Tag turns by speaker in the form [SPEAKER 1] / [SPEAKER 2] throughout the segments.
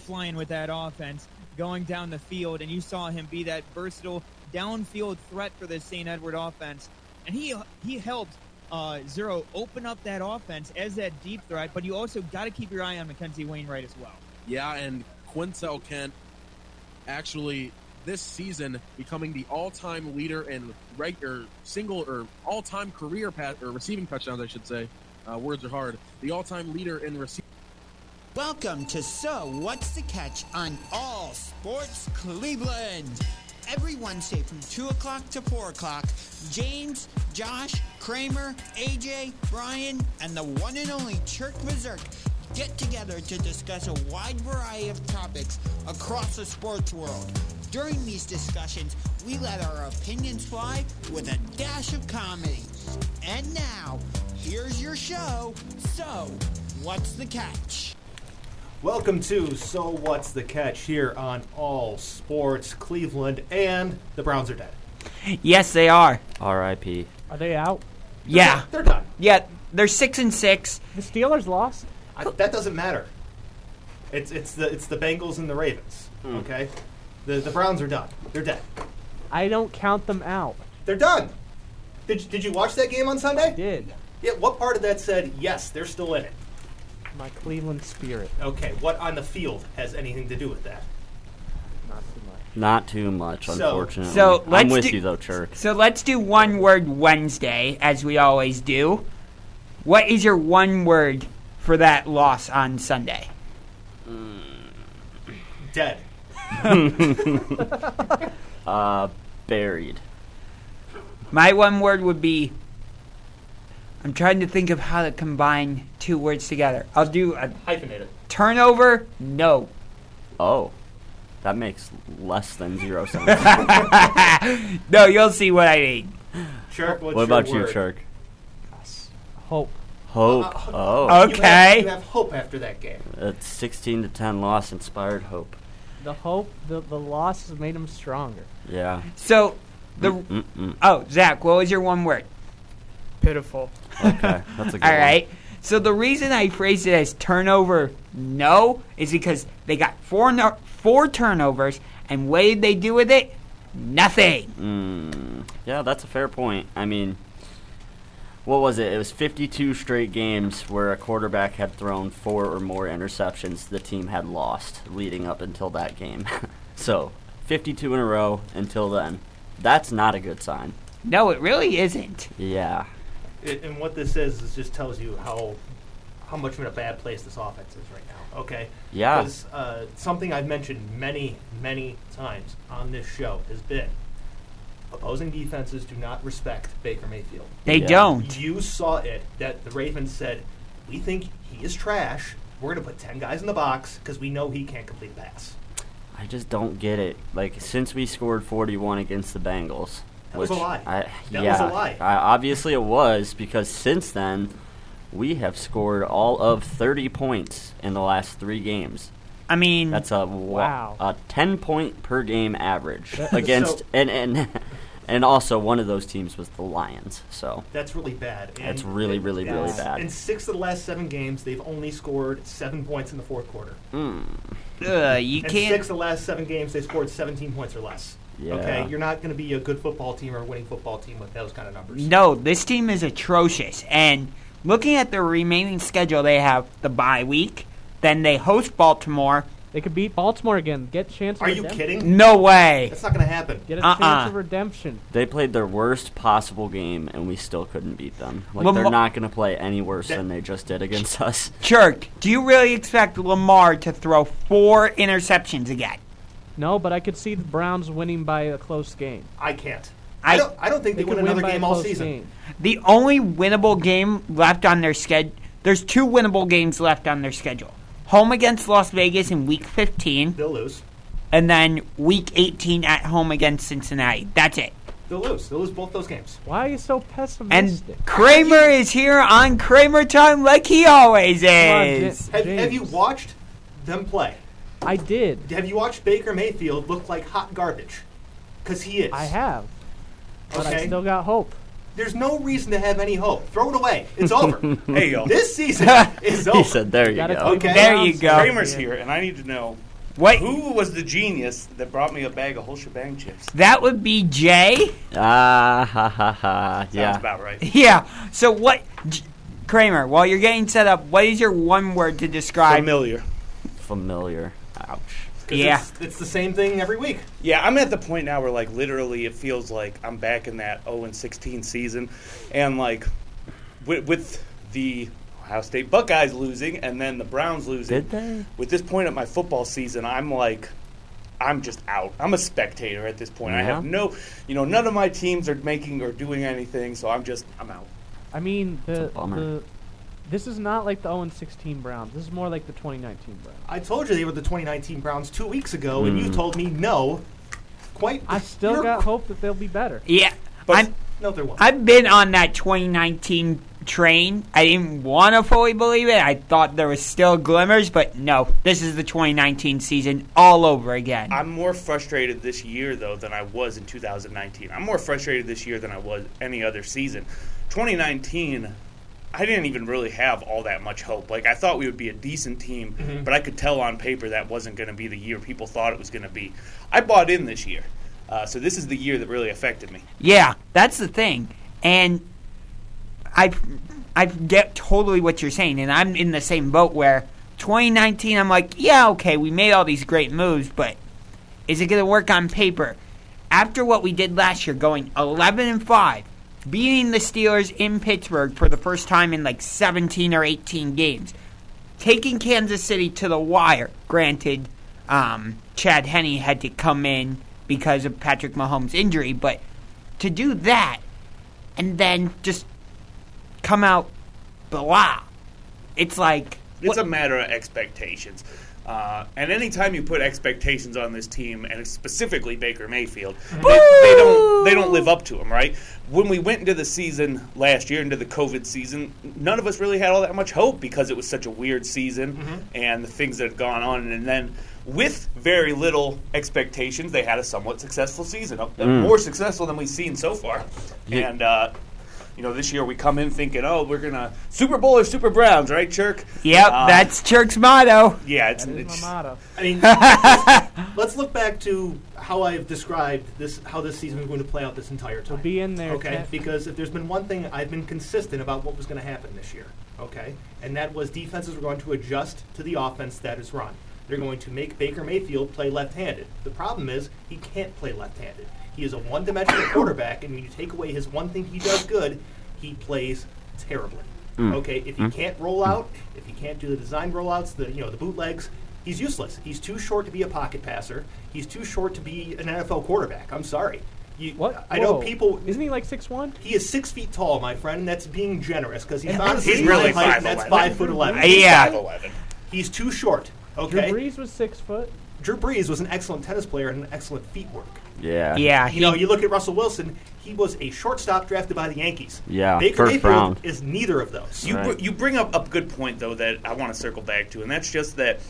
[SPEAKER 1] flying with that offense going down the field, and you saw him be that versatile downfield threat for the St. Edward offense. And he he helped uh, Zero open up that offense as that deep threat, but you also got to keep your eye on Mackenzie Wainwright as well.
[SPEAKER 2] Yeah, and Quinsell Kent actually this season becoming the all-time leader in regular single or all-time career pass or receiving touchdowns, I should say. Uh, words are hard. The all-time leader in receiving.
[SPEAKER 3] Welcome to So What's the Catch on All Sports Cleveland. Every Wednesday from 2 o'clock to 4 o'clock, James, Josh, Kramer, AJ, Brian, and the one and only Chirk Berserk get together to discuss a wide variety of topics across the sports world. During these discussions, we let our opinions fly with a dash of comedy. And now, here's your show. So, what's the catch?
[SPEAKER 4] Welcome to So What's the Catch here on All Sports Cleveland, and the Browns are dead.
[SPEAKER 5] Yes, they are.
[SPEAKER 6] R.I.P.
[SPEAKER 7] Are they out?
[SPEAKER 5] Yeah,
[SPEAKER 4] They're done.
[SPEAKER 5] yeah, they're six and six.
[SPEAKER 7] The Steelers lost.
[SPEAKER 4] I, that doesn't matter. It's it's the it's the Bengals and the Ravens. Okay, the the Browns are done. They're dead.
[SPEAKER 7] I don't count them out.
[SPEAKER 4] They're done. Did you- did you watch that game on Sunday?
[SPEAKER 7] Did
[SPEAKER 4] Yeah. What part of that said yes? They're still in it.
[SPEAKER 7] my Cleveland Spirit?
[SPEAKER 4] Okay. What on the field has anything to do with that?
[SPEAKER 7] Not too much.
[SPEAKER 6] Not too much,
[SPEAKER 4] So-
[SPEAKER 6] unfortunately.
[SPEAKER 5] So,
[SPEAKER 6] I'm
[SPEAKER 5] let's
[SPEAKER 6] with
[SPEAKER 5] do-
[SPEAKER 6] you though, Chirk.
[SPEAKER 5] So let's do one word Wednesday, as we always do. What is your one word for that loss on Sunday?
[SPEAKER 4] Dead.
[SPEAKER 6] Uh, buried.
[SPEAKER 5] My one word would be. I'm trying to think of how to combine two words together. I'll do a
[SPEAKER 4] Hyphenated.
[SPEAKER 5] turnover. No.
[SPEAKER 6] Oh, that makes less than zero sense.
[SPEAKER 5] No, you'll see what I mean.
[SPEAKER 4] Shark. What's
[SPEAKER 6] what about
[SPEAKER 4] your
[SPEAKER 6] you,
[SPEAKER 4] word?
[SPEAKER 6] Chirk?
[SPEAKER 7] Hope.
[SPEAKER 6] Hope.
[SPEAKER 4] Uh,
[SPEAKER 6] oh,
[SPEAKER 5] uh,
[SPEAKER 4] You have-
[SPEAKER 5] Okay.
[SPEAKER 4] you have hope after that game.
[SPEAKER 6] a 16 to 10 loss inspired hope.
[SPEAKER 7] The hope. The the loss has made them stronger.
[SPEAKER 6] Yeah. Mm,
[SPEAKER 5] So, the
[SPEAKER 6] Mm-mm.
[SPEAKER 5] oh Zach, what was your one word?
[SPEAKER 7] Pitiful.
[SPEAKER 6] Okay, that's a good
[SPEAKER 5] All right. So the reason I phrased it as turnover no is because they got four no- four turnovers, and what did they do with it? Nothing.
[SPEAKER 6] Mm, yeah, that's a fair point. I mean, what was it? It was 52 straight games where a quarterback had thrown four or more interceptions the team had lost leading up until that game. so, 52 in a row until then. That's not a good sign.
[SPEAKER 5] No, it really isn't.
[SPEAKER 6] Yeah.
[SPEAKER 4] It, and what this is is just tells you how how much of a bad place this offense is right now. Okay.
[SPEAKER 6] Yeah.
[SPEAKER 4] Because uh, something I've mentioned many, many times on this show has been opposing defenses do not respect Baker Mayfield.
[SPEAKER 5] They
[SPEAKER 6] Yeah.
[SPEAKER 5] don't.
[SPEAKER 4] You saw it that the Ravens said, "We think he is trash. We're going to put ten guys in the box because we know he can't complete a pass."
[SPEAKER 6] I just don't get it. Like, since we scored 41 against the Bengals.
[SPEAKER 4] That was
[SPEAKER 6] which
[SPEAKER 4] a lie.
[SPEAKER 6] I,
[SPEAKER 4] That was
[SPEAKER 6] yeah,
[SPEAKER 4] a lie.
[SPEAKER 6] I, obviously, it was because since then, we have scored all of 30 points in the last three games.
[SPEAKER 5] I mean,
[SPEAKER 6] That's a wow.
[SPEAKER 7] Wow.
[SPEAKER 6] a ten point per game average against
[SPEAKER 4] so-
[SPEAKER 6] and and and also one of those teams was the Lions. So
[SPEAKER 4] That's really bad. And
[SPEAKER 6] That's really, really,
[SPEAKER 4] and-
[SPEAKER 6] really bad.
[SPEAKER 4] In six of the last seven games, they've only scored seven points in the fourth quarter.
[SPEAKER 5] uh, you
[SPEAKER 4] And
[SPEAKER 5] can't.
[SPEAKER 4] six of the last seven games, they scored 17 points or less.
[SPEAKER 6] Yeah.
[SPEAKER 4] Okay, you're not going to be a good football team or a winning football team with those kind of numbers.
[SPEAKER 5] No, this team is atrocious. And looking at the remaining schedule, they have the bye week, then they host Baltimore.
[SPEAKER 7] They could beat Baltimore again. Get a chance.
[SPEAKER 4] Are
[SPEAKER 7] of
[SPEAKER 4] you
[SPEAKER 7] redemption.
[SPEAKER 4] kidding?
[SPEAKER 5] No way.
[SPEAKER 4] That's not going to happen.
[SPEAKER 7] Get a
[SPEAKER 5] Uh-uh.
[SPEAKER 7] chance of redemption.
[SPEAKER 6] they played their worst possible game, and we still couldn't beat them. Like
[SPEAKER 5] Well,
[SPEAKER 6] they're
[SPEAKER 5] mo-
[SPEAKER 6] not going to play any worse
[SPEAKER 4] That-
[SPEAKER 6] than they just did against us.
[SPEAKER 5] Chirk, do you really expect Lamar to throw four interceptions again?
[SPEAKER 7] No, but I could see the Browns winning by a close game.
[SPEAKER 4] I can't.
[SPEAKER 5] I-
[SPEAKER 4] I, don't. I don't think they,
[SPEAKER 7] could
[SPEAKER 4] win another
[SPEAKER 7] by a
[SPEAKER 4] game all
[SPEAKER 7] close
[SPEAKER 4] season.
[SPEAKER 7] game.
[SPEAKER 5] The only winnable game left on their schedule, there's two winnable games left on their schedule. Home against Las Vegas in week 15,
[SPEAKER 4] They'll lose.
[SPEAKER 5] and then week 18 at home against Cincinnati. That's it.
[SPEAKER 4] They'll lose. They'll lose both those games.
[SPEAKER 7] Why are you so
[SPEAKER 5] And
[SPEAKER 7] pessimistic?
[SPEAKER 5] Kramer is here on Kramer time like he always
[SPEAKER 7] Come on,
[SPEAKER 5] is.
[SPEAKER 4] Have,
[SPEAKER 7] James.
[SPEAKER 4] have you watched them play?
[SPEAKER 7] I did.
[SPEAKER 4] Have you watched Baker Mayfield look like hot garbage? Because he is.
[SPEAKER 7] I have. But I
[SPEAKER 4] Okay.
[SPEAKER 7] still got hope.
[SPEAKER 4] There's no reason to have any hope. Throw it away. It's over.
[SPEAKER 8] Hey, yo.
[SPEAKER 4] this season is over.
[SPEAKER 6] he said, "There you
[SPEAKER 7] Gotta
[SPEAKER 6] go."
[SPEAKER 7] take
[SPEAKER 4] Okay.
[SPEAKER 7] the
[SPEAKER 5] There you
[SPEAKER 7] Browns.
[SPEAKER 5] go.
[SPEAKER 8] Kramer's here, and I need to know
[SPEAKER 5] What?
[SPEAKER 8] Who was the genius that brought me a bag of whole shebang chips?
[SPEAKER 5] That would be Jay.
[SPEAKER 6] Ah, ha, ha, ha.
[SPEAKER 8] Sounds
[SPEAKER 6] Yeah.
[SPEAKER 8] about right.
[SPEAKER 5] Yeah. So what, J- Kramer? While you're getting set up, what is your one word to describe?
[SPEAKER 8] Familiar.
[SPEAKER 6] Familiar. Ouch.
[SPEAKER 4] 'Cause
[SPEAKER 5] Yeah.
[SPEAKER 4] It's, it's the same thing every week.
[SPEAKER 8] Yeah, I'm at the point now where like literally it feels like I'm back in that 0 and 16 season, and like with, with the Ohio State Buckeyes losing and then the Browns losing.
[SPEAKER 6] Did they?
[SPEAKER 8] With this point at my football season, I'm like. I'm just out. I'm a spectator at this point. I have
[SPEAKER 6] Yeah.
[SPEAKER 8] no, you know, none of my teams are making or doing anything, so I'm just, I'm out.
[SPEAKER 7] I mean,
[SPEAKER 6] a
[SPEAKER 7] the,
[SPEAKER 6] bummer.
[SPEAKER 7] the this is not like the 0 16 Browns. This is more like the 2019 Browns.
[SPEAKER 4] I told you they were the 2019 Browns two weeks ago, and
[SPEAKER 8] Hmm.
[SPEAKER 4] you told me no. Quite.
[SPEAKER 7] I still
[SPEAKER 4] you're-
[SPEAKER 7] got hope that they'll be better.
[SPEAKER 5] Yeah.
[SPEAKER 8] But
[SPEAKER 5] I'm,
[SPEAKER 4] No, there was.
[SPEAKER 5] I've been on that 2019 train. I didn't want to fully believe it. I thought there was still glimmers, but no. This is the 2019 season all over again.
[SPEAKER 8] I'm more frustrated this year though than I was in 2019. I'm more frustrated this year than I was any other season. 2019, I didn't even really have all that much hope. Like I thought we would be a decent team, but I could tell on paper that wasn't going to be the year people thought it was going to be. I bought in this year, uh, so this is the year that really affected me.
[SPEAKER 5] Yeah, that's the thing. And I I get totally what you're saying and I'm in the same boat where 2019 I'm like, yeah, okay, we made all these great moves, but is it going to work on paper? After what we did last year going 11 and 5, beating the Steelers in Pittsburgh for the first time in like 17 or 18 games, taking Kansas City to the wire. Granted, um, Chad Henney had to come in because of Patrick Mahomes' injury, but to do that and then just come out blah, it's like
[SPEAKER 8] It's a matter of expectations. Uh, and anytime you put expectations on this team, and specifically Baker Mayfield, they, they don't they don't live up to him, right? When we went into the season last year, into the COVID season, none of us really had all that much hope because it was such a weird season
[SPEAKER 5] Mm-hmm.
[SPEAKER 8] and the things that had gone on. And then, with very little expectations, they had a somewhat successful season, uh, more successful than we've seen so far.
[SPEAKER 6] Yeah.
[SPEAKER 8] And uh, you know, this year we come in thinking, oh, we're gonna Super Bowl or Super Browns, right, Chirk?
[SPEAKER 5] Yep,
[SPEAKER 4] Ah.
[SPEAKER 8] Uh,
[SPEAKER 5] that's Chirk's motto.
[SPEAKER 8] yeah, it's,
[SPEAKER 7] That is
[SPEAKER 8] it's
[SPEAKER 7] my motto.
[SPEAKER 4] I mean, let's- let's look back to how I've described this, how this season is going to play out this entire time.
[SPEAKER 7] Be in there.
[SPEAKER 4] okay,
[SPEAKER 7] Ted.
[SPEAKER 4] because if there's been one thing I've been consistent about what was going to happen this year, okay, and that was defenses were going to adjust to the offense that is run. They're going to make Baker Mayfield play left-handed. The problem is he can't play left-handed. He is a one-dimensional quarterback, and when you take away his one thing he does good, he plays terribly. Okay, if he
[SPEAKER 6] Hmm?
[SPEAKER 4] can't roll out, if he can't do the design rollouts, the you know the bootlegs, he's useless. He's too short to be a pocket passer. He's too short to be an NFL quarterback. I'm sorry. You,
[SPEAKER 7] What?
[SPEAKER 4] I know
[SPEAKER 7] Whoa.
[SPEAKER 4] people.
[SPEAKER 7] Isn't he like six one?
[SPEAKER 4] He is six feet tall, my friend, and that's being generous because he's honestly
[SPEAKER 8] He's really
[SPEAKER 4] my height, and That's
[SPEAKER 8] 5'11".
[SPEAKER 4] five foot eleven.
[SPEAKER 5] He's Yeah.
[SPEAKER 8] 5'11".
[SPEAKER 4] He's too short.
[SPEAKER 7] Drew
[SPEAKER 4] Okay,
[SPEAKER 7] Brees was six foot.
[SPEAKER 4] Drew Brees was an excellent tennis player and an excellent feet work.
[SPEAKER 6] Yeah.
[SPEAKER 5] Yeah,
[SPEAKER 4] You know, you look at Russell Wilson; he was a shortstop drafted by the Yankees.
[SPEAKER 6] Yeah,
[SPEAKER 4] Baker
[SPEAKER 6] first
[SPEAKER 4] Mayfield
[SPEAKER 6] round.
[SPEAKER 4] is neither of those.
[SPEAKER 8] You
[SPEAKER 6] Right.
[SPEAKER 8] br- you bring up a good point though that I want to circle back to, and that's just that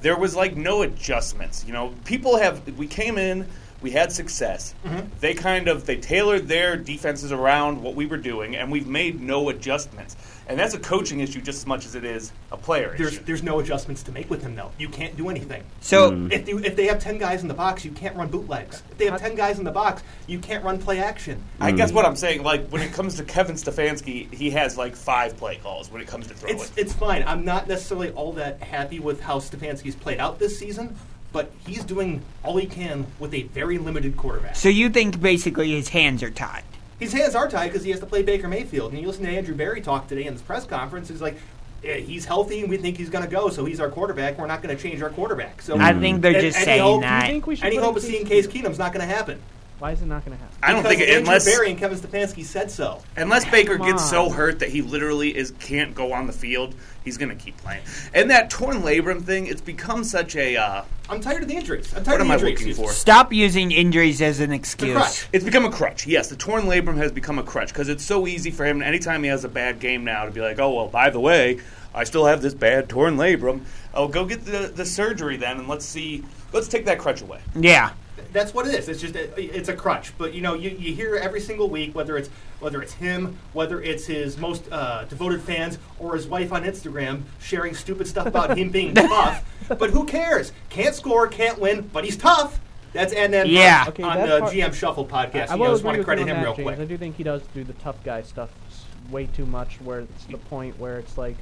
[SPEAKER 8] there was like no adjustments. You know, people have we came in, we had success.
[SPEAKER 4] Mm-hmm.
[SPEAKER 8] They kind of they tailored their defenses around what we were doing, and we've made no adjustments. And that's a coaching issue just as much as it is a player
[SPEAKER 4] there's
[SPEAKER 8] issue.
[SPEAKER 4] there's no adjustments to make with him though. You can't do anything.
[SPEAKER 5] so
[SPEAKER 8] Hmm.
[SPEAKER 4] If you if they have ten guys in the box, you can't run bootlegs. If they have ten guys in the box, you can't run play action.
[SPEAKER 8] I guess what I'm saying, like when it comes to Kevin Stefanski, he has like five play calls when it comes to throwing.
[SPEAKER 4] It's it's fine. I'm not necessarily all that happy with how Stefanski's played out this season, but he's doing all he can with a very limited quarterback.
[SPEAKER 5] so you think basically his hands are tied.
[SPEAKER 4] His hands are tied because he has to play Baker Mayfield. And you listen to Andrew Barry talk today in this press conference. He's like, "Yeah, he's healthy, and we think he's going to go, so he's our quarterback. We're not going to change our quarterback. So
[SPEAKER 5] I think they're
[SPEAKER 4] And-
[SPEAKER 5] just
[SPEAKER 4] and
[SPEAKER 5] saying
[SPEAKER 4] hope-
[SPEAKER 5] that.
[SPEAKER 7] Do you think we should
[SPEAKER 4] Any
[SPEAKER 7] put
[SPEAKER 4] hope
[SPEAKER 7] in
[SPEAKER 4] of seeing
[SPEAKER 7] Case
[SPEAKER 4] Case Keenum's not going to happen.
[SPEAKER 7] Why is it not going to happen?
[SPEAKER 8] I don't
[SPEAKER 4] Because
[SPEAKER 8] think it,
[SPEAKER 4] Andrew
[SPEAKER 8] unless
[SPEAKER 4] Barry and Kevin Stefanski said so.
[SPEAKER 8] Unless Baker
[SPEAKER 7] Come
[SPEAKER 8] gets so
[SPEAKER 7] on.
[SPEAKER 8] hurt that he literally is can't go on the field, he's going to keep playing. And that torn labrum thing, it's become such a uh,
[SPEAKER 4] I'm tired of the injuries. I'm tired
[SPEAKER 8] what
[SPEAKER 4] of
[SPEAKER 8] am
[SPEAKER 4] the
[SPEAKER 8] I
[SPEAKER 4] injuries.
[SPEAKER 8] looking for?
[SPEAKER 5] Stop using injuries as an excuse.
[SPEAKER 4] crutch.
[SPEAKER 8] It's become a crutch. Yes, the torn labrum has become a crutch because it's so easy for him. Anytime he has a bad game now, to be like, "Oh well, by the way, I still have this bad torn labrum. Oh, go get the the surgery then, and let's see. Let's take that crutch away."
[SPEAKER 5] Yeah.
[SPEAKER 4] That's what it is. It's just a, it's a crutch. But you know, you, you hear every single week whether it's whether it's him, whether it's his most uh, devoted fans, or his wife on Instagram sharing stupid stuff about him being buff. But who cares? Can't score, can't win, but he's tough. That's and then
[SPEAKER 5] Yeah.
[SPEAKER 4] on,
[SPEAKER 7] um, Okay,
[SPEAKER 4] on
[SPEAKER 7] that
[SPEAKER 4] the
[SPEAKER 7] part-
[SPEAKER 4] GM Shuffle podcast.
[SPEAKER 7] I
[SPEAKER 4] you know,
[SPEAKER 7] will
[SPEAKER 4] just
[SPEAKER 7] agree
[SPEAKER 4] want to
[SPEAKER 7] with
[SPEAKER 4] credit
[SPEAKER 7] you on
[SPEAKER 4] him
[SPEAKER 7] that,
[SPEAKER 4] real
[SPEAKER 7] James.
[SPEAKER 4] quick.
[SPEAKER 7] I do think he does do the tough guy stuff s- way too much, where it's the point where it's like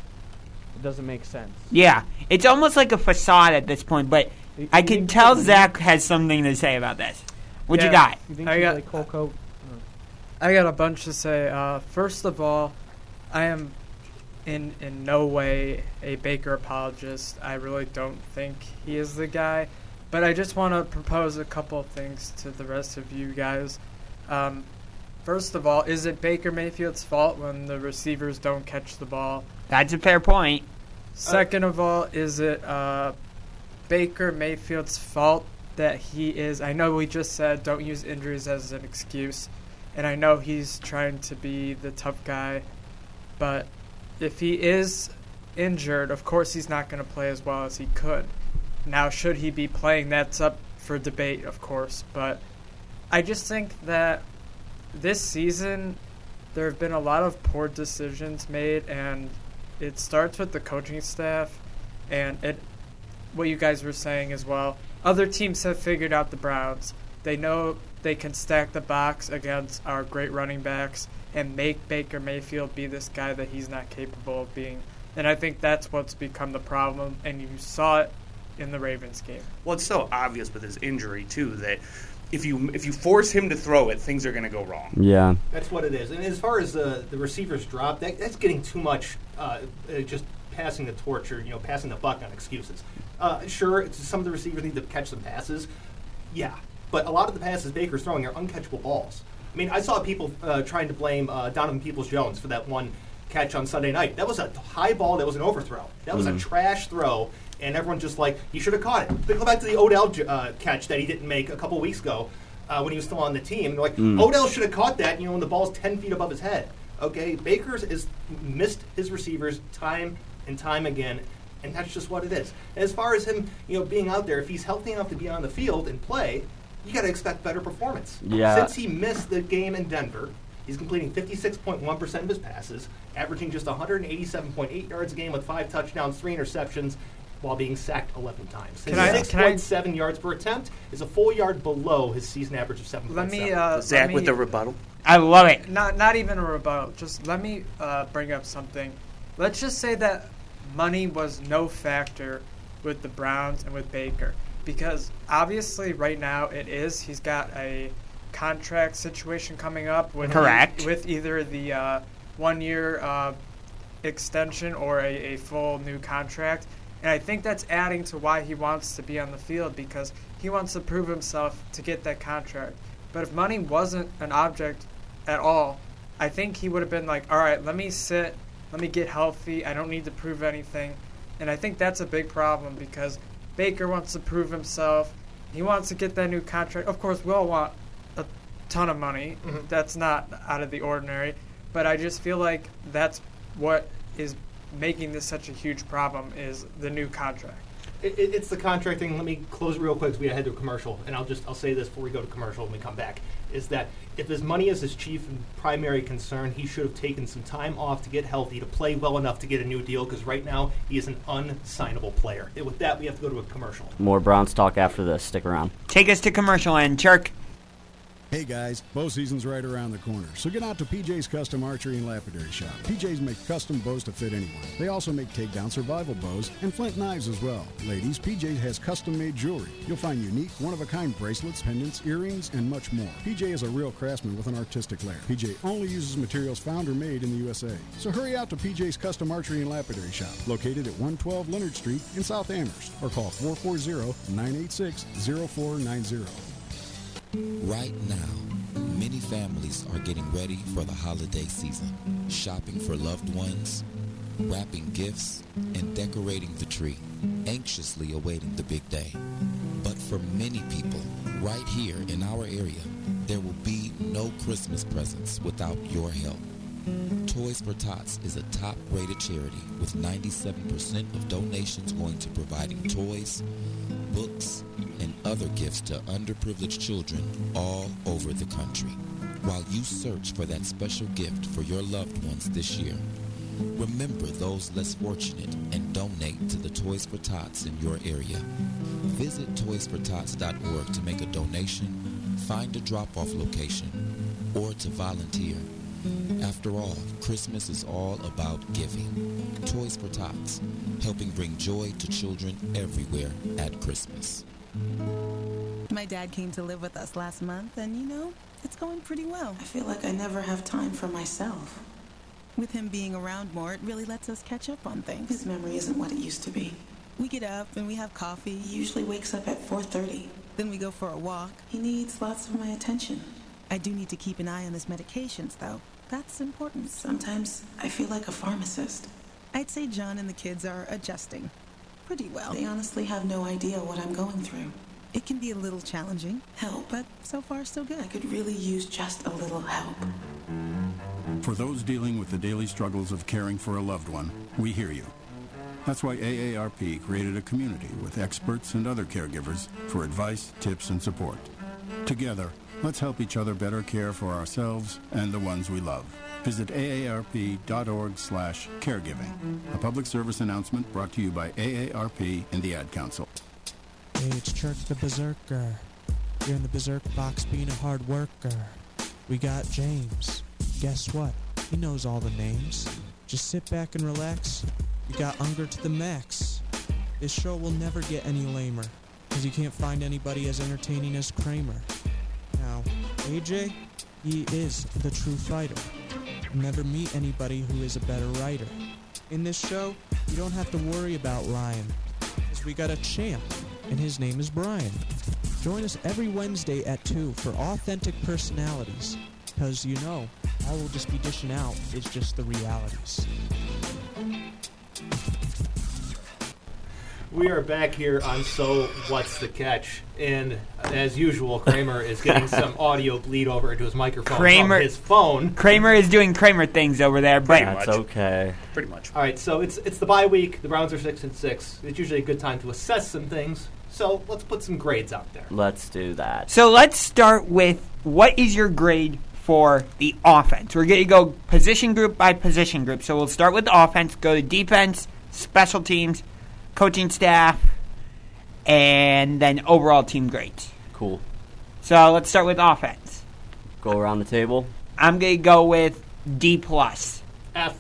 [SPEAKER 7] it doesn't make sense.
[SPEAKER 5] Yeah, it's almost like a facade at this point, but
[SPEAKER 7] You-
[SPEAKER 5] I
[SPEAKER 7] you
[SPEAKER 5] can
[SPEAKER 7] think-
[SPEAKER 5] tell Zach has something to say about this. What you
[SPEAKER 9] Yeah.
[SPEAKER 5] got?
[SPEAKER 7] You think
[SPEAKER 9] I
[SPEAKER 7] he's
[SPEAKER 9] got-
[SPEAKER 7] like Cole Coat?
[SPEAKER 9] I got a bunch to say. Uh, first of all, I am in in no way a Baker apologist. I really don't think he is the guy. But I just want to propose a couple of things to the rest of you guys. Um, first of all, is it Baker Mayfield's fault when the receivers don't catch the ball?
[SPEAKER 5] That's a fair point.
[SPEAKER 9] Second of all, is it uh, Baker Mayfield's fault that he is? I know we just said don't use injuries as an excuse, and I know he's trying to be the tough guy, but if he is injured, of course he's not going to play as well as he could. Now, should he be playing? That's up for debate, of course, but I just think that this season there have been a lot of poor decisions made and it starts with the coaching staff and it what you guys were saying as well other teams have figured out the browns they know they can stack the box against our great running backs and make baker mayfield be this guy that he's not capable of being and i think that's what's become the problem and you saw it in the ravens game
[SPEAKER 8] Well, it's so obvious with his injury too that if you if you force him to throw it, things are going to go wrong.
[SPEAKER 6] Yeah.
[SPEAKER 4] That's what it is. And as far as the the receivers drop, that, that's getting too much. Uh, uh, just passing the torch or you know passing the buck on excuses. Uh, sure, it's- some of the receivers need to catch some passes. Yeah, but a lot of the passes Baker's throwing are uncatchable balls. I mean, I saw people uh, trying to blame uh, Donovan Peoples-Jones for that one catch on Sunday night. That was a high ball. That was an overthrow. That was
[SPEAKER 1] Mm.
[SPEAKER 4] a trash throw. And everyone's just like, he should have caught it. They go back to the Odell uh, catch that he didn't make a couple weeks ago uh, when he was still on the team. They're like, Odell should have caught that, you know, when the ball's 10 feet above his head. Okay, Baker's is missed his receivers time and time again, and that's just what it is. As far as him, you know, being out there, if he's healthy enough to be on the field and play, you got to expect better performance.
[SPEAKER 6] Yeah.
[SPEAKER 4] Since he missed the game in Denver, he's completing 56.1% of his passes, averaging just 187.8 yards a game with five touchdowns, three interceptions, while being sacked 11 times. His
[SPEAKER 9] Can I- can I-
[SPEAKER 4] 6.7 yards per attempt is a full yard below his season average of 7.7.
[SPEAKER 9] let me uh,
[SPEAKER 8] Zach
[SPEAKER 9] let
[SPEAKER 8] with
[SPEAKER 9] me-
[SPEAKER 8] the rebuttal.
[SPEAKER 5] I love it.
[SPEAKER 9] not not even a rebuttal. Just let me uh, bring up something. Let's just say that money was no factor with the Browns and with Baker because obviously right now it is. He's got a contract situation coming up with e-,
[SPEAKER 5] Correct.
[SPEAKER 9] with either the uh, one year uh, extension or a, a full new contract. And I think that's adding to why he wants to be on the field because he wants to prove himself to get that contract. But if money wasn't an object at all, I think he would have been like, all right, let me sit, let me get healthy. I don't need to prove anything. And I think that's a big problem because Baker wants to prove himself. He wants to get that new contract. Of course, we all want a ton of money. That's not out of the ordinary. But I just feel like that's what is making this such a huge problem is the new contract.
[SPEAKER 4] It, it, it's the contract thing. Let me close real quick because we head to a commercial, and I'll just I'll say this before we go to commercial and we come back is that if his money is his chief and primary concern, he should have taken some time off to get healthy, to play well enough to get a new deal. Because right now he is an unsignable player. And with that, we have to go to a commercial.
[SPEAKER 6] More Browns talk after this. Stick around.
[SPEAKER 5] Take us to commercial and Chirk.
[SPEAKER 10] Hey guys, bow season's right around the corner, so get out to PJ's Custom Archery and Lapidary Shop. PJ's make custom bows to fit anyone. They also make takedown survival bows and flint knives as well. Ladies, PJ's has custom made jewelry. You'll find unique, one of a kind bracelets, pendants, earrings, and much more. PJ is a real craftsman with an artistic flair. PJ only uses materials found or made in the USA. So hurry out to PJ's Custom Archery and Lapidary Shop, located at 112 Leonard Street in South Amherst, or call 440 986 0490.
[SPEAKER 11] Right now, many families are getting ready for the holiday season, shopping for loved ones, wrapping gifts, and decorating the tree, anxiously awaiting the big day. But for many people, right here in our area, there will be no Christmas presents without your help. Toys for Tots is a top-rated charity with 97% of donations going to providing toys, books, and other gifts to underprivileged children all over the country. While you search for that special gift for your loved ones this year, Remember those less fortunate and donate to the Toys for Tots in your area. Visit toysfortots.org to make a donation, find a drop-off location, or to volunteer. After all, Christmas is all about giving. Toys for Tots, helping bring joy to children everywhere at Christmas.
[SPEAKER 12] My dad came to live with us last month, and you know, it's going pretty well. I feel like I never have time for myself. With him being around more, it really lets us catch up on things. His memory isn't what it used to be. We get up and we have coffee. He usually wakes up at 4:30. Then we go for a walk. He needs lots of my attention. I do need to keep an eye on his medications, though. That's important. Sometimes I feel like a pharmacist. I'd say John and the kids are adjusting pretty well.
[SPEAKER 13] They honestly have no idea what I'm going through.
[SPEAKER 12] It can be a little challenging. Help. But so far, so good. I could really use just a little help.
[SPEAKER 14] For those dealing with the daily struggles of caring for a loved one, we hear you. That's why AARP created a community with experts and other caregivers for advice, tips, and support. Together, let's help each other better care for ourselves and the ones we love. Visit aarp.org slash caregiving. A public service announcement brought to you by AARP and the Ad Council.
[SPEAKER 15] Hey, it's Church the Berserker. You're in the Berserk box being a hard worker. We got James. Guess what? He knows all the names. Just sit back and relax. We got Unger to the max. This show will never get any lamer, because you can't find anybody as entertaining as Kramer. Now, AJ, he is the true fighter. You'll never meet anybody who is a better writer. In this show, you don't have to worry about Ryan, because we got a champ, and his name is Brian. Join us every Wednesday at 2 for authentic personalities, because you know, all we'll just be dishing out is just the realities.
[SPEAKER 4] We are back here on So What's the Catch? And as usual, Kramer is getting some audio bleed over into his microphone
[SPEAKER 5] Kramer
[SPEAKER 4] from his phone.
[SPEAKER 5] Kramer is doing Kramer things over there, but
[SPEAKER 4] Pretty much. That's
[SPEAKER 6] okay.
[SPEAKER 8] Pretty much.
[SPEAKER 4] All right, so it's it's the bye week. The Browns are six and six. It's usually a good time to assess some things. So let's put some grades out there.
[SPEAKER 6] Let's do that.
[SPEAKER 5] So let's start with what is your grade for the offense? We're going to go position group by position group. So we'll start with the offense, go to defense, special teams, coaching staff, and then overall team grades.
[SPEAKER 6] Cool.
[SPEAKER 5] So let's start with offense.
[SPEAKER 6] Go around the table.
[SPEAKER 5] I'm going to go with D plus.
[SPEAKER 4] F.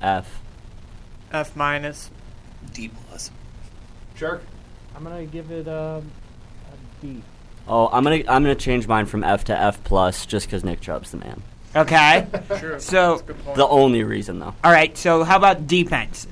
[SPEAKER 6] F.
[SPEAKER 9] F minus.
[SPEAKER 8] D plus.
[SPEAKER 4] Jerk.
[SPEAKER 7] I'm gonna give it um, a D.
[SPEAKER 6] Oh, I'm gonna I'm gonna change mine from F to F plus just because Nick Chubb's the man.
[SPEAKER 5] Okay.
[SPEAKER 9] Sure.
[SPEAKER 5] So
[SPEAKER 6] The only reason though.
[SPEAKER 5] all right. So how about defense?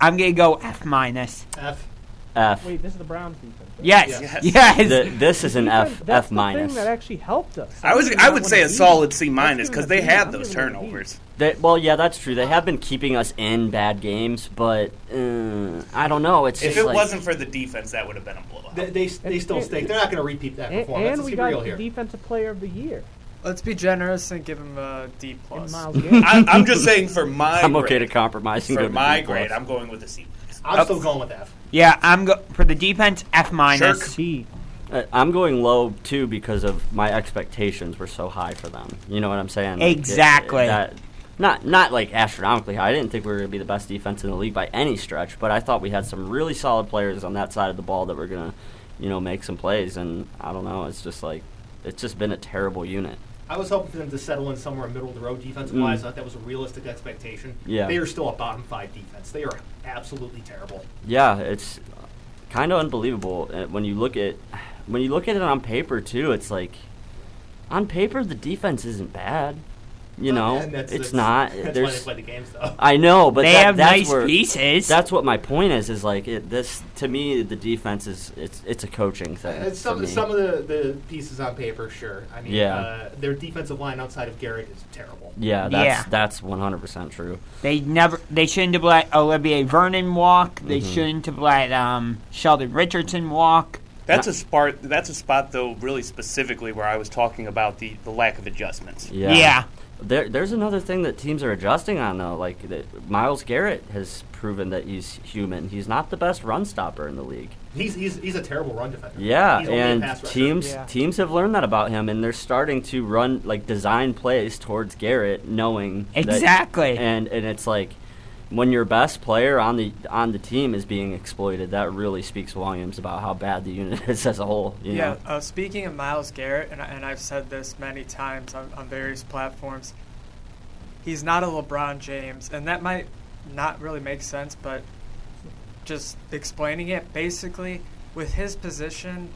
[SPEAKER 5] I'm going to go F minus.
[SPEAKER 4] F.
[SPEAKER 6] F.
[SPEAKER 7] Wait, this is the Browns defense. right?
[SPEAKER 5] Yes. Yes. Yes.
[SPEAKER 6] Th- this is an F
[SPEAKER 7] That's
[SPEAKER 6] F
[SPEAKER 7] the
[SPEAKER 6] minus.
[SPEAKER 7] thing that actually helped us.
[SPEAKER 8] I was I would say a solid C minus because they
[SPEAKER 7] B.
[SPEAKER 8] had
[SPEAKER 7] I'm
[SPEAKER 8] those
[SPEAKER 7] giving it a B.
[SPEAKER 8] turnovers.
[SPEAKER 6] They, well, yeah, that's true. They have been keeping us in bad games, but uh, I don't know. It's
[SPEAKER 8] If
[SPEAKER 6] just
[SPEAKER 8] it
[SPEAKER 6] like,
[SPEAKER 8] wasn't for the defense, that would have been a blowout.
[SPEAKER 4] They they, they still stink. They're not going to repeat that
[SPEAKER 7] And,
[SPEAKER 4] performance.
[SPEAKER 7] and
[SPEAKER 4] Let's
[SPEAKER 7] we
[SPEAKER 4] be
[SPEAKER 7] got
[SPEAKER 4] real
[SPEAKER 7] the
[SPEAKER 4] here.
[SPEAKER 7] defensive player of the year.
[SPEAKER 9] Let's be generous and give him a D plus.
[SPEAKER 7] Miles Garrett.
[SPEAKER 8] I, I'm just saying for my
[SPEAKER 6] I'm okay to
[SPEAKER 8] grade,
[SPEAKER 6] compromise and go
[SPEAKER 8] for
[SPEAKER 6] to
[SPEAKER 8] my
[SPEAKER 6] B plus.
[SPEAKER 8] grade, I'm going with a C.
[SPEAKER 4] I'm still going with F.
[SPEAKER 5] Yeah, I'm go- for the defense F minus.
[SPEAKER 7] B.
[SPEAKER 6] Uh, I'm going low too because of my expectations were so high for them. You know what I'm saying? Like, it-
[SPEAKER 5] Exactly.
[SPEAKER 6] that- not not like astronomically high. I didn't think we were going to be the best defense in the league by any stretch, but I thought we had some really solid players on that side of the ball that were going to, you know, make some plays. And I don't know. It's just like it's just been a terrible unit.
[SPEAKER 4] I was hoping for them to settle in somewhere in middle of the road defensive wise. I thought that was a realistic expectation.
[SPEAKER 6] Mm. Yeah.
[SPEAKER 4] They are still a bottom five defense. They are absolutely terrible.
[SPEAKER 6] Yeah, it's kind of unbelievable uh, when you look at when you look at it on paper too. It's like on paper the defense isn't bad. You know,
[SPEAKER 4] And that's,
[SPEAKER 6] it's not.
[SPEAKER 4] that's- That's why they
[SPEAKER 6] There's
[SPEAKER 4] play the games, though.
[SPEAKER 6] I know, but
[SPEAKER 5] They
[SPEAKER 6] that,
[SPEAKER 5] have
[SPEAKER 6] that's
[SPEAKER 5] nice
[SPEAKER 6] where,
[SPEAKER 5] pieces.
[SPEAKER 6] That's what my point is. Is like it, this to me, the defense is it's it's a coaching thing.
[SPEAKER 4] And
[SPEAKER 6] for
[SPEAKER 4] Uh, some
[SPEAKER 6] me.
[SPEAKER 4] some of the, the pieces on paper, sure. I mean,
[SPEAKER 6] Yeah.
[SPEAKER 4] uh, their defensive line outside of Garrett is terrible.
[SPEAKER 6] yeah, that's
[SPEAKER 5] Yeah.
[SPEAKER 6] that's one hundred percent true.
[SPEAKER 5] They never. They shouldn't have let Olivier Vernon walk. They
[SPEAKER 6] Mm-hmm.
[SPEAKER 5] shouldn't have let um, Sheldon Richardson walk.
[SPEAKER 8] That's a spot. That's a spot, though, really specifically where I was talking about the, the lack of adjustments.
[SPEAKER 6] Yeah.
[SPEAKER 5] Yeah.
[SPEAKER 6] There, there's another thing that teams are adjusting on though. Like that Miles Garrett has proven that he's human. He's not the best run stopper in the league.
[SPEAKER 4] He's, he's, he's a terrible run defender.
[SPEAKER 6] Yeah,
[SPEAKER 4] he's only a
[SPEAKER 6] and
[SPEAKER 4] pass rusher.
[SPEAKER 6] teams
[SPEAKER 7] Yeah.
[SPEAKER 6] teams have learned that about him, and they're starting to run like design plays towards Garrett, knowing that-
[SPEAKER 5] Exactly.
[SPEAKER 6] and and it's like when your best player on the on the team is being exploited, that really speaks volumes about how bad the unit is as a whole. You
[SPEAKER 9] yeah.
[SPEAKER 6] know?
[SPEAKER 9] Uh, speaking of Miles Garrett, and, I- and I've said this many times on, on various platforms, he's not a LeBron James, and that might not really make sense, but just explaining it, basically, with his position,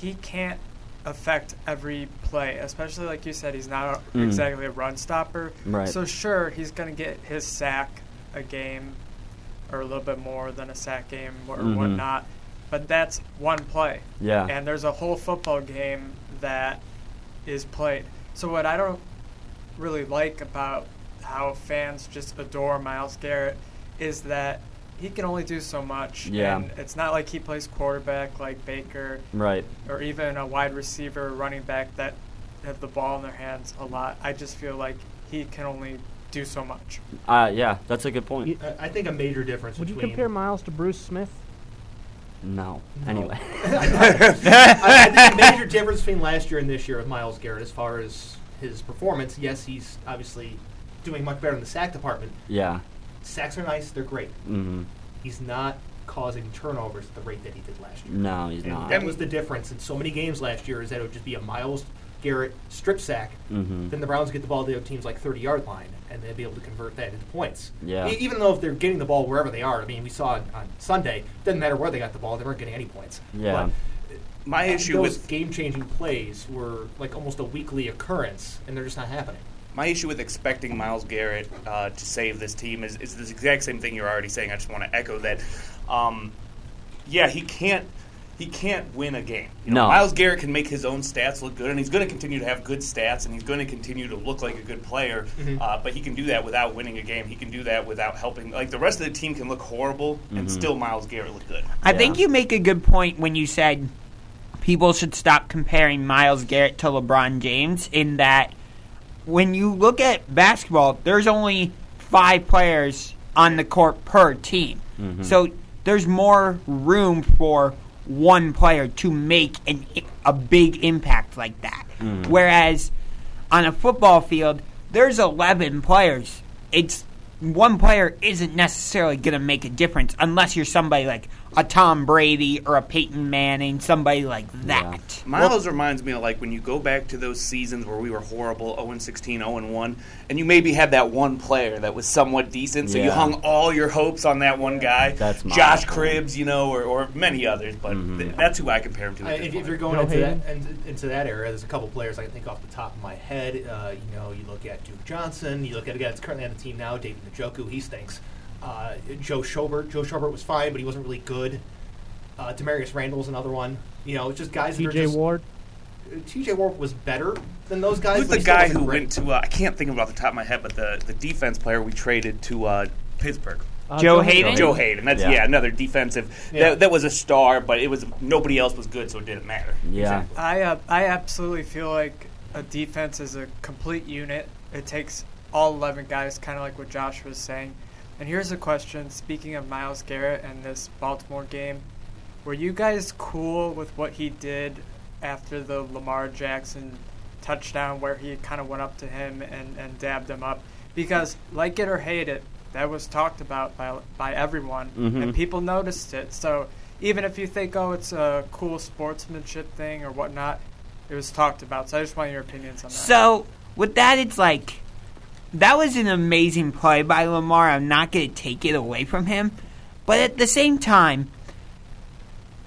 [SPEAKER 9] he can't affect every play, especially like you said, he's not a,
[SPEAKER 6] Mm.
[SPEAKER 9] exactly a run stopper.
[SPEAKER 6] Right.
[SPEAKER 9] So sure, he's going to get his sack a game or a little bit more than a sack game or
[SPEAKER 6] Mhm.
[SPEAKER 9] whatnot, but that's one play.
[SPEAKER 6] Yeah.
[SPEAKER 9] And there's a whole football game that is played. So what I don't really like about how fans just adore Miles Garrett is that he can only do so much.
[SPEAKER 6] Yeah.
[SPEAKER 9] And it's not like he plays quarterback like Baker
[SPEAKER 6] Right.
[SPEAKER 9] or even a wide receiver or running back that have the ball in their hands a lot. I just feel like he can only do so much.
[SPEAKER 6] Uh, yeah, that's a good point.
[SPEAKER 4] I think a major difference
[SPEAKER 7] Would you
[SPEAKER 4] between
[SPEAKER 7] compare Miles to Bruce Smith?
[SPEAKER 6] No. Anyway.
[SPEAKER 4] I, I think the major difference between last year and this year with Miles Garrett, as far as his performance, yes, he's obviously doing much better in the sack department.
[SPEAKER 6] yeah.
[SPEAKER 4] Sacks are nice; they're great.
[SPEAKER 6] hmm
[SPEAKER 4] He's not causing turnovers at the rate that he did last year.
[SPEAKER 6] No, he's
[SPEAKER 4] And
[SPEAKER 6] not.
[SPEAKER 4] That was the difference in so many games last year is that it would just be a Miles Garrett strip sack.
[SPEAKER 6] Mhm.
[SPEAKER 4] Then the Browns get the ball to their team's like 30 yard line, and they'd be able to convert that into points.
[SPEAKER 6] Yeah.
[SPEAKER 4] E- even though if they're getting the ball wherever they are, I mean, we saw it on Sunday, doesn't matter where they got the ball, they weren't getting any points.
[SPEAKER 6] Yeah.
[SPEAKER 4] But
[SPEAKER 8] My issue
[SPEAKER 4] those
[SPEAKER 8] with-
[SPEAKER 4] game changing plays were like almost a weekly occurrence, and they're just not happening.
[SPEAKER 8] My issue with expecting Miles Garrett uh, to save this team is, is this exact same thing you're already saying. I just want to echo that. Um, yeah, he can't he can't win a game. You know,
[SPEAKER 6] No.
[SPEAKER 8] Miles Garrett can make his own stats look good, and he's going to continue to have good stats, and he's going to continue to look like a good player.
[SPEAKER 5] Mm-hmm.
[SPEAKER 4] Mhm.
[SPEAKER 8] Uh, but he can do that without winning a game. He can do that without helping. Like the rest of the team can look horrible, and
[SPEAKER 5] Mhm.
[SPEAKER 8] still Miles Garrett look good.
[SPEAKER 5] I think you make a good point when you said people should stop comparing Miles Garrett to LeBron James in that when you look at basketball, there's only five players on the court per team.
[SPEAKER 6] Mhm.
[SPEAKER 5] So there's more room for one player to make an, a big impact like that.
[SPEAKER 6] Mhm.
[SPEAKER 5] Whereas on a football field, there's 11 players. It's one player isn't necessarily going to make a difference unless you're somebody like a Tom Brady or a Peyton Manning, somebody like that.
[SPEAKER 8] Miles reminds me of like when you go back to those seasons where we were horrible 0 16, 0 1, and you maybe had that one player that was somewhat decent, so you
[SPEAKER 6] Yeah.
[SPEAKER 8] hung all your hopes on that one guy.
[SPEAKER 6] That's Miles.
[SPEAKER 8] Josh Cribbs, you know, or, or many others, but th- that's who I compare him to.
[SPEAKER 4] I,
[SPEAKER 8] at this
[SPEAKER 4] Uh, if,
[SPEAKER 8] point.
[SPEAKER 4] if you're going into that and, into that era, there's a couple players I can think off the top of my head. Uh, you know, you look at Duke Johnson. You look at a guy that's currently on the team now, David Njoku. He stinks. Uh, Joe Schobert. Joe Schobert was fine, but he wasn't really good. Uh, Demarius Randall's another one. You know, it's just guys. that are
[SPEAKER 7] TJ
[SPEAKER 4] just,
[SPEAKER 7] Ward.
[SPEAKER 4] T.J. Ward was better than those guys.
[SPEAKER 8] Who's
[SPEAKER 4] but
[SPEAKER 8] the
[SPEAKER 4] he still
[SPEAKER 8] guy
[SPEAKER 4] wasn't
[SPEAKER 8] who
[SPEAKER 4] great.
[SPEAKER 8] went to, uh, I can't think of it off the top of my head, but the, the defense player we traded to uh, Pittsburgh?
[SPEAKER 5] Uh, Joe Joe Hayden? Hayden.
[SPEAKER 8] Joe Hayden. That's yeah,
[SPEAKER 5] Yeah.
[SPEAKER 8] another defensive.
[SPEAKER 9] Yeah.
[SPEAKER 8] That, that was a star, but it was nobody else was good, so it didn't matter.
[SPEAKER 6] Yeah.
[SPEAKER 9] I uh, I absolutely feel like a defense is a complete unit. It takes all 11 guys, kind of like what Josh was saying. And here's a question: Speaking of Miles Garrett and this Baltimore game, were you guys cool with what he did after the Lamar Jackson touchdown, where he kind of went up to him and, and dabbed him up? Because like it or hate it, that was talked about by by everyone,
[SPEAKER 6] Mhm.
[SPEAKER 9] and people noticed it. So even if you think, oh, it's a cool sportsmanship thing or whatnot, it was talked about. So I just want your opinions on that.
[SPEAKER 5] So with that, it's like that was an amazing play by Lamar. I'm not going to take it away from him, but at the same time,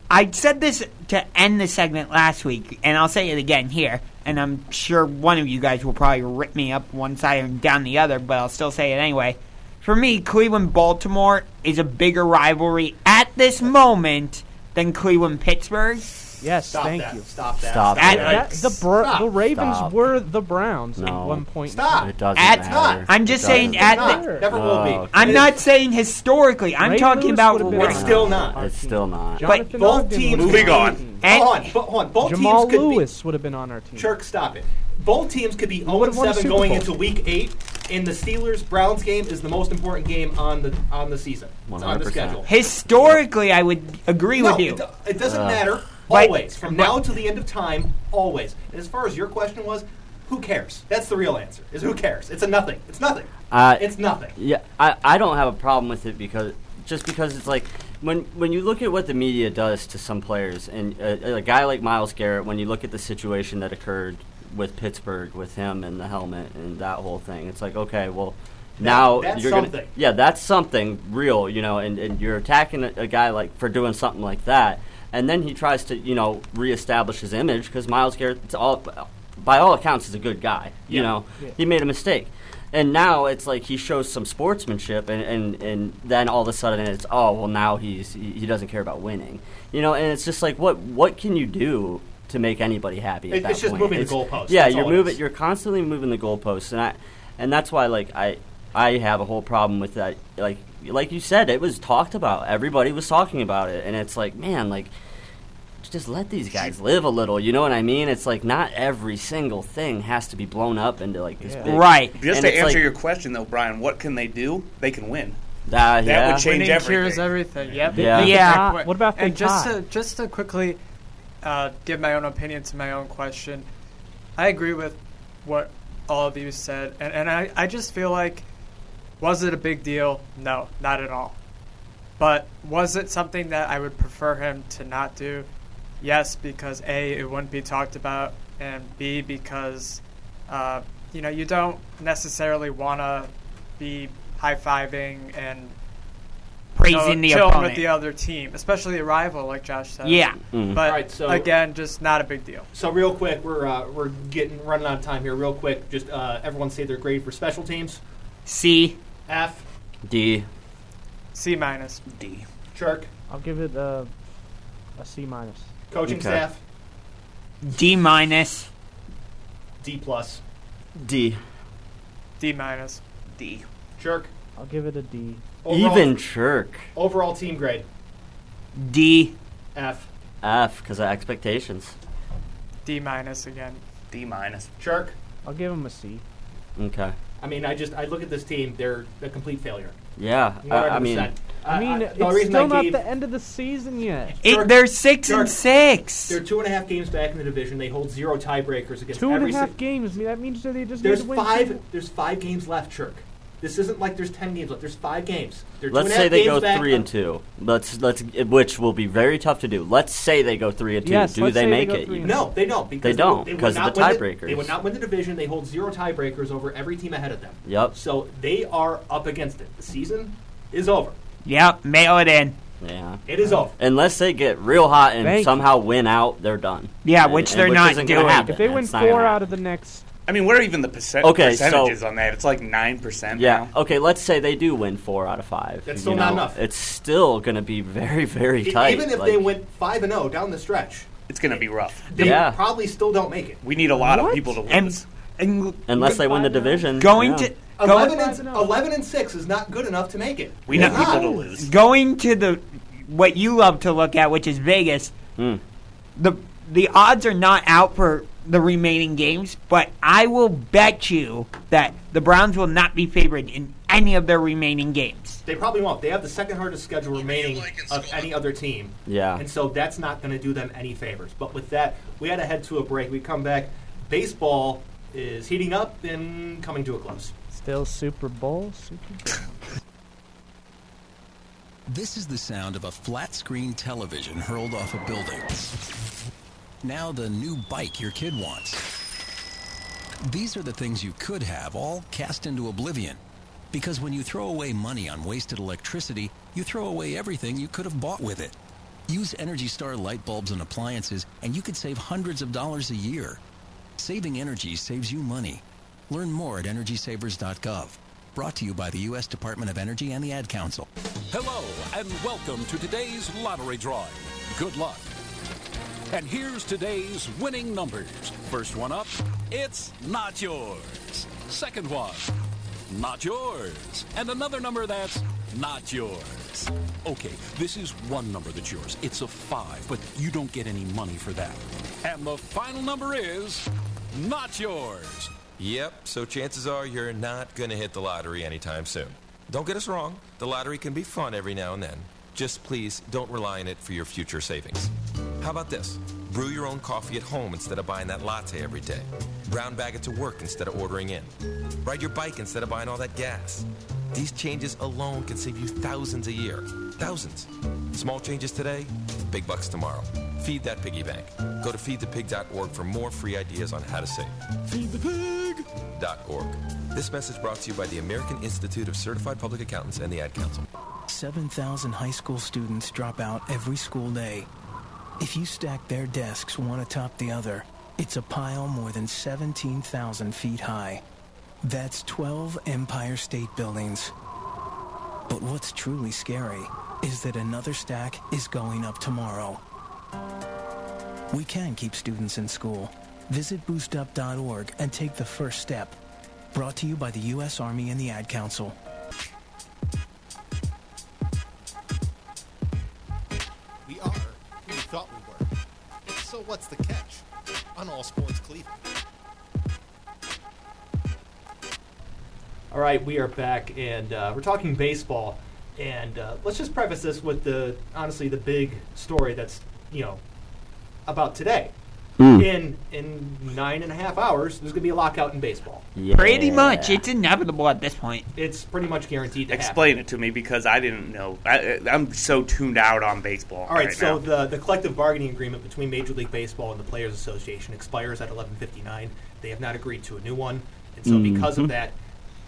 [SPEAKER 5] I said this to end the segment last week, and I'll say it again here. And I'm sure one of you guys will probably rip me up one side and down the other, but I'll still say it anyway. For me, Cleveland Baltimore is a bigger rivalry at this moment than Cleveland Pittsburgh.
[SPEAKER 7] Yes,
[SPEAKER 4] Stop
[SPEAKER 7] thank
[SPEAKER 4] that.
[SPEAKER 7] you.
[SPEAKER 4] Stop that.
[SPEAKER 5] Stop
[SPEAKER 7] At-
[SPEAKER 5] that.
[SPEAKER 7] that- the, Bra-
[SPEAKER 4] Stop.
[SPEAKER 7] the Ravens
[SPEAKER 5] Stop.
[SPEAKER 7] were the Browns at
[SPEAKER 6] No.
[SPEAKER 7] one point.
[SPEAKER 4] Stop.
[SPEAKER 6] It doesn't
[SPEAKER 5] At-
[SPEAKER 6] matter.
[SPEAKER 5] I'm just
[SPEAKER 6] It
[SPEAKER 5] saying
[SPEAKER 6] doesn't
[SPEAKER 5] at
[SPEAKER 6] matter.
[SPEAKER 5] the,
[SPEAKER 4] Never will be.
[SPEAKER 6] Oh, okay.
[SPEAKER 5] I'm not saying historically. I'm
[SPEAKER 6] Ray
[SPEAKER 5] talking
[SPEAKER 6] Lewis
[SPEAKER 5] about
[SPEAKER 6] would've been
[SPEAKER 5] right
[SPEAKER 4] It's
[SPEAKER 6] on.
[SPEAKER 4] still not.
[SPEAKER 6] It's still not.
[SPEAKER 4] But
[SPEAKER 7] Jonathan
[SPEAKER 4] both
[SPEAKER 7] Ogden
[SPEAKER 4] teams.
[SPEAKER 7] was Moving on. on.
[SPEAKER 4] Hold on. Bo- hold on. Both
[SPEAKER 7] Jamal
[SPEAKER 4] teams could be
[SPEAKER 7] Lewis would have been on our team.
[SPEAKER 4] Chirk, stop it. Both teams could be
[SPEAKER 7] would've won
[SPEAKER 4] 0-7
[SPEAKER 7] the Super
[SPEAKER 4] going
[SPEAKER 7] Bowl.
[SPEAKER 4] into Week Eight, and the Steelers Browns game is the most important game on the on the season. It's on the
[SPEAKER 6] 100%.
[SPEAKER 4] schedule.
[SPEAKER 5] Historically, I would agree
[SPEAKER 4] No,
[SPEAKER 5] with you.
[SPEAKER 4] It, do- it doesn't
[SPEAKER 6] Uh,
[SPEAKER 4] matter.
[SPEAKER 5] But-
[SPEAKER 4] Always, from now to the end of time, always. And as far as your question was, Who cares? That's the real answer. Is who cares? It's a nothing. It's nothing.
[SPEAKER 6] Uh,
[SPEAKER 4] it's nothing.
[SPEAKER 6] Yeah, I, I don't have a problem with it because just because it's like when when you look at what the media does to some players and a, a guy like Miles Garrett, when you look at the situation that occurred with Pittsburgh with him and the helmet and that whole thing, it's like okay, well. Now
[SPEAKER 4] that's
[SPEAKER 6] you're
[SPEAKER 4] something.
[SPEAKER 6] gonna, yeah, that's something real, you know, and, and you're attacking a, a guy like for doing something like that, and then he tries to, you know, reestablish his image because Miles Garrett, it's all, by all accounts, is a good guy, you
[SPEAKER 16] Yeah.
[SPEAKER 6] know,
[SPEAKER 16] Yeah.
[SPEAKER 6] he made a mistake. And now it's like he shows some sportsmanship, and, and, and then all of a sudden it's oh well now he's he he doesn't care about winning, you know. And it's just like what what can you do to make anybody happy? At
[SPEAKER 4] It-
[SPEAKER 6] that
[SPEAKER 4] it's just
[SPEAKER 6] point?
[SPEAKER 4] moving the goalposts,
[SPEAKER 6] Yeah,
[SPEAKER 4] that's
[SPEAKER 6] you're
[SPEAKER 4] all it
[SPEAKER 6] moving.
[SPEAKER 4] is.
[SPEAKER 6] You're constantly moving the goalposts, and I and that's why like I I have a whole problem with that. Like like you said, it was talked about. Everybody was talking about it, and it's like man, like just let these guys live a little. You know what I mean? It's like not every single thing has to be blown up into like this big
[SPEAKER 8] Just
[SPEAKER 6] And
[SPEAKER 8] to
[SPEAKER 6] it's
[SPEAKER 8] answer
[SPEAKER 6] like-
[SPEAKER 8] your question, though, Brian, what can they do? They can win.
[SPEAKER 6] Ah,
[SPEAKER 8] that
[SPEAKER 6] yeah.
[SPEAKER 8] would change
[SPEAKER 6] Winning
[SPEAKER 8] everything.
[SPEAKER 9] cures everything. Yep.
[SPEAKER 6] Yeah.
[SPEAKER 9] Make it
[SPEAKER 6] Yeah.
[SPEAKER 9] that way.
[SPEAKER 7] What about if they
[SPEAKER 9] and just
[SPEAKER 7] tie?
[SPEAKER 9] to, just to quickly uh, give my own opinion to my own question? I agree with what all of you said, and and I, I just feel like was it a big deal? No, not at all. But was it something that I would prefer him to not do? Yes, because A, it wouldn't be talked about, and B, because, uh, you know, you don't necessarily want to be high fiving and
[SPEAKER 5] Praising the
[SPEAKER 9] chilling
[SPEAKER 5] opponent.
[SPEAKER 9] with the other team, especially a rival, like Josh said.
[SPEAKER 5] Yeah.
[SPEAKER 6] Mm.
[SPEAKER 5] Mhm.
[SPEAKER 9] But
[SPEAKER 4] Alright, so-
[SPEAKER 9] again, just not a big deal.
[SPEAKER 4] So real quick, we're uh, we're getting running out of time here. Real quick, just uh, everyone say their grade for special teams.
[SPEAKER 5] C.
[SPEAKER 4] F.
[SPEAKER 6] D.
[SPEAKER 9] C minus.
[SPEAKER 8] D.
[SPEAKER 4] Jerk.
[SPEAKER 7] I'll give it a, a C minus.
[SPEAKER 4] Coaching
[SPEAKER 5] Okay.
[SPEAKER 4] staff.
[SPEAKER 5] D minus.
[SPEAKER 4] D plus.
[SPEAKER 6] D.
[SPEAKER 9] D minus.
[SPEAKER 8] D.
[SPEAKER 4] Jerk.
[SPEAKER 7] I'll give it a D.
[SPEAKER 6] Even Shirk.
[SPEAKER 4] Overall team grade.
[SPEAKER 6] D.
[SPEAKER 4] F.
[SPEAKER 6] F because of expectations.
[SPEAKER 9] D minus again.
[SPEAKER 8] D minus.
[SPEAKER 4] Jerk.
[SPEAKER 7] I'll give him a C.
[SPEAKER 6] Okay.
[SPEAKER 4] I mean, I just I look at this team; they're a complete failure.
[SPEAKER 6] Yeah. Uh, I, I mean,
[SPEAKER 4] 100%.
[SPEAKER 7] I mean,
[SPEAKER 4] the
[SPEAKER 7] it's
[SPEAKER 4] reason
[SPEAKER 7] still
[SPEAKER 4] I
[SPEAKER 7] not
[SPEAKER 4] gave-
[SPEAKER 7] the end of the season yet.
[SPEAKER 4] Jerk. Jerk.
[SPEAKER 5] six.
[SPEAKER 4] They're two and a half games back in the division. They hold zero tiebreakers against
[SPEAKER 7] Two and
[SPEAKER 4] every
[SPEAKER 7] a
[SPEAKER 4] si-
[SPEAKER 7] half games. I mean, that means that they just
[SPEAKER 4] There's
[SPEAKER 7] need to win
[SPEAKER 4] five.
[SPEAKER 7] two.
[SPEAKER 4] There's five games left, Chirk. This isn't like there's ten games left. There's five games. They're two
[SPEAKER 6] let's
[SPEAKER 4] and a half
[SPEAKER 6] say they
[SPEAKER 4] games
[SPEAKER 6] go
[SPEAKER 4] back.
[SPEAKER 6] three and two. Let's let's which will be very tough to do. Let's say they go three and two.
[SPEAKER 4] Yes,
[SPEAKER 6] do
[SPEAKER 4] let's
[SPEAKER 6] they
[SPEAKER 4] say they
[SPEAKER 6] make
[SPEAKER 4] go
[SPEAKER 6] it?
[SPEAKER 4] three
[SPEAKER 6] You
[SPEAKER 4] and- No, they don't. Because
[SPEAKER 6] they don't
[SPEAKER 4] would-
[SPEAKER 6] because
[SPEAKER 4] would
[SPEAKER 6] of the
[SPEAKER 4] not win
[SPEAKER 6] tiebreakers.
[SPEAKER 4] They would not win the division. They hold zero tiebreakers over every team ahead of them.
[SPEAKER 6] Yep.
[SPEAKER 4] So they are up against it. The season is over.
[SPEAKER 5] Yep, mail it in.
[SPEAKER 6] Yeah.
[SPEAKER 4] It is over.
[SPEAKER 6] Unless they get real hot and
[SPEAKER 7] Thank you.
[SPEAKER 6] somehow win out, they're done.
[SPEAKER 5] Yeah,
[SPEAKER 6] And-
[SPEAKER 5] which
[SPEAKER 6] and
[SPEAKER 5] they're not
[SPEAKER 6] isn't gonna happen.
[SPEAKER 7] If they win
[SPEAKER 6] It's not gonna
[SPEAKER 7] four out of the next,
[SPEAKER 8] I mean, what are even the percent
[SPEAKER 6] Okay, so-
[SPEAKER 8] percentages on that? It's like nine percent.
[SPEAKER 6] Yeah. Okay. Let's say they do win four out of five.
[SPEAKER 4] That's
[SPEAKER 6] you
[SPEAKER 4] still not
[SPEAKER 6] know,
[SPEAKER 4] enough.
[SPEAKER 6] It's still going to be very, very
[SPEAKER 4] E-
[SPEAKER 6] tight.
[SPEAKER 4] Even if
[SPEAKER 6] like-
[SPEAKER 4] they went five and zero down the stretch,
[SPEAKER 8] it's going to be rough.
[SPEAKER 4] They
[SPEAKER 6] Yeah.
[SPEAKER 4] probably still don't make it.
[SPEAKER 8] We need a lot
[SPEAKER 4] What?
[SPEAKER 8] of people to win.
[SPEAKER 5] And, and
[SPEAKER 6] unless they win the division.
[SPEAKER 5] Going
[SPEAKER 6] yeah.
[SPEAKER 5] to-
[SPEAKER 4] Eleven
[SPEAKER 5] Go-
[SPEAKER 4] and, oh. 11 and six is not good enough to make it.
[SPEAKER 5] No.
[SPEAKER 4] It's not.
[SPEAKER 5] Going to the what you love to look at, which is Vegas.
[SPEAKER 6] Mm.
[SPEAKER 5] The the odds are not out for the remaining games, but I will bet you that the Browns will not be favored in any of their remaining games.
[SPEAKER 4] They probably won't. They have the second hardest schedule remaining of any other team.
[SPEAKER 5] Yeah.
[SPEAKER 4] And so that's not going to do them any favors. But with that, we had to head to a break. We come back. Baseball is heating up and coming to a close.
[SPEAKER 7] still Super Bowl. Super Bowl.
[SPEAKER 17] This is the sound of a flat screen television hurled off a building. Now, the new bike your kid wants. These are the things you could have all cast into oblivion. Because when you throw away money on wasted electricity, you throw away everything you could have bought with it. Use Energy Star light bulbs and appliances, and you could save hundreds of dollars a year. Saving energy saves you money. Learn more at EnergySavers.gov. Brought to you by the U.S. Department of Energy and the Ad Council.
[SPEAKER 18] Hello, and welcome to today's lottery drawing. Good luck. And here's today's winning numbers. First one up, it's not yours. Second one, not yours. And another number that's not yours. Okay, this is one number that's yours. It's a five, but you don't get any money for that. And the final number is not yours.
[SPEAKER 19] Yep, so chances are you're not going to hit the lottery anytime soon. Don't get us wrong, the lottery can be fun every now and then. Just please don't rely on it for your future savings. How about this? Brew your own coffee at home instead of buying that latte every day. Brown bag it to work instead of ordering in. Ride your bike instead of buying all that gas. These changes alone can save you thousands a year. Thousands. Small changes today, big bucks tomorrow. Feed that piggy bank. Go to feedthepig.org for more free ideas on how to save. Feedthepig.org. This message brought to you by the American Institute of Certified Public Accountants and the Ad Council.
[SPEAKER 16] 7,000 high school students drop out every school day. If you stack their desks one atop the other, it's a pile more than 17,000 feet high. That's 12 Empire State Buildings. But what's truly scary is that another stack is going up tomorrow. We can keep students in school. Visit boostup.org and take the first step. Brought to you by the U.S. Army and the Ad Council.
[SPEAKER 20] We are who we thought we were. So what's the catch? On All Sports Cleveland.
[SPEAKER 4] All right, we are back, and uh, we're talking baseball. And uh, let's just preface this with the honestly the big story that's you know about today.
[SPEAKER 5] Mm.
[SPEAKER 4] In in nine and a half hours, there's going to be a lockout in baseball.
[SPEAKER 5] Pretty much. It's inevitable at this point.
[SPEAKER 4] It's pretty much guaranteed to happen.
[SPEAKER 8] Explain it to me because I didn't know. I, I- I'm so tuned out on baseball.
[SPEAKER 4] All right,
[SPEAKER 8] now.
[SPEAKER 4] so the, the collective bargaining agreement between Major League Baseball and the Players Association expires at 11:59. They have not agreed to a new one, and so because
[SPEAKER 6] Mm-hmm.
[SPEAKER 20] Mhm.
[SPEAKER 4] of that,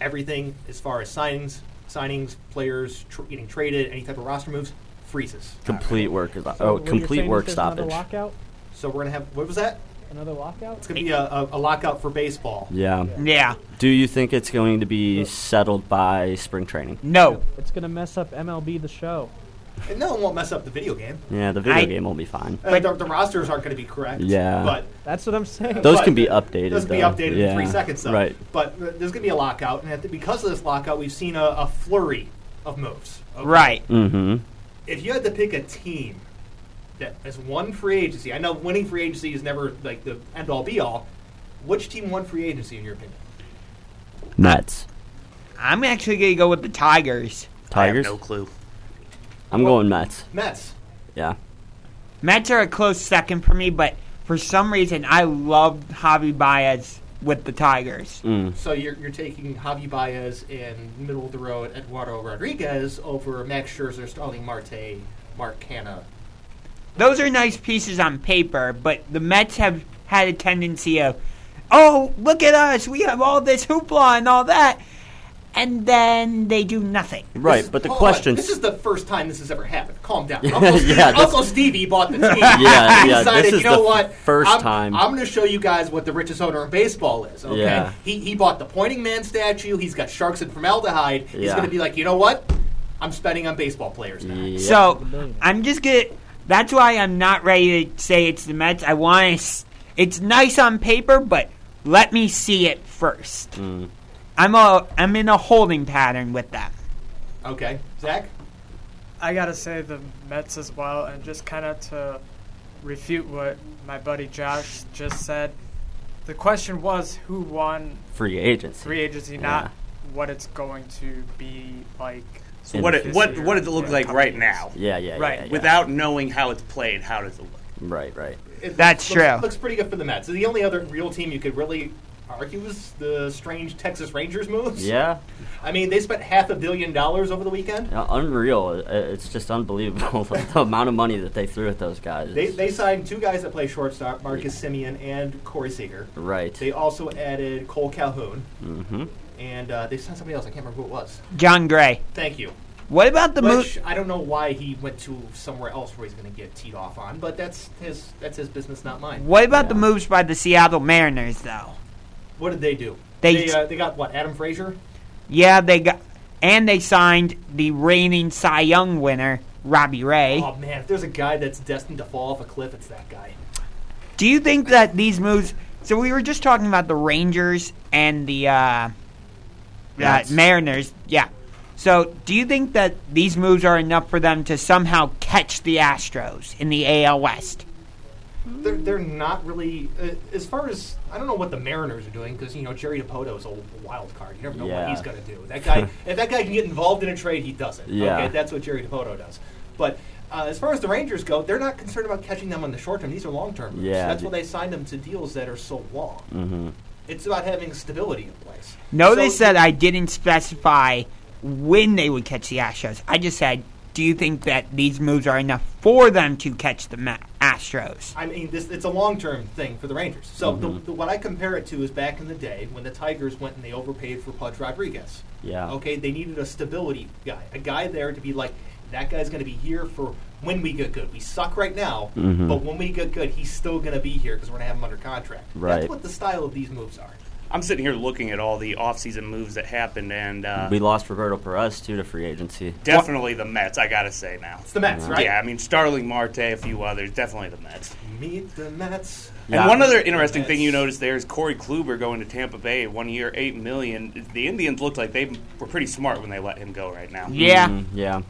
[SPEAKER 4] everything as far as signings, signings, players tr- getting traded, any type of roster moves freezes.
[SPEAKER 6] Complete work. Oh, complete work stoppage.
[SPEAKER 4] lockout. So we're gonna have what was that? Another lockout. It's gonna be a, a, a lockout for baseball.
[SPEAKER 6] Yeah.
[SPEAKER 5] Yeah.
[SPEAKER 6] Do you think it's going to be settled by spring training?
[SPEAKER 5] No.
[SPEAKER 7] It's gonna mess up MLB the show.
[SPEAKER 4] And no one won't mess up the video game.
[SPEAKER 6] Yeah, the video
[SPEAKER 4] I-
[SPEAKER 6] game will be fine.
[SPEAKER 4] Uh, the, the rosters aren't going to be correct.
[SPEAKER 6] Yeah.
[SPEAKER 4] But
[SPEAKER 7] that's what I'm saying.
[SPEAKER 6] Those can be updated,
[SPEAKER 4] Those can be
[SPEAKER 6] though.
[SPEAKER 4] updated in
[SPEAKER 6] Yeah,
[SPEAKER 4] three seconds, though.
[SPEAKER 6] right.
[SPEAKER 4] But th- there's going to be a lockout, and at the, because of this lockout, we've seen a, a flurry of moves. Okay?
[SPEAKER 5] Right.
[SPEAKER 6] Mm-hmm.
[SPEAKER 4] If you had to pick a team that has won free agency, I know winning free agency is never like the end all be all. Which team won free agency in your opinion?
[SPEAKER 6] Mets.
[SPEAKER 5] I'm actually going to go with the Tigers.
[SPEAKER 6] Tigers.
[SPEAKER 8] no clue.
[SPEAKER 6] I'm going Mets.
[SPEAKER 4] Mets.
[SPEAKER 6] Yeah.
[SPEAKER 5] Mets are a close second for me, but for some reason, I love Javi Baez with the Tigers.
[SPEAKER 6] Mm.
[SPEAKER 4] So you're, you're taking Javi Baez and middle of the road Eduardo Rodriguez over Max Scherzer, Starling Marte, Mark Canna.
[SPEAKER 5] Those are nice pieces on paper, but the Mets have had a tendency of, oh, look at us, we have all this hoopla and all that, and then they do nothing.
[SPEAKER 6] Right, but the
[SPEAKER 4] Hold on,
[SPEAKER 6] question.
[SPEAKER 4] Oh, This is the first time this has ever happened. Calm down.
[SPEAKER 6] Yeah,
[SPEAKER 4] Uncle, Steve-
[SPEAKER 6] yeah, this-
[SPEAKER 4] Uncle Stevie bought the team.
[SPEAKER 6] Yeah, yeah,
[SPEAKER 4] He
[SPEAKER 6] this
[SPEAKER 4] decided,
[SPEAKER 6] is
[SPEAKER 4] you know
[SPEAKER 6] the
[SPEAKER 4] what?
[SPEAKER 6] first
[SPEAKER 4] I'm,
[SPEAKER 6] time.
[SPEAKER 4] I'm going to show you guys what the richest owner in baseball is. Okay.
[SPEAKER 6] Yeah.
[SPEAKER 4] He, he bought the pointing man statue. He's got sharks and formaldehyde. He's
[SPEAKER 5] Yeah.
[SPEAKER 4] going to be like, you know what? I'm spending on baseball players now.
[SPEAKER 5] So I'm just gonna. That's why I'm not ready to say it's the Mets. I want to. It's nice on paper, but let me see it first.
[SPEAKER 6] Mm.
[SPEAKER 5] I'm a. I'm in a holding pattern with that.
[SPEAKER 4] Okay, Zach.
[SPEAKER 9] I gotta say the Mets as well, and just kind of to refute what my buddy Josh just said. The question was who won
[SPEAKER 6] Free agency.
[SPEAKER 9] Free agency, not what it's going to be like.
[SPEAKER 6] So
[SPEAKER 8] what it
[SPEAKER 9] this
[SPEAKER 8] what
[SPEAKER 9] year
[SPEAKER 8] what does it look
[SPEAKER 9] or
[SPEAKER 8] like
[SPEAKER 9] coming
[SPEAKER 8] right
[SPEAKER 9] years.
[SPEAKER 8] now?
[SPEAKER 6] Yeah, yeah, yeah,
[SPEAKER 8] right.
[SPEAKER 6] yeah.
[SPEAKER 8] Without knowing how it's played, how does it look?
[SPEAKER 6] Right, right.
[SPEAKER 4] It
[SPEAKER 5] That's
[SPEAKER 4] looks,
[SPEAKER 5] true.
[SPEAKER 4] Looks pretty good for the Mets. The only other real team you could really argue is the strange Texas Rangers moves.
[SPEAKER 6] Yeah.
[SPEAKER 4] I mean, they spent half a billion dollars over the weekend.
[SPEAKER 6] Uh, unreal. Uh, It's just unbelievable the amount of money that they threw at those guys.
[SPEAKER 4] They, they signed two guys that play shortstop, Marcus Simeon and Corey Seager.
[SPEAKER 6] Right.
[SPEAKER 4] They also added Cole Calhoun,
[SPEAKER 6] mm-hmm.
[SPEAKER 4] and uh, they signed somebody else. I can't remember who it was.
[SPEAKER 5] John Gray.
[SPEAKER 4] Thank you.
[SPEAKER 5] What about the move?
[SPEAKER 4] Which I don't know why he went to somewhere else where he's going to get teed off on, but that's his that's his business, not mine.
[SPEAKER 5] What about the moves by the Seattle Mariners, though?
[SPEAKER 4] What did they do?
[SPEAKER 5] They-
[SPEAKER 4] they, uh, they got what? Adam Frazier.
[SPEAKER 5] Yeah, they got. And they signed the reigning Cy Young winner, Robbie Ray.
[SPEAKER 4] Oh man, if there's a guy that's destined to fall off a cliff, it's that guy.
[SPEAKER 5] Do you think that these moves? So we were just talking about the Rangers and the uh, uh,
[SPEAKER 6] Mets.
[SPEAKER 5] Mariners. Yeah. So do you think that these moves are enough for them to somehow catch the Astros in the AL West?
[SPEAKER 4] They're, they're not really uh, as far as I don't know what the Mariners are doing because you know Jerry Depoto is a wild card. You never know what
[SPEAKER 6] Yeah.
[SPEAKER 4] he's going to do. That guy, if that guy can get involved in a trade, he does it.
[SPEAKER 6] Yeah.
[SPEAKER 4] Okay, that's what Jerry Depoto does. But Uh, as far as the Rangers go, they're not concerned about catching them on the short term. These are long term.
[SPEAKER 6] Yeah,
[SPEAKER 4] that's
[SPEAKER 6] d-
[SPEAKER 4] why they signed them to deals that are so long.
[SPEAKER 6] Mm-hmm.
[SPEAKER 4] It's about having stability in place.
[SPEAKER 5] No, they said I didn't specify when they would catch the Astros. I just said, do you think that these moves are enough for them to catch the Ma- Astros?
[SPEAKER 4] I mean, this it's a long term thing for the Rangers. So
[SPEAKER 6] Mm-hmm.
[SPEAKER 4] the, the, what I compare it to is back in the day when the Tigers went and they overpaid for Pudge Rodriguez.
[SPEAKER 6] Yeah.
[SPEAKER 4] Okay, they needed a stability guy, a guy there to be like, that guy's going to be here for when we get good. We suck right now,
[SPEAKER 6] Mhm.
[SPEAKER 4] but when we get good, he's still going to be here because we're going to have him under contract.
[SPEAKER 6] Right.
[SPEAKER 4] That's what the style of these moves are.
[SPEAKER 8] I'm sitting here looking at all the offseason moves that happened, and uh,
[SPEAKER 6] we lost Roberto Perez too to free agency.
[SPEAKER 8] definitely the Mets. I gotta say now, it's
[SPEAKER 4] the Mets, right?
[SPEAKER 8] Yeah, I mean Starling Marte, a few others, definitely the Mets.
[SPEAKER 4] Meet the Mets.
[SPEAKER 8] And one other interesting thing you noticed there is Corey Kluber going to Tampa Bay, one year, eight million. The Indians looked like they were pretty smart when they let him go right now.
[SPEAKER 6] yeah. Mm-hmm.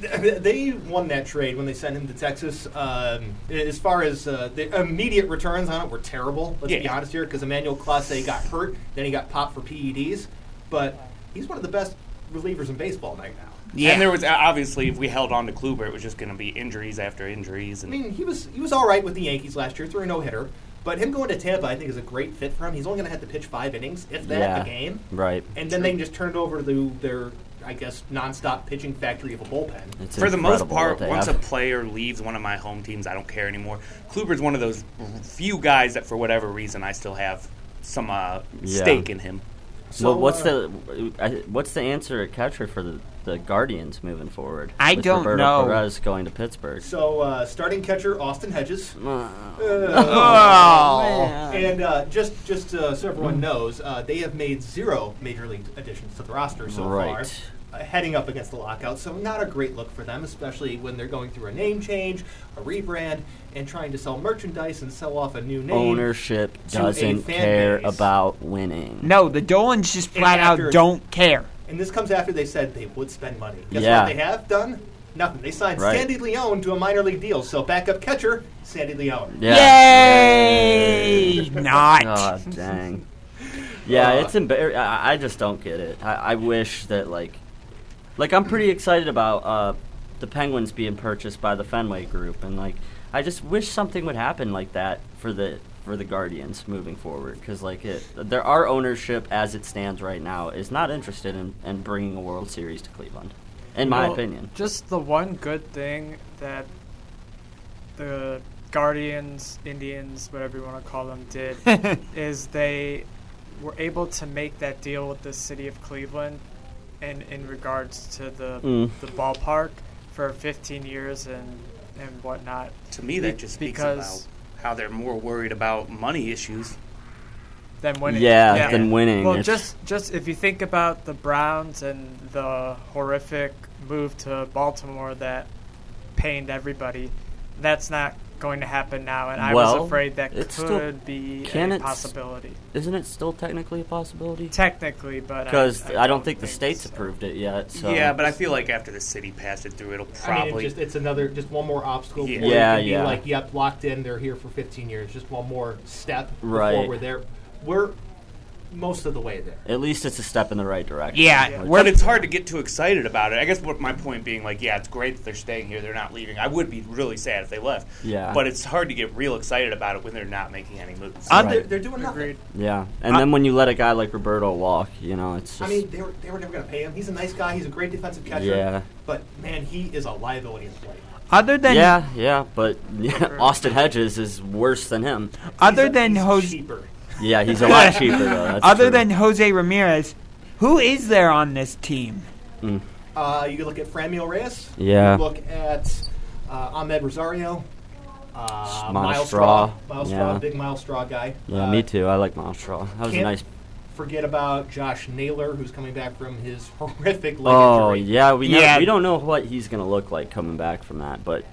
[SPEAKER 4] Th- They won that trade when they sent him to Texas. Um, as far as uh, the immediate returns on it were terrible. Let's be
[SPEAKER 8] Yeah.
[SPEAKER 4] honest here, because Emmanuel Clase got hurt, then he got popped for PEDs. But he's one of the best relievers in baseball right now.
[SPEAKER 8] And there was uh, obviously, if we held on to Kluber, it was just going to be injuries after injuries.
[SPEAKER 4] I
[SPEAKER 8] And
[SPEAKER 4] mean, he was he was all right with the Yankees last year, threw a no hitter. But him going to Tampa, I think, is a great fit for him. He's only going to have to pitch five innings, if that,
[SPEAKER 6] yeah.
[SPEAKER 4] a game.
[SPEAKER 6] Right.
[SPEAKER 4] And then they can just turn it over to their, I guess, nonstop pitching factory of a bullpen.
[SPEAKER 6] It's
[SPEAKER 8] for the most
[SPEAKER 6] incredible
[SPEAKER 8] part,
[SPEAKER 6] what they
[SPEAKER 8] once
[SPEAKER 6] have.
[SPEAKER 8] a player leaves one of my home teams, I don't care anymore. Kluber's one of those few guys that, for whatever reason, I still have some uh,
[SPEAKER 6] Yeah.
[SPEAKER 8] stake in him.
[SPEAKER 6] well, what's
[SPEAKER 5] uh,
[SPEAKER 6] the I- what's the answer at catcher for the, the Guardians moving forward?
[SPEAKER 5] I
[SPEAKER 6] with
[SPEAKER 5] don't
[SPEAKER 6] Roberto
[SPEAKER 5] know.
[SPEAKER 6] Perez going to Pittsburgh. Uh.
[SPEAKER 4] So, uh, starting catcher Austin Hedges, Uh,
[SPEAKER 6] Oh.
[SPEAKER 4] and uh, just just uh, so everyone knows, uh, they have made zero major league additions to the roster so
[SPEAKER 6] Right.
[SPEAKER 4] far, uh, heading up against the lockout. So, not a great look for them, especially when they're going through a name change, a rebrand, and trying to sell merchandise and sell off a new name.
[SPEAKER 6] Ownership
[SPEAKER 4] to a
[SPEAKER 6] doesn't
[SPEAKER 4] fan
[SPEAKER 6] care
[SPEAKER 4] base.
[SPEAKER 6] about winning.
[SPEAKER 5] No, the Dolans just flat out
[SPEAKER 4] after-
[SPEAKER 5] don't care.
[SPEAKER 4] And this comes after they said they would spend money. Guess
[SPEAKER 6] Yeah.
[SPEAKER 4] what they have done? Nothing. They signed
[SPEAKER 6] Right.
[SPEAKER 4] Sandy Leone to a minor league deal. So backup catcher, Sandy Leone.
[SPEAKER 6] Yeah.
[SPEAKER 5] Yay! Not.
[SPEAKER 6] Oh, dang. Yeah,
[SPEAKER 5] Uh,
[SPEAKER 6] it's embarrassing. I I just don't get it. I, I wish that like, like I'm pretty excited about uh, the Penguins being purchased by the Fenway Group, and like I just wish something would happen like that for the for the Guardians moving forward, because like it, there our ownership as it stands right now is not interested in, in bringing a World Series to Cleveland, in my
[SPEAKER 9] Well,
[SPEAKER 6] opinion.
[SPEAKER 9] Just the one good thing that the Guardians, Indians, whatever you want to call them, did is they were able to make that deal with the city of Cleveland and in regards to the
[SPEAKER 6] Mm.
[SPEAKER 9] the ballpark for 15 years and and whatnot.
[SPEAKER 8] To me,
[SPEAKER 9] Be-
[SPEAKER 8] that just speaks
[SPEAKER 9] because
[SPEAKER 8] about how they're more worried about money issues.
[SPEAKER 9] than winning.
[SPEAKER 6] Yeah, than winning.
[SPEAKER 9] Well,
[SPEAKER 6] It's-
[SPEAKER 9] just just if you think about the Browns and the horrific move to Baltimore that pained everybody, that's not going to happen now, and I
[SPEAKER 6] well,
[SPEAKER 9] was afraid that could
[SPEAKER 6] it's still-
[SPEAKER 9] be
[SPEAKER 6] can
[SPEAKER 9] a
[SPEAKER 6] it s-
[SPEAKER 9] possibility.
[SPEAKER 6] Isn't it still technically a possibility?
[SPEAKER 9] Technically, but I-
[SPEAKER 6] because
[SPEAKER 9] I
[SPEAKER 6] I, don't think the states approved it yet. So
[SPEAKER 8] yeah, but I feel like after the city passed it through, it'll
[SPEAKER 4] I mean,
[SPEAKER 8] probably
[SPEAKER 4] it's just it's another just one more obstacle.
[SPEAKER 8] Yeah.
[SPEAKER 4] before you
[SPEAKER 6] Yeah,
[SPEAKER 4] can be
[SPEAKER 6] yeah.
[SPEAKER 4] Like, yep, locked in. They're here for 15 years. Just one more step
[SPEAKER 6] Right.
[SPEAKER 4] before we're there. We're most of the way there.
[SPEAKER 6] at least it's a step in the right direction. Which-
[SPEAKER 8] but it's hard to get too excited about it. I guess what my point being, like, yeah, it's great that they're staying here; they're not leaving. I would be really sad if they left.
[SPEAKER 6] Yeah.
[SPEAKER 8] but it's hard to get real excited about it when they're not making any moves.
[SPEAKER 6] Uh, Right. they're-
[SPEAKER 4] they're doing nothing.
[SPEAKER 6] Yeah, and then when you let a guy like Roberto walk, you know, it's just
[SPEAKER 4] I mean, they were, they were never going to pay him. He's a nice guy. He's a great defensive catcher.
[SPEAKER 6] Yeah.
[SPEAKER 4] But man, he is a liability in the plate.
[SPEAKER 5] Other than
[SPEAKER 6] yeah, yeah. But Austin Hedges is worse than him.
[SPEAKER 5] other than Jose,
[SPEAKER 6] Yeah, he's a lot cheaper though. That's
[SPEAKER 5] other
[SPEAKER 6] true.
[SPEAKER 5] than Jose Ramirez, who is there on this team?
[SPEAKER 6] Mm.
[SPEAKER 4] Uh, you could look at Framil Reyes.
[SPEAKER 6] Yeah.
[SPEAKER 4] You could look at uh, Ahmed Rosario. Uh,
[SPEAKER 6] Miles
[SPEAKER 4] Miles
[SPEAKER 6] Straw.
[SPEAKER 4] Straw. Miles
[SPEAKER 6] Yeah.
[SPEAKER 4] Straw, big Miles Straw guy.
[SPEAKER 6] yeah,
[SPEAKER 4] Uh,
[SPEAKER 6] me too. I like Miles Straw. That was a
[SPEAKER 4] Can't
[SPEAKER 6] nice.
[SPEAKER 4] Forget about Josh Naylor, who's coming back from his horrific leg
[SPEAKER 6] Oh
[SPEAKER 4] injury.
[SPEAKER 6] yeah, we never-
[SPEAKER 4] Yeah.
[SPEAKER 6] we don't know what he's gonna look like coming back from that, but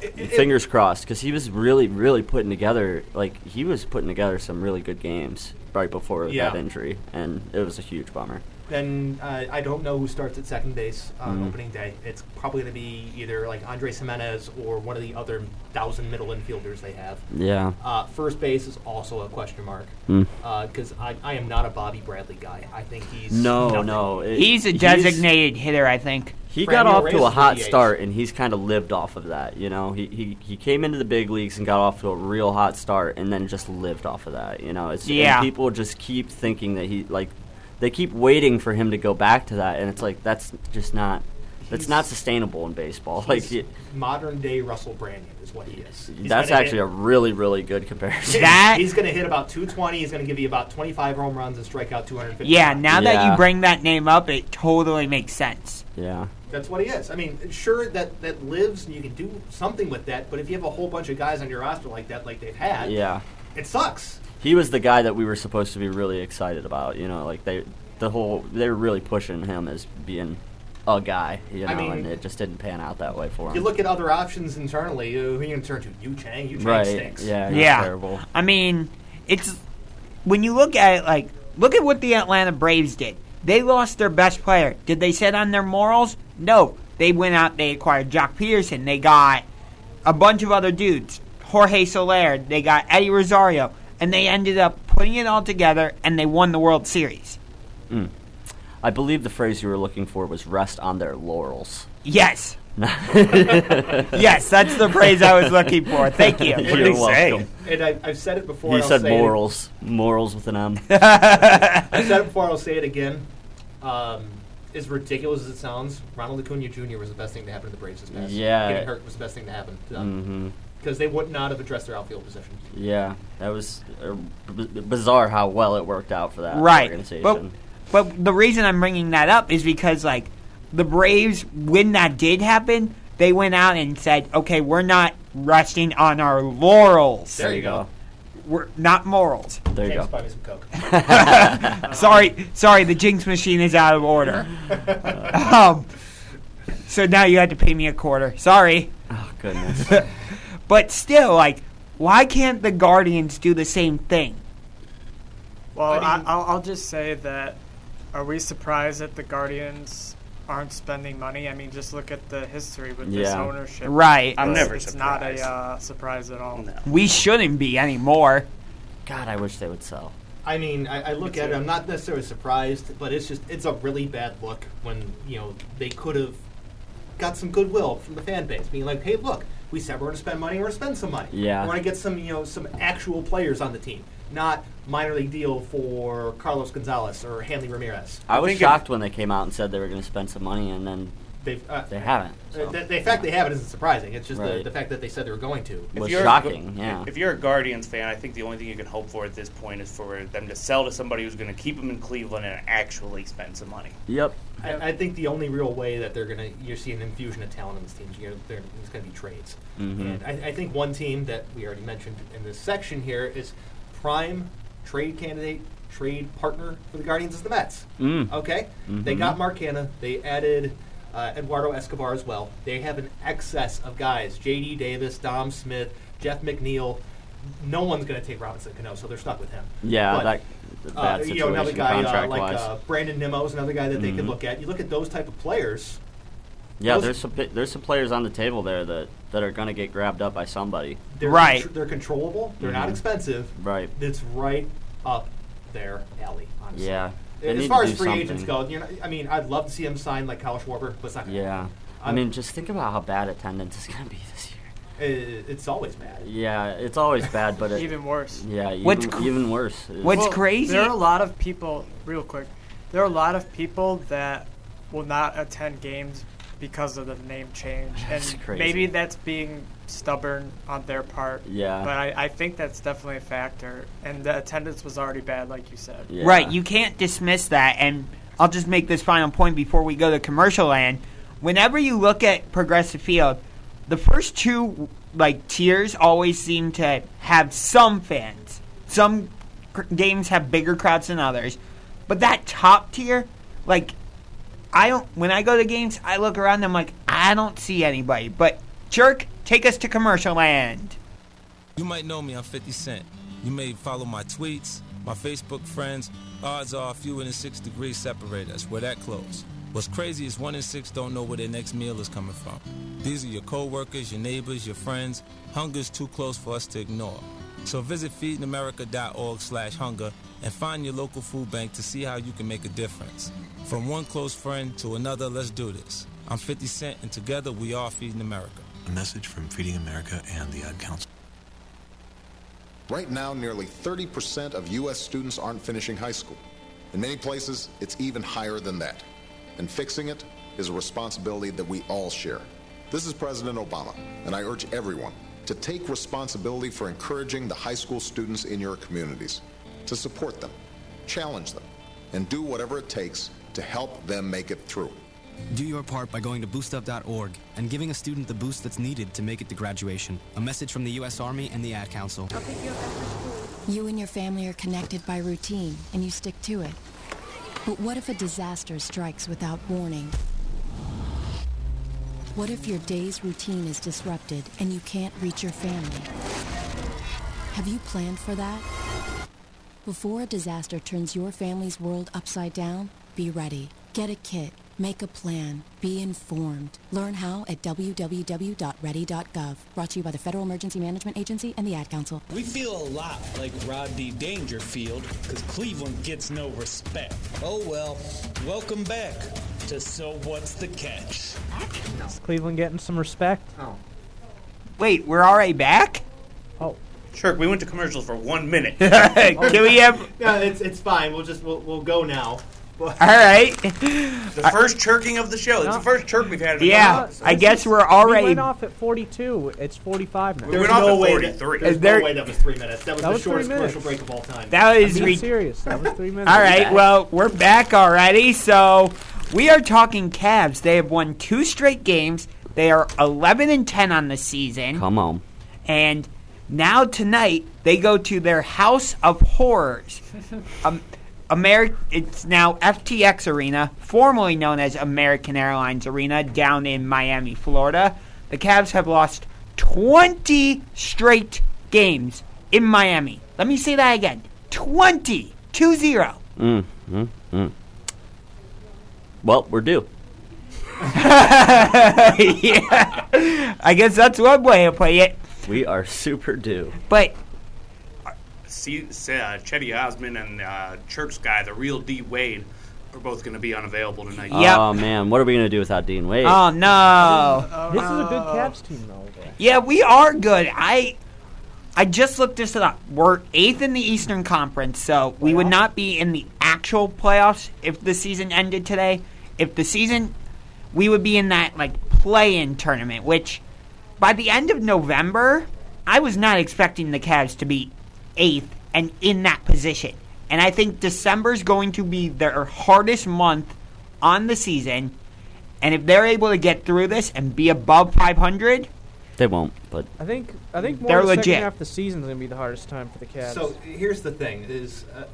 [SPEAKER 4] it-
[SPEAKER 6] fingers crossed because he was really really putting together like he was putting together some really good games right before
[SPEAKER 4] Yeah.
[SPEAKER 6] that injury, and it was a huge bummer.
[SPEAKER 4] then uh, I don't know who starts at second base on
[SPEAKER 6] Mhm.
[SPEAKER 4] opening day. It's probably going to be either like Andres Jimenez or one of the other thousand middle infielders they have.
[SPEAKER 6] Yeah.
[SPEAKER 4] Uh, first base is also a question mark
[SPEAKER 6] Mm.
[SPEAKER 4] because I, I am not a Bobby Bradley guy. I think he's
[SPEAKER 6] No,
[SPEAKER 4] nothing.
[SPEAKER 6] no. Oh, it-
[SPEAKER 5] He's a designated hitter, I think.
[SPEAKER 6] He got off to a hot start, and he's kind of lived off of that. You know, he, he he came into the big leagues and got off to a real hot start, and then just lived off of that. You know, it's and
[SPEAKER 5] Yeah.
[SPEAKER 6] people just keep thinking that he like they keep waiting for him to go back to that, and it's like that's just not that's
[SPEAKER 4] He's-
[SPEAKER 6] not sustainable in baseball. Like
[SPEAKER 4] He's
[SPEAKER 6] y-
[SPEAKER 4] modern day Russell Brandon is what he is. He's
[SPEAKER 6] that's
[SPEAKER 4] gonna hit-
[SPEAKER 6] actually a really really good comparison.
[SPEAKER 4] he's going to hit about 220. He's going to give you about 25 home runs and strike out 250.
[SPEAKER 5] Yeah, now that
[SPEAKER 6] Yeah.
[SPEAKER 5] you bring that name up, it totally makes sense.
[SPEAKER 6] yeah.
[SPEAKER 4] That's what he is. I mean, sure that that lives and you can do something with that, but if you have a whole bunch of guys on your roster like that, like they've had,
[SPEAKER 6] Yeah.
[SPEAKER 4] it sucks.
[SPEAKER 6] He was the guy that we were supposed to be really excited about. You know, like they the whole they were really pushing him as being a guy. You know,
[SPEAKER 4] I mean-
[SPEAKER 6] and it just didn't pan out that way for him.
[SPEAKER 4] You look at other options internally. Uh, who you going to turn to? Yu Chang. Yu Chang
[SPEAKER 6] Right,
[SPEAKER 4] stinks.
[SPEAKER 6] yeah. Not
[SPEAKER 5] yeah.
[SPEAKER 6] terrible.
[SPEAKER 5] I mean, it's when you look at it like look at what the Atlanta Braves did. They lost their best player. Did they sit on their morals? No. They went out, they acquired Jock Peterson, they got a bunch of other dudes. Jorge Soler, they got Eddie Rosario, and they ended up putting it all together and they won the World Series.
[SPEAKER 6] Mm. I believe the phrase you were looking for was rest on their laurels.
[SPEAKER 5] Yes. Yes, that's the phrase I was looking for. Thank you.
[SPEAKER 6] You're welcome.
[SPEAKER 4] And I, I've said it before.
[SPEAKER 6] He
[SPEAKER 4] and I'll
[SPEAKER 6] said
[SPEAKER 4] say it-
[SPEAKER 6] morals. Morals with an M.
[SPEAKER 4] I've said it before. I'll say it again. Um, as ridiculous as it sounds, Ronald Acuna Jr. was the best thing to happen to the Braves this past.
[SPEAKER 6] Yeah.
[SPEAKER 4] getting hurt was the best thing to happen to
[SPEAKER 6] Mhm.
[SPEAKER 4] them because they would not have addressed their outfield position.
[SPEAKER 6] yeah, that was uh, b- b- bizarre how well it worked out for that organization.
[SPEAKER 5] right. But, but the reason I'm bringing that up is because, like, the Braves, when that did happen, they went out and said, okay, we're not resting on our laurels.
[SPEAKER 6] There you go.
[SPEAKER 5] We're not morals.
[SPEAKER 6] There you
[SPEAKER 4] James,
[SPEAKER 6] go.
[SPEAKER 4] buy me some Coke.
[SPEAKER 5] sorry, sorry, the Jinx machine is out of order.
[SPEAKER 6] Uh,
[SPEAKER 5] um, so now you had to pay me a quarter. Sorry.
[SPEAKER 6] Oh, goodness.
[SPEAKER 5] but still, like, why can't the Guardians do the same thing?
[SPEAKER 9] Well, I I'll, I'll just say that are we surprised that the Guardians aren't spending money? I mean, just look at the history with this
[SPEAKER 5] Yeah.
[SPEAKER 9] ownership.
[SPEAKER 5] Right. I'm
[SPEAKER 9] It's-
[SPEAKER 5] never
[SPEAKER 9] It's
[SPEAKER 5] surprised.
[SPEAKER 9] not a uh, surprise at all.
[SPEAKER 5] We shouldn't be anymore.
[SPEAKER 6] God, I wish they would sell.
[SPEAKER 4] I mean, I, I look at it. I'm not necessarily surprised, but it's just it's a really bad look when you know they could have got some goodwill from the fan base, being like, "Hey, look, we said we're going to spend money, we're going to spend some money.
[SPEAKER 6] Yeah.
[SPEAKER 4] we're going to get some you know some actual players on the team, not minor league deal for Carlos Gonzalez or Hanley Ramirez."
[SPEAKER 6] I was
[SPEAKER 4] think
[SPEAKER 6] shocked when they came out and said they were going to spend some money, and then
[SPEAKER 4] They've, uh,
[SPEAKER 6] they haven't.
[SPEAKER 4] uh,
[SPEAKER 6] so.
[SPEAKER 4] the, the fact they haven't isn't surprising. It's just the,
[SPEAKER 6] Right.
[SPEAKER 4] the fact that they said they were going to.
[SPEAKER 6] was
[SPEAKER 8] you're a-
[SPEAKER 6] shocking, yeah.
[SPEAKER 8] If you're a Guardians fan, I think the only thing you can hope for at this point is for them to sell to somebody who's going to keep them in Cleveland and actually spend some money.
[SPEAKER 6] Yep.
[SPEAKER 4] I, I think the only real way that they're gonna you're seeing an infusion of talent in this team is you're, they're- it's gonna be trades.
[SPEAKER 6] Mhm.
[SPEAKER 4] And I, I think one team that we already mentioned in this section here is prime trade candidate, trade partner for the Guardians is the Mets.
[SPEAKER 6] Mm.
[SPEAKER 4] Okay, they
[SPEAKER 6] Mhm.
[SPEAKER 4] got Mark Hanna. They added uh, Eduardo Escobar as well. They have an excess of guys: J.D. Davis, Dom Smith, Jeff McNeil. No one's gonna take Robinson Cano, so they're stuck with him.
[SPEAKER 6] Yeah,
[SPEAKER 4] But,
[SPEAKER 6] that- that's a bad
[SPEAKER 4] uh, you know, another
[SPEAKER 6] situation
[SPEAKER 4] guy uh, like
[SPEAKER 6] contract-wise.
[SPEAKER 4] uh, Brandon Nimmo is another guy that they could
[SPEAKER 6] Mhm.
[SPEAKER 4] look at. You look at those type of players.
[SPEAKER 6] Yeah,
[SPEAKER 4] those-
[SPEAKER 6] there's some pi- there's some players on the table there that, that are going to get grabbed up by somebody.
[SPEAKER 4] they're contr- they're controllable. They're not
[SPEAKER 6] Mhm.
[SPEAKER 4] expensive.
[SPEAKER 6] Right.
[SPEAKER 4] It's right up their alley. Honestly.
[SPEAKER 6] Yeah. They
[SPEAKER 4] As
[SPEAKER 6] need
[SPEAKER 4] far
[SPEAKER 6] to
[SPEAKER 4] as
[SPEAKER 6] do
[SPEAKER 4] free agents
[SPEAKER 6] something.
[SPEAKER 4] go, you know, I mean, I'd love to see him sign like Kyle Schwarber, but it's not gonna
[SPEAKER 6] Yeah.
[SPEAKER 4] happen.
[SPEAKER 6] I mean, just think about how bad attendance is going to be this year.
[SPEAKER 4] It, it's always bad.
[SPEAKER 6] Yeah, it's always bad, but it,
[SPEAKER 9] Even worse.
[SPEAKER 6] Yeah, even,
[SPEAKER 9] What's
[SPEAKER 5] cr-
[SPEAKER 6] even worse. is-
[SPEAKER 9] Well, There are a lot of people, real quick, there are a lot of people that will not attend games because of the name change.
[SPEAKER 6] That's
[SPEAKER 9] and
[SPEAKER 6] crazy.
[SPEAKER 9] maybe that's being stubborn on their part.
[SPEAKER 6] Yeah.
[SPEAKER 9] But I, I think that's definitely a factor. And the attendance was already bad, like you said.
[SPEAKER 5] Right, you can't dismiss that. And I'll just make this final point before we go to commercial land. Whenever you look at Progressive Field, the first two like tiers always seem to have some fans. Some cr- games have bigger crowds than others, but that top tier, like I don't. When I go to games, I look around. I'm like, I don't see anybody. But jerk, take us to commercial land.
[SPEAKER 11] You might know me, I'm 50 Cent. You may follow my tweets,
[SPEAKER 21] My Facebook friends, odds are a few in six degrees separate us. We're that close. What's crazy is one in six don't know where their next meal is coming from. These are your coworkers, your neighbors, your friends. Hunger's too close for us to ignore. So visit feedingamerica.org slash hunger and find your local food bank to see how you can make a difference. From one close friend to another, let's do this. I'm 50 Cent and together we are Feeding America.
[SPEAKER 22] A message from Feeding America and the Ad Council.
[SPEAKER 23] Right now, nearly 30% of U.S. students aren't finishing high school. In many places, it's even higher than that. And fixing it is a responsibility that we all share. This is President Obama, and I urge everyone to take responsibility for encouraging the high school students in your communities, to support them, challenge them, and do whatever it takes to help them make it through.
[SPEAKER 24] Do your part by going to boostup.org and giving a student the boost that's needed to make it to graduation. A message from the U.S. Army and the Ad Council.
[SPEAKER 25] You and your family are connected by routine, and you stick to it. But what if a disaster strikes without warning? What if your day's routine is disrupted and you can't reach your family? Have you planned for that? Before a disaster turns your family's world upside down, be ready. Get a kit. Make a plan. Be informed. Learn how at www.ready.gov. Brought to you by the Federal Emergency Management Agency and the Ad Council.
[SPEAKER 26] We feel a lot like Rodney Dangerfield because Cleveland gets no respect. Oh well, welcome back to So What's the Catch?
[SPEAKER 7] Is Cleveland getting some respect?
[SPEAKER 5] Oh. Wait, we're already back?
[SPEAKER 8] Sure, we went to commercials for one minute.
[SPEAKER 5] Can we have?
[SPEAKER 4] No, it's it's fine. We'll just we'll, we'll go now. All
[SPEAKER 5] right.
[SPEAKER 8] The first chirking of the show. It's the first chirk we've had. In
[SPEAKER 5] Yeah,
[SPEAKER 8] a
[SPEAKER 5] I guess we're already.
[SPEAKER 7] We went off at 42. It's 45 now.
[SPEAKER 8] We went off at 43.
[SPEAKER 4] There's
[SPEAKER 5] there-
[SPEAKER 4] no way that was three minutes. That was
[SPEAKER 7] That
[SPEAKER 4] the
[SPEAKER 7] was three
[SPEAKER 4] shortest commercial
[SPEAKER 7] minutes.
[SPEAKER 4] break of all time.
[SPEAKER 5] That is
[SPEAKER 4] I'm
[SPEAKER 5] re-
[SPEAKER 7] serious. That was three minutes.
[SPEAKER 5] All right. Well, we're back already. So we are talking Cavs. They have won two straight games. They are 11 and 10 on the season.
[SPEAKER 6] Come on.
[SPEAKER 5] And now tonight they go to their house of horrors. Um, Ameri- it's now FTX Arena, formerly known as American Airlines Arena, down in Miami, Florida. The Cavs have lost 20 straight games in Miami. Let me say that again 20 2 0.
[SPEAKER 6] Mm, mm, mm. Well, we're due.
[SPEAKER 5] yeah. I guess that's one way to play it.
[SPEAKER 6] We are super due.
[SPEAKER 5] But
[SPEAKER 8] See, say, uh, Chetty Osman and uh, Church guy, the real D Wade, are both going to be unavailable tonight.
[SPEAKER 5] Uh,
[SPEAKER 6] Oh man, what are we gonna do without Dean Wade?
[SPEAKER 5] Oh no!
[SPEAKER 7] This is a good Cavs team, though.
[SPEAKER 5] Yeah, we are good. I I just looked this up. We're eighth in the Eastern Conference, so we would not be in the actual playoffs if the season ended today. If the season, we would be in that like play-in tournament, which by the end of November, I was not expecting the Cavs to be eighth and in that position. And I think December's going to be their hardest month on the season. And if they're able to get through this and be above 500,
[SPEAKER 6] They won't, but
[SPEAKER 7] I think I think more
[SPEAKER 5] They're
[SPEAKER 7] the
[SPEAKER 5] legit.
[SPEAKER 7] second half of the season is going to be the hardest time for the Cavs.
[SPEAKER 4] So here's the thing: is uh,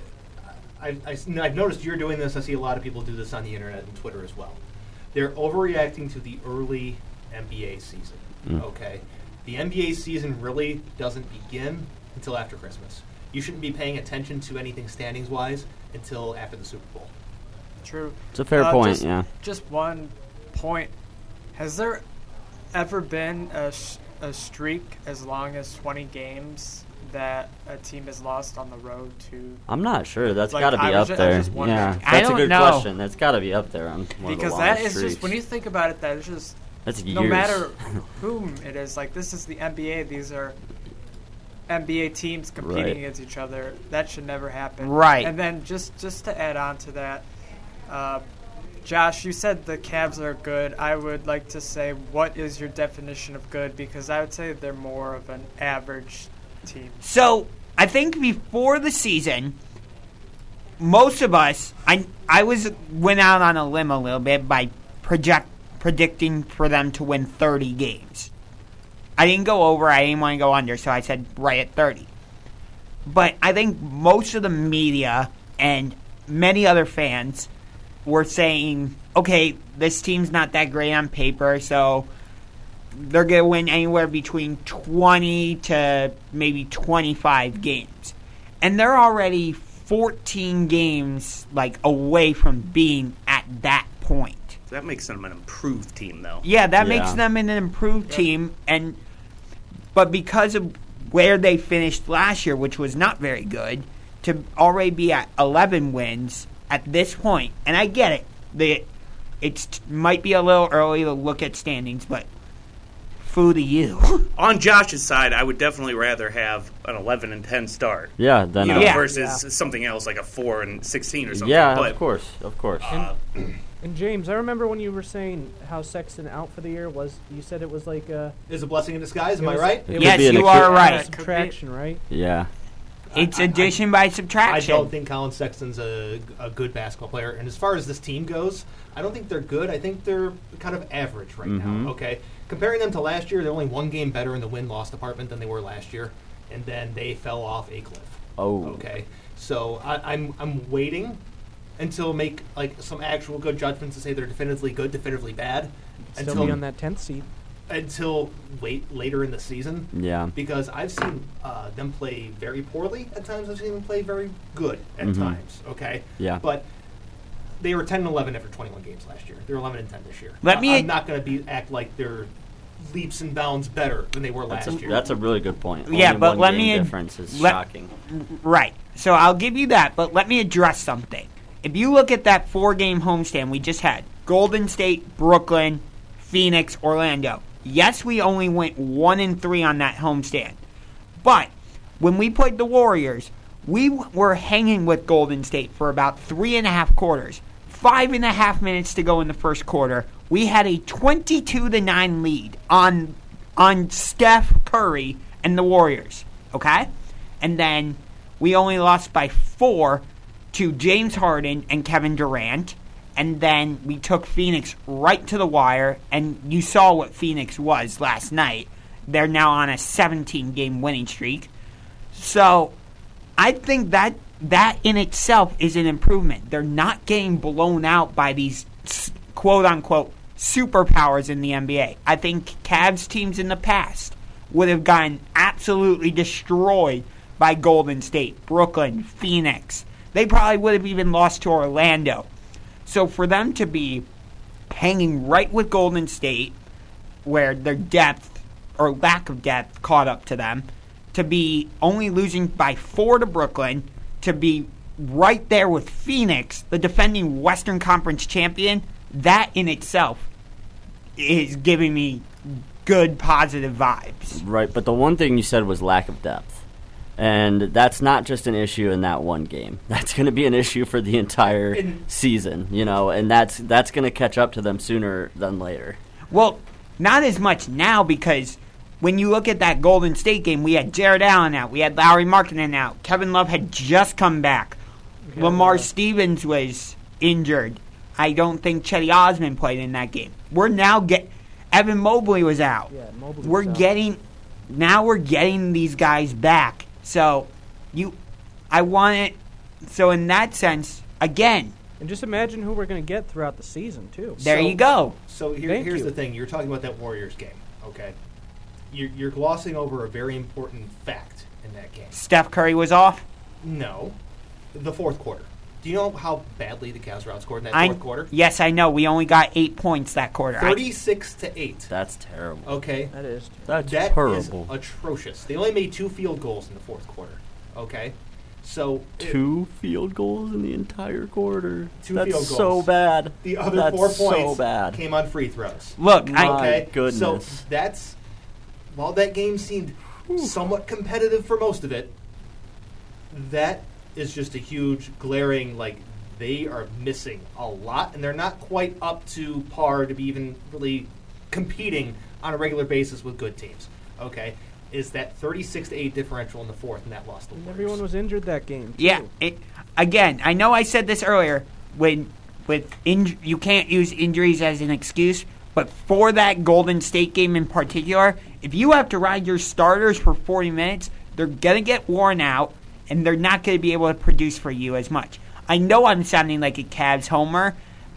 [SPEAKER 4] I, I, have noticed you're doing this. I see a lot of people do this on the internet and Twitter as well. They're overreacting to the early NBA season.
[SPEAKER 27] Mm.
[SPEAKER 4] Okay, the NBA season really doesn't begin until after Christmas. You shouldn't be paying attention to anything standings wise until after the Super Bowl.
[SPEAKER 9] True.
[SPEAKER 6] It's a fair point,
[SPEAKER 9] Uh, just-
[SPEAKER 6] yeah.
[SPEAKER 9] Just one point. Has there ever been a, sh- a streak as long as 20 games that a team has lost on the road to?
[SPEAKER 6] I'm not sure. That's
[SPEAKER 9] Like,
[SPEAKER 6] got to be
[SPEAKER 9] I was
[SPEAKER 6] up
[SPEAKER 9] ju- I was
[SPEAKER 6] there.
[SPEAKER 9] just wondering.
[SPEAKER 6] Yeah,
[SPEAKER 9] I
[SPEAKER 6] that's a
[SPEAKER 9] don't
[SPEAKER 6] good
[SPEAKER 9] know.
[SPEAKER 6] question. That's got to be up there. On one
[SPEAKER 9] Because
[SPEAKER 6] of the
[SPEAKER 9] that
[SPEAKER 6] longest
[SPEAKER 9] is just
[SPEAKER 6] streaks.
[SPEAKER 9] when you think about it, that is just
[SPEAKER 6] That's
[SPEAKER 9] no
[SPEAKER 6] years.
[SPEAKER 9] matter whom it is. Like this is the NBA. These are NBA teams competing
[SPEAKER 6] Right.
[SPEAKER 9] against each other. That should never happen.
[SPEAKER 5] Right.
[SPEAKER 9] And then just just to add on to that, uh, Josh, you said the Cavs are good. I would like to say, what is your definition of good? Because I would say they're more of an average team.
[SPEAKER 5] So I think before the season, most of us, I I was went out on a limb a little bit by project predicting for them to win 30 games. I didn't go over. I didn't want to go under, so I said right at 30. But I think most of the media and many other fans were saying, okay, this team's not that great on paper, so they're going to win anywhere between 20 to maybe 25 games. And they're already 14 games like away from being at that point.
[SPEAKER 8] That makes them an improved team, though.
[SPEAKER 5] Yeah, that makes them an improved team, and but because of where they finished last year, which was not very good, to already be at 11 wins at this point, and I get it. The it might be a little early to look at standings, but foo to you.
[SPEAKER 8] On Josh's side, I would definitely rather have an 11 and 10 start.
[SPEAKER 6] Yeah, then
[SPEAKER 8] you
[SPEAKER 6] I-
[SPEAKER 8] know,
[SPEAKER 6] Yeah.
[SPEAKER 8] versus
[SPEAKER 6] Yeah.
[SPEAKER 8] something else like a 4 and 16 or something.
[SPEAKER 6] Yeah,
[SPEAKER 8] but
[SPEAKER 6] of course, of course.
[SPEAKER 9] Uh,
[SPEAKER 7] And James, I remember when you were saying how Sexton out for the year was. You said it was like a.
[SPEAKER 4] Is a blessing in disguise. Am
[SPEAKER 7] it
[SPEAKER 4] I
[SPEAKER 7] was-
[SPEAKER 4] right?
[SPEAKER 6] It Yes, could be an you acute- are right.
[SPEAKER 7] Subtraction, right?
[SPEAKER 6] yeah.
[SPEAKER 5] It's addition by subtraction.
[SPEAKER 4] I don't think Colin Sexton's a, a good basketball player. And as far as this team goes, I don't think they're good. I think they're kind of average right
[SPEAKER 6] Mhm.
[SPEAKER 5] Mm-hmm.
[SPEAKER 4] now. Okay, comparing them to last year, they're only one game better in the win loss department than they were last year, and then they fell off a cliff.
[SPEAKER 6] Oh.
[SPEAKER 4] Okay, so I, I'm I'm waiting until make like some actual good judgments to say they're definitively good, definitively bad.
[SPEAKER 7] Still be on that 10th seed.
[SPEAKER 4] Until wait later in the season,
[SPEAKER 6] Yeah.
[SPEAKER 4] Because I've seen uh, them play very poorly at times. I've seen them play very good at
[SPEAKER 6] Mhm.
[SPEAKER 4] times. Okay.
[SPEAKER 6] Yeah.
[SPEAKER 4] But they were 10 and 11 after 21 games last year. They're 11 and 10 this year.
[SPEAKER 6] Let
[SPEAKER 4] I-
[SPEAKER 6] me-
[SPEAKER 4] I'm not going to be act like they're leaps and bounds better than they were
[SPEAKER 6] That's a,
[SPEAKER 4] last year.
[SPEAKER 6] that's a really good point.
[SPEAKER 5] yeah,
[SPEAKER 6] Only
[SPEAKER 5] but
[SPEAKER 6] one
[SPEAKER 5] let
[SPEAKER 6] game
[SPEAKER 5] me
[SPEAKER 6] difference is
[SPEAKER 5] let-
[SPEAKER 6] shocking.
[SPEAKER 5] Right. So I'll give you that, but let me address something. If you look at that four-game homestand we just had, Golden State, Brooklyn, Phoenix, Orlando. Yes, we only went 1 and 3 on that homestand. But when we played the Warriors, we w- were hanging with Golden State for about three and a half quarters. Five and a half minutes to go in the first quarter. We had a 22 to 9 lead on on Steph Curry and the Warriors. Okay? And then we only lost by four to James Harden and Kevin Durant. And then we took Phoenix right to the wire. And you saw what Phoenix was last night. They're now on a 17 game winning streak. So I think that that in itself is an improvement. They're not getting blown out by these quote unquote superpowers in the NBA. I think Cavs teams in the past would have gotten absolutely destroyed by Golden State, Brooklyn, Phoenix. They probably would have even lost to Orlando. So for them to be hanging right with Golden State, where their depth or lack of depth caught up to them, to be only losing by four to Brooklyn, to be right there with Phoenix, the defending Western Conference champion, that in itself is giving me good positive vibes.
[SPEAKER 6] Right, but the one thing you said was lack of depth. And that's not just an issue in that one game. That's going to be an issue for the entire
[SPEAKER 5] In-
[SPEAKER 6] season, you know, and that's that's going to catch up to them sooner than later.
[SPEAKER 5] Well, not as much now because when you look at that Golden State game, we had Jared Allen out, we had Lowry Markkinen out, Kevin Love had just come back, Lamar Stevens was injured. I don't think Chetty Osman played in that game. We're now get Evan Mobley was out.
[SPEAKER 7] Yeah, Mobley
[SPEAKER 5] we're
[SPEAKER 7] was out.
[SPEAKER 5] getting now we're getting these guys back. So you, I want it. So in that sense, again,
[SPEAKER 7] And just imagine who we're going to get throughout the season, too.
[SPEAKER 5] There you go.
[SPEAKER 4] So here,
[SPEAKER 7] Thank
[SPEAKER 4] here's
[SPEAKER 7] you.
[SPEAKER 4] the thing: you're talking about that Warriors game, okay? You're, you're glossing over a very important fact in that game.
[SPEAKER 5] Steph Curry was off.
[SPEAKER 4] No, the fourth quarter. Do you know how badly the Cavs were outscored in that
[SPEAKER 5] I-
[SPEAKER 4] fourth quarter?
[SPEAKER 5] Yes, I know. We only got eight points that quarter. I-
[SPEAKER 4] Thirty-six to eight.
[SPEAKER 6] That's terrible.
[SPEAKER 4] Okay,
[SPEAKER 7] that is
[SPEAKER 6] That's
[SPEAKER 4] that is
[SPEAKER 6] horrible.
[SPEAKER 4] atrocious. They only made two field goals in the fourth quarter. Okay, so it-
[SPEAKER 6] Two field goals in the entire quarter.
[SPEAKER 4] two
[SPEAKER 6] that's
[SPEAKER 4] field goals.
[SPEAKER 6] so bad.
[SPEAKER 4] The other
[SPEAKER 6] That's
[SPEAKER 4] four
[SPEAKER 6] so
[SPEAKER 4] points
[SPEAKER 6] bad.
[SPEAKER 4] came on free throws.
[SPEAKER 5] Look, I- My
[SPEAKER 4] So
[SPEAKER 6] goodness.
[SPEAKER 4] that's while that game seemed somewhat competitive for most of it, that is just a huge glaring like they are missing a lot and they're not quite up to par to be even really competing on a regular basis with good teams. Okay. Is that 36 to 8 differential in the fourth and that lost the
[SPEAKER 7] And everyone was injured that game.
[SPEAKER 5] Yeah. It, again, I know I said this earlier when with inj- you can't use injuries as an excuse, but for that Golden State game in particular, if you have to ride your starters for 40 minutes, they're going to get worn out and they're not going to be able to produce for you as much. I know I'm sounding like a Cavs homer,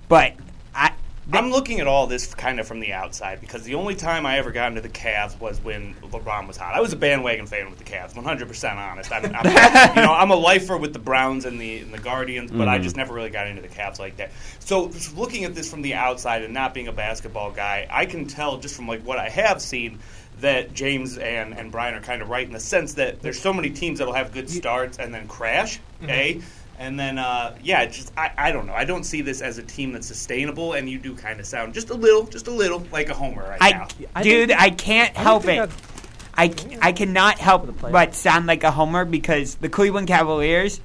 [SPEAKER 5] but I
[SPEAKER 8] I'm looking at all this kind of from the outside because the only time I ever got into the Cavs was when LeBron was hot. I was a bandwagon fan with the Cavs, 100 percent honest. I'm, I'm, you know, I'm a lifer with the Browns and the and the Guardians, but I
[SPEAKER 6] Mhm.
[SPEAKER 8] just never really got into the Cavs like that. So just looking at this from the outside and not being a basketball guy, I can tell just from like what I have seen. That James and, and Brian are kind of right in the sense that there's so many teams that'll have good starts and then crash,
[SPEAKER 4] Mhm.
[SPEAKER 8] eh? And then, uh, yeah, it's just I, I don't know. I don't see this as a team that's sustainable, and you do kind of sound just a little, just a little like a homer right
[SPEAKER 5] I,
[SPEAKER 8] now.
[SPEAKER 5] dude, I can't
[SPEAKER 8] I
[SPEAKER 5] help
[SPEAKER 8] think
[SPEAKER 5] it. I, c- I cannot help but sound like a homer because the Cleveland Cavaliers,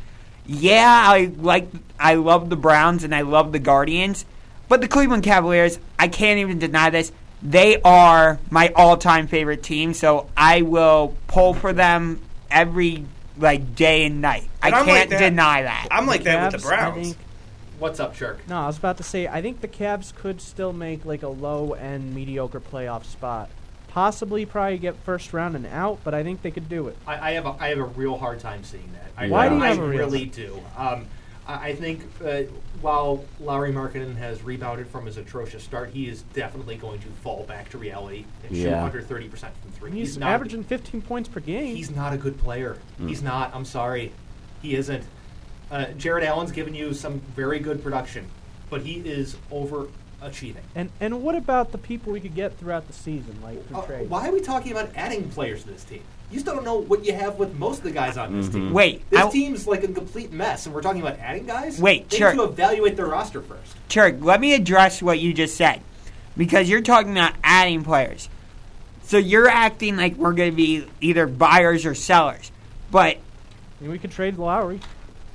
[SPEAKER 5] yeah, I like I love the Browns and I love the Guardians, but the Cleveland Cavaliers, I can't even deny this. They are my all-time favorite team, so I will pull for them every like day and night.
[SPEAKER 7] And
[SPEAKER 5] I
[SPEAKER 7] I'm like
[SPEAKER 5] can't
[SPEAKER 7] that.
[SPEAKER 5] deny that.
[SPEAKER 7] Cavs, I think-
[SPEAKER 4] What's up, Shirk?
[SPEAKER 7] no, I was about to say I think the Cavs could still make like a low end mediocre playoff spot. Possibly probably get first round and out, but I think they could do it.
[SPEAKER 4] I, I have a, I have a real hard time seeing that. I,
[SPEAKER 7] Why do you
[SPEAKER 4] I
[SPEAKER 7] have a real-
[SPEAKER 4] really do? Um, I, I think uh, while Lowry Markkinen has rebounded from his atrocious start, he is definitely going to fall back to reality and shoot
[SPEAKER 6] Yeah.
[SPEAKER 4] under thirty percent from three.
[SPEAKER 7] He's,
[SPEAKER 4] not a good-
[SPEAKER 7] averaging 15 points per game.
[SPEAKER 4] He's not a good player.
[SPEAKER 6] Mm.
[SPEAKER 4] He's not. I'm sorry, he isn't. Uh, Jared Allen's given you some very good production, but he is overachieving.
[SPEAKER 7] And and what about the people we could get throughout the season, like through
[SPEAKER 4] Uh,
[SPEAKER 7] trade?
[SPEAKER 4] why are we talking about adding players to this team? You still don't know what you have with most of the guys on this team.
[SPEAKER 5] Mhm. Wait,
[SPEAKER 4] this
[SPEAKER 5] I-
[SPEAKER 4] team's like a complete mess, and we're talking about adding guys.
[SPEAKER 5] Wait,
[SPEAKER 4] they
[SPEAKER 5] sure.
[SPEAKER 4] need to evaluate their roster first.
[SPEAKER 5] Chirk, let me address what you just said because you're talking about adding players. So you're acting like we're going to be either buyers or sellers. But
[SPEAKER 7] And we could trade Lowry.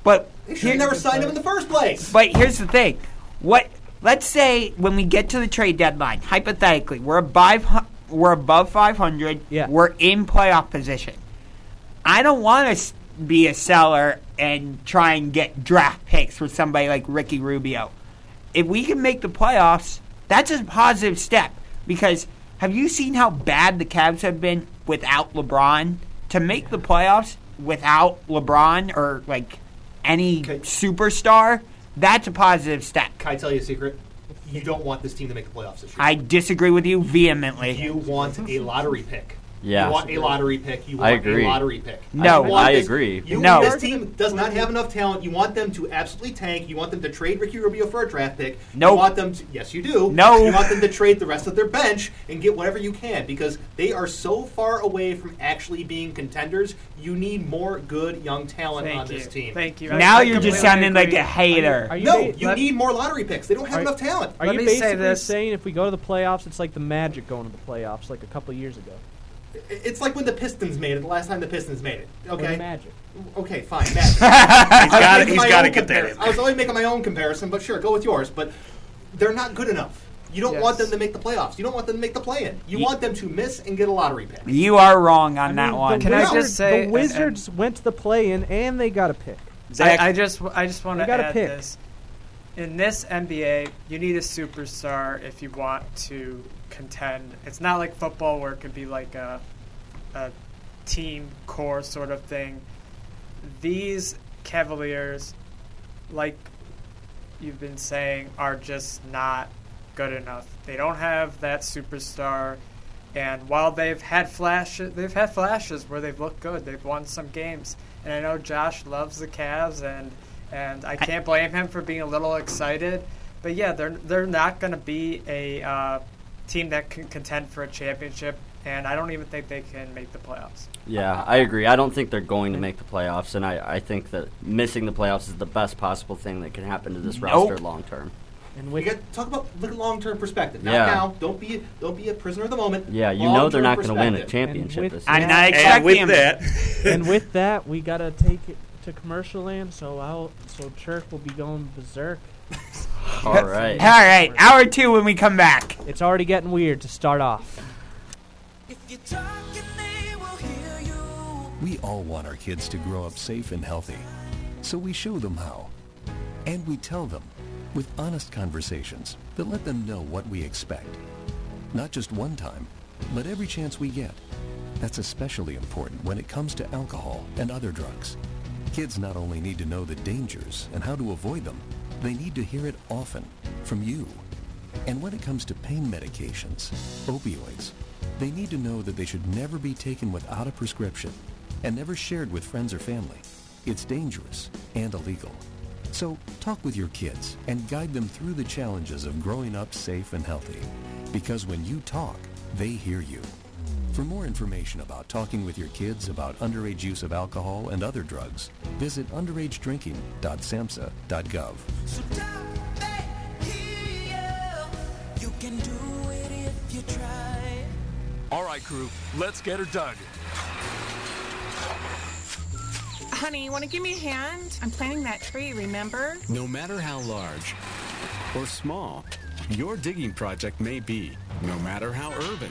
[SPEAKER 5] but
[SPEAKER 4] They should have never signed him in the first place.
[SPEAKER 5] But here's the thing: what? Let's say when we get to the trade deadline, hypothetically, we're above we're above 500. Yeah. We're in playoff position. I don't want to be a seller and try and get draft picks for somebody like Ricky Rubio. If we can make the playoffs, that's a positive step because have you seen how bad the Cavs have been without LeBron? To make the playoffs without LeBron or like any superstar, that's a positive step.
[SPEAKER 4] Can I tell you a secret? You don't want this team to make the playoffs this year.
[SPEAKER 5] I disagree with you vehemently.
[SPEAKER 4] You want a lottery pick.
[SPEAKER 5] Yeah.
[SPEAKER 4] You want a lottery pick. You want
[SPEAKER 5] I agree.
[SPEAKER 4] a lottery pick.
[SPEAKER 5] No.
[SPEAKER 4] You want
[SPEAKER 5] I
[SPEAKER 4] this-
[SPEAKER 5] agree.
[SPEAKER 4] You,
[SPEAKER 5] No.
[SPEAKER 4] This team does not have enough talent. You want them to absolutely tank. You want them to trade Ricky Rubio for a draft pick.
[SPEAKER 5] Nope.
[SPEAKER 4] You want them to, yes, you do.
[SPEAKER 5] No.
[SPEAKER 4] You want them to trade the rest of their bench and get whatever you can because they are so far away from actually being contenders. You need more good young talent
[SPEAKER 9] Thank
[SPEAKER 4] on this
[SPEAKER 9] you.
[SPEAKER 4] team.
[SPEAKER 9] Thank you.
[SPEAKER 5] Now you're just sounding like a hater.
[SPEAKER 4] no, you need more lottery picks. They don't have
[SPEAKER 7] Are-
[SPEAKER 4] enough talent.
[SPEAKER 7] Are you basically saying if we go to the playoffs, it's like the Magic going to the playoffs like a couple years ago?
[SPEAKER 4] It's like when the Pistons made it. The last time the Pistons made it.
[SPEAKER 7] Or the
[SPEAKER 4] Okay.
[SPEAKER 7] Magic.
[SPEAKER 4] Okay, fine. Magic.
[SPEAKER 8] gotta- he's
[SPEAKER 4] to
[SPEAKER 8] gotta get that in
[SPEAKER 4] I was only making my own comparison, but sure, go with yours. But they're not good enough. You don't want them to make the playoffs. You don't want them to make the play-in. You want them to miss and get a lottery pick.
[SPEAKER 5] You are wrong on that
[SPEAKER 7] The
[SPEAKER 5] one.
[SPEAKER 7] Wizards- the Wizards went to the play-in and they got a pick?
[SPEAKER 9] I, I just I just want
[SPEAKER 7] You
[SPEAKER 9] to
[SPEAKER 7] gotta
[SPEAKER 9] add
[SPEAKER 7] pick.
[SPEAKER 9] this. In this NBA, you need a superstar if you want to contend. It's not like football where it could be like a, a team core sort of thing. These Cavaliers, like you've been saying, are just not good enough. They don't have that superstar. And while they've had flashes, they've had flashes where they've looked good. They've won some games, and I know Josh loves the Cavs, and and I can't blame him for being a little excited. But yeah, they're they're not going to be a uh, team that can contend for a championship, and I don't even think they can make the playoffs.
[SPEAKER 6] Yeah, I agree. I don't think they're going to make the playoffs, and I, I think that missing the playoffs is the best possible thing that can happen to this
[SPEAKER 4] Nope.
[SPEAKER 6] roster long term.
[SPEAKER 7] And
[SPEAKER 4] we got to talk about the long-term perspective. Not
[SPEAKER 6] Yeah.
[SPEAKER 4] now. Don't be don't be a prisoner of the moment.
[SPEAKER 6] Yeah, you know they're not going
[SPEAKER 4] Long-term
[SPEAKER 6] to win a
[SPEAKER 4] perspective.
[SPEAKER 6] championship this year.
[SPEAKER 5] I'm not
[SPEAKER 7] expecting
[SPEAKER 5] with
[SPEAKER 7] him.
[SPEAKER 5] that-
[SPEAKER 7] and with that, we gotta take it to commercial land. So I'll so Chirk will be going berserk.
[SPEAKER 6] All right.
[SPEAKER 5] All right, hour two when we come back.
[SPEAKER 7] It's already getting weird to start off.
[SPEAKER 22] We all want our kids to grow up safe and healthy, so we show them how. And we tell them with honest conversations that let them know what we expect. Not just one time, but every chance we get. That's especially important when it comes to alcohol and other drugs. Kids not only need to know the dangers and how to avoid them, they need to hear it often from you. And when it comes to pain medications, opioids, they need to know that they should never be taken without a prescription and never shared with friends or family. It's dangerous and illegal. So talk with your kids and guide them through the challenges of growing up safe and healthy. Because when you talk, they hear you. For more information about talking with your kids about underage use of alcohol and other drugs, visit underagedrinking.samhsa.gov.
[SPEAKER 1] You can do it if you try.
[SPEAKER 18] All right, crew, let's get her dug.
[SPEAKER 2] Honey, you want to give me a hand? I'm planting that tree, remember?
[SPEAKER 3] No matter how large or small your digging project may be, no matter how urban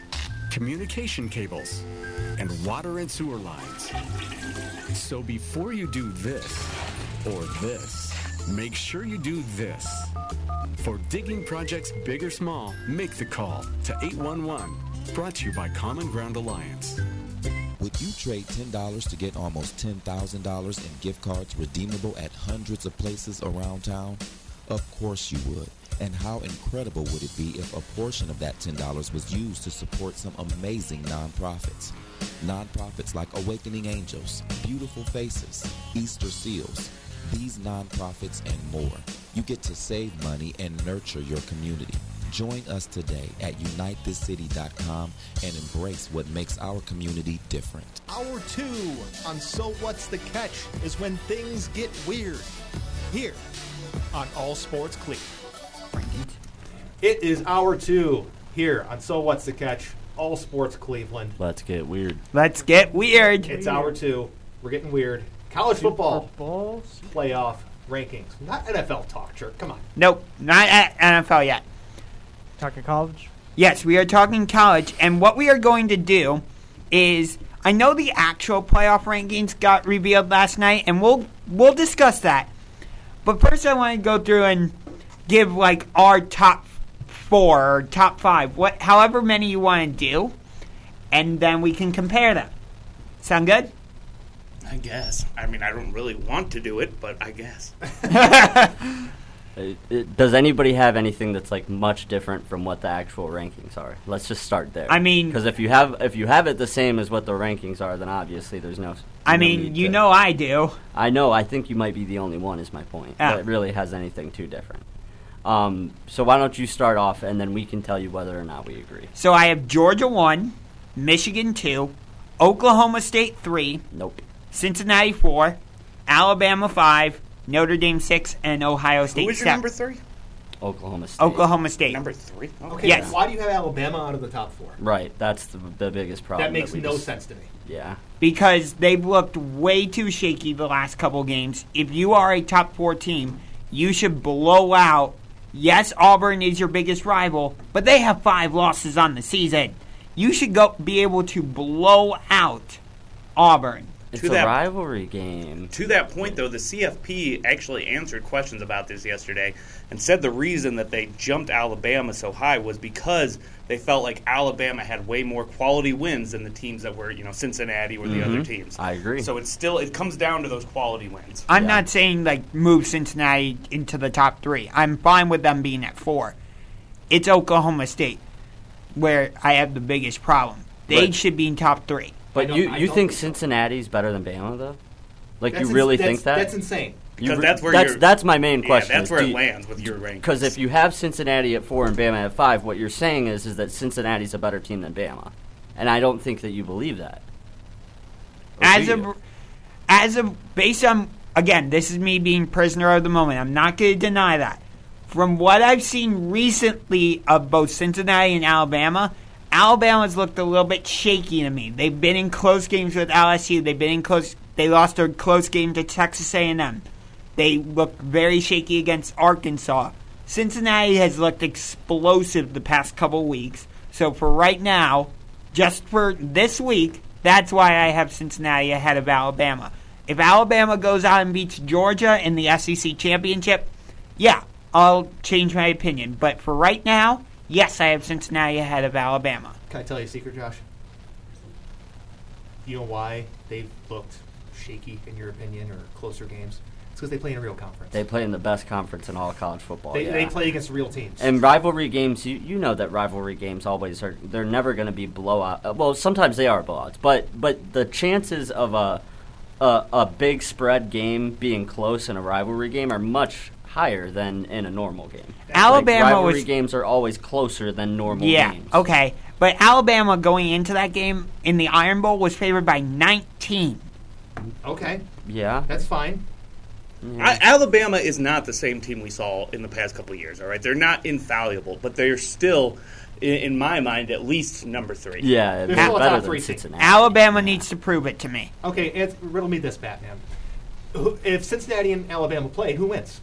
[SPEAKER 3] communication cables, and water and sewer lines. So before you do this or this, make sure you do this. For digging projects big or small, make the call to 811. Brought to you by Common Ground Alliance.
[SPEAKER 11] Would you trade $10 to get almost $10,000 in gift cards redeemable at hundreds of places around town? Of course you would. And how incredible would it be if a portion of that $10 was used to support some amazing nonprofits? Nonprofits like Awakening Angels, Beautiful Faces, Easter Seals, these nonprofits, and more. You get to save money and nurture your community. Join us today at unitethiscity.com and embrace what makes our community different.
[SPEAKER 20] Hour two on So What's the Catch is when things get weird. Here on All Sports Cleveland.
[SPEAKER 4] It is hour two here on So What's the Catch, All Sports Cleveland.
[SPEAKER 6] Let's get weird.
[SPEAKER 5] Let's get weird.
[SPEAKER 4] It's hour two. We're getting weird. College
[SPEAKER 5] Super
[SPEAKER 4] football playoff rankings, not NFL talk. Jerk, come on.
[SPEAKER 5] Nope, not at NFL yet.
[SPEAKER 7] Talking college?
[SPEAKER 5] Yes, we are talking college, and what we are going to do is I know the actual playoff rankings got revealed last night, and we'll we'll discuss that. But first, I want to go through and give like our top four, or top five, what however many you want to do, and then we can compare them. Sound good?
[SPEAKER 8] I guess. I mean, I don't really want to do it, but I guess.
[SPEAKER 6] Uh, it- Does anybody have anything that's like much different from what the actual rankings are? Let's just start there.
[SPEAKER 5] I mean-
[SPEAKER 6] because if you have if you have it the same as what the rankings are, then obviously there's no.
[SPEAKER 5] I
[SPEAKER 6] no
[SPEAKER 5] mean,
[SPEAKER 6] need
[SPEAKER 5] you
[SPEAKER 6] to-
[SPEAKER 5] know I do.
[SPEAKER 6] I know. I think you might be the only one. Is my point.
[SPEAKER 5] Ah.
[SPEAKER 6] That really has anything too different. Um, so why don't you start off, and then we can tell you whether or not we agree.
[SPEAKER 5] So I have Georgia one, Michigan two, Oklahoma State three,
[SPEAKER 6] nope,
[SPEAKER 5] Cincinnati four, Alabama five, Notre Dame six, and Ohio State
[SPEAKER 8] Who is your
[SPEAKER 5] seven.
[SPEAKER 8] number three?
[SPEAKER 6] Oklahoma State.
[SPEAKER 5] Oklahoma State.
[SPEAKER 8] Number three.
[SPEAKER 4] Okay,
[SPEAKER 5] Yes.
[SPEAKER 4] why do you have Alabama out of the top four?
[SPEAKER 6] Right. That's the, the biggest problem.
[SPEAKER 4] that makes
[SPEAKER 6] we
[SPEAKER 4] no
[SPEAKER 6] just-
[SPEAKER 4] sense to me.
[SPEAKER 6] Yeah.
[SPEAKER 5] because they've looked way too shaky the last couple games. If you are a top four team, you should blow out. Yes, Auburn is your biggest rival, but they have five losses on the season. You should go be able to blow out Auburn.
[SPEAKER 6] It's
[SPEAKER 8] To
[SPEAKER 6] a
[SPEAKER 8] that-
[SPEAKER 6] rivalry game.
[SPEAKER 8] To that point, though, the CFP actually answered questions about this yesterday and said the reason that they jumped Alabama so high was because they felt like Alabama had way more quality wins than the teams that were, you know, Cincinnati or the other
[SPEAKER 6] Mhm.
[SPEAKER 8] teams.
[SPEAKER 6] I agree.
[SPEAKER 8] So it's still it comes down to those quality wins.
[SPEAKER 5] I'm not saying like move Cincinnati into the top three. I'm fine with them being at four. It's Oklahoma State where I have the biggest problem. They
[SPEAKER 6] Right.
[SPEAKER 5] should be in top three.
[SPEAKER 6] But you you think Cincinnati's better than Bama though? Like
[SPEAKER 5] That's
[SPEAKER 6] you
[SPEAKER 5] ins-
[SPEAKER 6] really
[SPEAKER 5] that's-
[SPEAKER 6] think that?
[SPEAKER 5] that's insane.
[SPEAKER 6] You
[SPEAKER 8] Because
[SPEAKER 6] re-
[SPEAKER 8] that's where
[SPEAKER 6] that's
[SPEAKER 8] your-
[SPEAKER 6] that's my main
[SPEAKER 8] Yeah,
[SPEAKER 6] question.
[SPEAKER 8] that's where it lands with your rankings.
[SPEAKER 6] Because if you have Cincinnati at four and Bama at five, what you're saying is is that Cincinnati's a better team than Bama, and I don't think that you believe that.
[SPEAKER 5] as of as of based on again this is me being prisoner of the moment i'm not going to deny that from what i've seen recently of both cincinnati and alabama alabama's looked a little bit shaky to me they've been in close games with lsu they've been in close they lost their close game to texas a&m they looked very shaky against arkansas cincinnati has looked explosive the past couple weeks so for right now just for this week, that's why I have Cincinnati ahead of Alabama. If Alabama goes out and beats Georgia in the SEC championship, yeah, I'll change my opinion. But for right now, yes, I have Cincinnati ahead of Alabama.
[SPEAKER 4] Can I tell you a secret, Josh? You know why they've looked shaky, in your opinion, or closer games? It's because they play in a real conference.
[SPEAKER 6] They play in the best conference in all of college football.
[SPEAKER 4] They-
[SPEAKER 6] yeah.
[SPEAKER 4] they play against real teams.
[SPEAKER 6] And rivalry games, you, you know that rivalry games always are. They're never going to be blowout. uh, Well, sometimes they are blowouts, but but the chances of a, a a big spread game being close in a rivalry game are much higher than in a normal game.
[SPEAKER 5] Alabama
[SPEAKER 6] like, rivalry
[SPEAKER 5] was-
[SPEAKER 6] games are always closer than normal
[SPEAKER 5] yeah,
[SPEAKER 6] games.
[SPEAKER 5] okay. But Alabama going into that game in the Iron Bowl was favored by 19.
[SPEAKER 4] Okay,
[SPEAKER 6] Yeah.
[SPEAKER 4] that's fine.
[SPEAKER 8] I, Alabama is not the same team we saw in the past couple of years. All right, they're not infallible, but they're still, in, in my mind, at least number three.
[SPEAKER 4] They're still a top three seed.
[SPEAKER 5] Alabama needs to prove it to me.
[SPEAKER 4] Okay, and riddle me this, Batman. Who- If Cincinnati and Alabama played, who wins?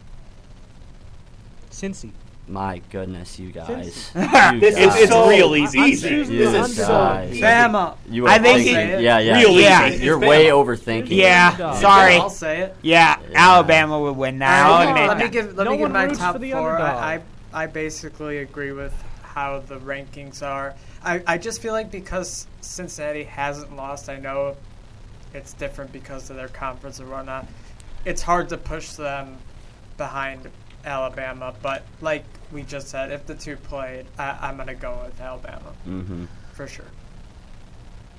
[SPEAKER 7] Cincy.
[SPEAKER 6] My goodness, you guys.
[SPEAKER 4] Cincy.
[SPEAKER 6] You
[SPEAKER 4] This is
[SPEAKER 6] guys.
[SPEAKER 4] so- It's real easy. I'm choosing
[SPEAKER 6] You
[SPEAKER 4] this is so
[SPEAKER 6] guys.
[SPEAKER 4] easy. Bama.
[SPEAKER 6] You are
[SPEAKER 5] I think
[SPEAKER 6] thinking,
[SPEAKER 5] it-
[SPEAKER 6] yeah, yeah.
[SPEAKER 5] Real
[SPEAKER 6] yeah.
[SPEAKER 5] easy.
[SPEAKER 6] You're
[SPEAKER 5] uh, It's
[SPEAKER 6] way
[SPEAKER 5] Bama.
[SPEAKER 6] overthinking. it.
[SPEAKER 5] Yeah, sorry.
[SPEAKER 9] I'll say it.
[SPEAKER 5] Yeah, Alabama would win that.
[SPEAKER 9] All right,
[SPEAKER 5] I'll admit
[SPEAKER 9] let me
[SPEAKER 5] that.
[SPEAKER 9] give let
[SPEAKER 7] No
[SPEAKER 9] me give
[SPEAKER 7] one
[SPEAKER 9] my
[SPEAKER 7] roots
[SPEAKER 9] top
[SPEAKER 7] for the
[SPEAKER 9] four.
[SPEAKER 7] underdog.
[SPEAKER 9] I, I I basically agree with how the rankings are. I, I just feel like because Cincinnati hasn't lost, I know it's different because of their conference and whatnot. It's hard to push them behind Alabama, but like we just said, if the two played, I, I'm gonna go with Alabama
[SPEAKER 6] Mm-hmm.
[SPEAKER 9] for sure.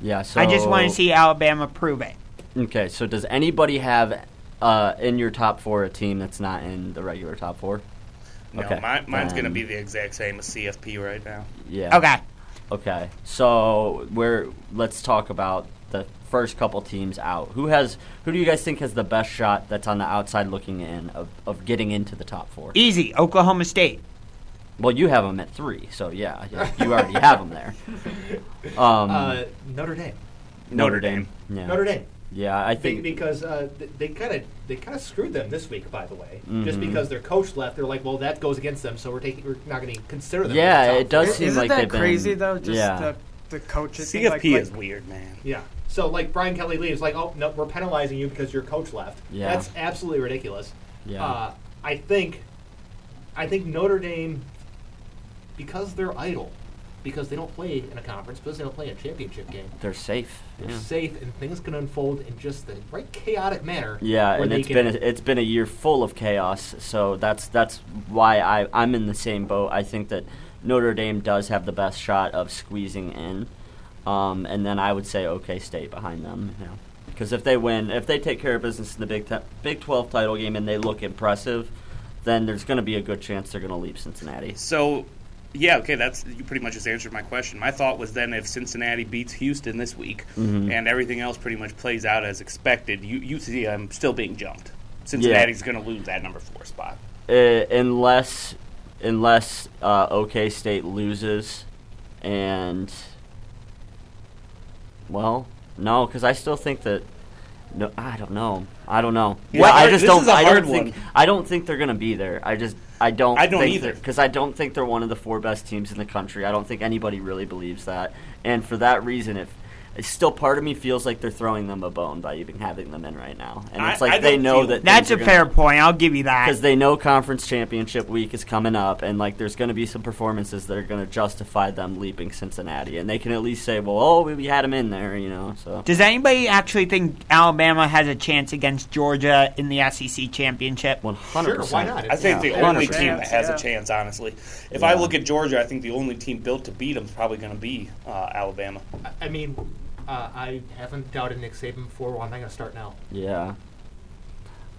[SPEAKER 6] Yeah. So
[SPEAKER 5] I just want to see Alabama prove it.
[SPEAKER 6] Okay, so does anybody have uh, in your top four a team that's not in the regular top four?
[SPEAKER 8] No, my, mine's going to
[SPEAKER 6] then-
[SPEAKER 8] be the exact same as CFP right now.
[SPEAKER 6] Um, Yeah.
[SPEAKER 5] Okay.
[SPEAKER 6] Okay. So we're let's talk about the first couple teams out. Who has who do you guys think has the best shot that's on the outside looking in of, of getting into the top four?
[SPEAKER 5] Easy, Oklahoma State.
[SPEAKER 6] Well, you have them at three, so yeah, yeah, you already have them there. Um,
[SPEAKER 4] uh, Notre Dame.
[SPEAKER 6] Notre Dame. Yeah.
[SPEAKER 4] Notre Dame.
[SPEAKER 6] Yeah, I
[SPEAKER 4] Be-
[SPEAKER 6] think
[SPEAKER 4] because uh, th- they kind of they kind of screwed them this week, by the way. Just
[SPEAKER 6] Mhm.
[SPEAKER 4] because their coach left, they're like, well, that goes against them, so we're taking we're not going to consider them.
[SPEAKER 6] Yeah,
[SPEAKER 4] in the top
[SPEAKER 6] it does
[SPEAKER 4] four.
[SPEAKER 6] seem
[SPEAKER 9] Isn't
[SPEAKER 6] like
[SPEAKER 9] that
[SPEAKER 6] they've been-
[SPEAKER 9] crazy though? Just
[SPEAKER 6] yeah.
[SPEAKER 9] the the coaching thing, like-
[SPEAKER 8] CFP
[SPEAKER 9] like-
[SPEAKER 8] is weird, man.
[SPEAKER 4] Yeah. So like Brian Kelly leaves, like, oh no, we're penalizing you because your coach left.
[SPEAKER 8] Yeah.
[SPEAKER 4] That's absolutely ridiculous.
[SPEAKER 8] Yeah.
[SPEAKER 4] Uh, I think, I think Notre Dame, because they're idle, because they don't play in a conference, because they don't play a championship game.
[SPEAKER 6] they're safe.
[SPEAKER 4] They're
[SPEAKER 6] yeah.
[SPEAKER 4] safe, and things can unfold in just the right chaotic manner.
[SPEAKER 6] Yeah,
[SPEAKER 4] where
[SPEAKER 6] and
[SPEAKER 4] they
[SPEAKER 6] it's
[SPEAKER 4] can-
[SPEAKER 6] been a, it's been a year full of chaos. So that's that's why I I'm in the same boat. I think that Notre Dame does have the best shot of squeezing in, um, and then I would say OK State behind them. You know, because if they win, if they take care of business in the Big Te- Big Twelve title game and they look impressive, then there's going to be a good chance they're going to leap Cincinnati.
[SPEAKER 8] So, yeah, okay, that's you pretty much just answered my question. My thought was then if Cincinnati beats Houston this week
[SPEAKER 6] Mhm.
[SPEAKER 8] and everything else pretty much plays out as expected, you, you see I'm still being jumped. Cincinnati's going to lose that number four spot.
[SPEAKER 6] Uh, unless unless uh, OK State loses, and well, no, because I still think that no, I don't know, I don't know.
[SPEAKER 8] Yeah,
[SPEAKER 6] Well, I
[SPEAKER 8] hard-
[SPEAKER 6] just
[SPEAKER 8] this
[SPEAKER 6] don't.
[SPEAKER 8] is a
[SPEAKER 6] I
[SPEAKER 8] hard
[SPEAKER 6] don't think.
[SPEAKER 8] one.
[SPEAKER 6] I don't think they're gonna be there. I just. I don't.
[SPEAKER 8] I don't
[SPEAKER 6] think
[SPEAKER 8] either.
[SPEAKER 6] because I don't think they're one of the four best teams in the country. I don't think anybody really believes that, and for that reason, if. It's still part of me feels like they're throwing them a bone by even having them in right now, and
[SPEAKER 5] I-
[SPEAKER 6] it's like
[SPEAKER 5] I
[SPEAKER 6] they
[SPEAKER 5] don't
[SPEAKER 6] know
[SPEAKER 5] feel-
[SPEAKER 6] that
[SPEAKER 5] That's
[SPEAKER 6] things are
[SPEAKER 5] a
[SPEAKER 6] gonna-
[SPEAKER 5] fair point. I'll give you that.
[SPEAKER 6] because they know conference championship week is coming up, and like there's going to be some performances that are going to justify them leaping Cincinnati, and they can at least say, "Well, oh, we, we had them in there," you know. So
[SPEAKER 5] Does anybody actually think Alabama has a chance against Georgia in the SEC championship?
[SPEAKER 6] One
[SPEAKER 8] Sure, why not? I think the only team that has a chance, honestly. If I
[SPEAKER 5] Yeah.
[SPEAKER 8] look at Georgia, I think the only team built to beat them is probably going to be uh, Alabama.
[SPEAKER 4] I mean, uh, I haven't doubted Nick Saban before. Well, I'm not going to start now.
[SPEAKER 6] yeah,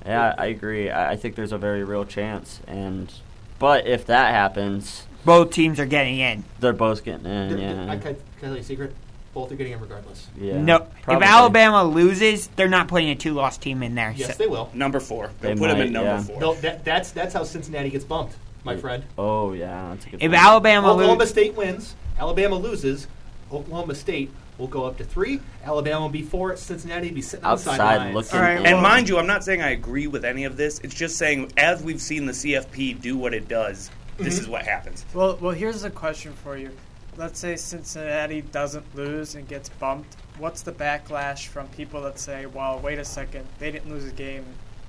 [SPEAKER 6] yeah, I agree. I, I think there's a very real chance, and but if that happens,
[SPEAKER 5] both teams are getting in.
[SPEAKER 6] They're both getting in.
[SPEAKER 4] They're-
[SPEAKER 6] yeah.
[SPEAKER 4] I can, can I tell you a secret? Both are getting in regardless.
[SPEAKER 6] Yeah.
[SPEAKER 5] no,
[SPEAKER 6] probably.
[SPEAKER 5] if Alabama loses, they're not putting a two-loss team in there.
[SPEAKER 4] Yes,
[SPEAKER 5] so-
[SPEAKER 4] they will.
[SPEAKER 8] Number four.
[SPEAKER 6] They'll They put 'em in might, number yeah. four.
[SPEAKER 4] No, that, that's that's how Cincinnati gets bumped, my friend.
[SPEAKER 6] Oh yeah, that's a good
[SPEAKER 5] If
[SPEAKER 6] point.
[SPEAKER 5] Alabama
[SPEAKER 4] Oklahoma
[SPEAKER 5] loses,
[SPEAKER 4] State wins. Alabama loses. Oklahoma State will go up to three. Alabama will be four. Cincinnati will be sitting on the sidelines.
[SPEAKER 8] and mind you, I'm not saying I agree with any of this. It's just saying, as we've seen the CFP do what it does,
[SPEAKER 9] Mhm.
[SPEAKER 8] this
[SPEAKER 4] Mm-hmm.
[SPEAKER 8] is what happens.
[SPEAKER 9] Well, well, here's a question for you: let's say Cincinnati doesn't lose and gets bumped, what's the backlash from people that say, well, wait a second, they didn't lose a game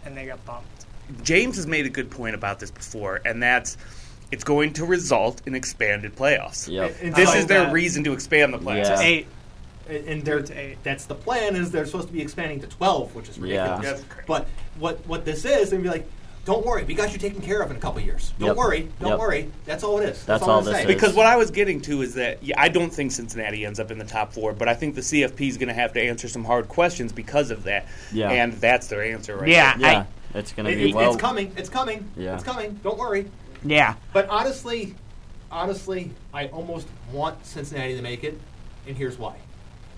[SPEAKER 9] and they got bumped?
[SPEAKER 8] James has made a good point about this before, and that's it's going to result in expanded playoffs.
[SPEAKER 4] Yep. And- and
[SPEAKER 8] This
[SPEAKER 4] so
[SPEAKER 8] is their
[SPEAKER 4] that-
[SPEAKER 8] reason to expand the Mm-hmm. playoffs.
[SPEAKER 4] To eight. And- And they're, that's the plan is they're supposed to be expanding to 12, which is
[SPEAKER 8] Yeah.
[SPEAKER 4] ridiculous.
[SPEAKER 8] That's
[SPEAKER 4] But what, what this is, they'd be like, don't worry, we got you taken care of in a couple years. Don't
[SPEAKER 8] Yep.
[SPEAKER 4] worry, don't
[SPEAKER 8] Yep.
[SPEAKER 4] worry. That's all it is. That's, I'm saying.
[SPEAKER 8] Because what I was getting to is that yeah, I don't think Cincinnati ends up in the top four, but I think the CFP is going to have to answer some hard questions because of that.
[SPEAKER 6] Yeah.
[SPEAKER 8] And that's their answer right
[SPEAKER 5] Yeah,
[SPEAKER 8] there.
[SPEAKER 5] Yeah,
[SPEAKER 6] I- it's gonna
[SPEAKER 4] It-
[SPEAKER 6] be
[SPEAKER 4] it-
[SPEAKER 6] well-
[SPEAKER 4] It's coming. It's coming.
[SPEAKER 6] Yeah.
[SPEAKER 4] It's coming. Don't worry.
[SPEAKER 5] Yeah.
[SPEAKER 4] But honestly, honestly, I almost want Cincinnati to make it, and here's why.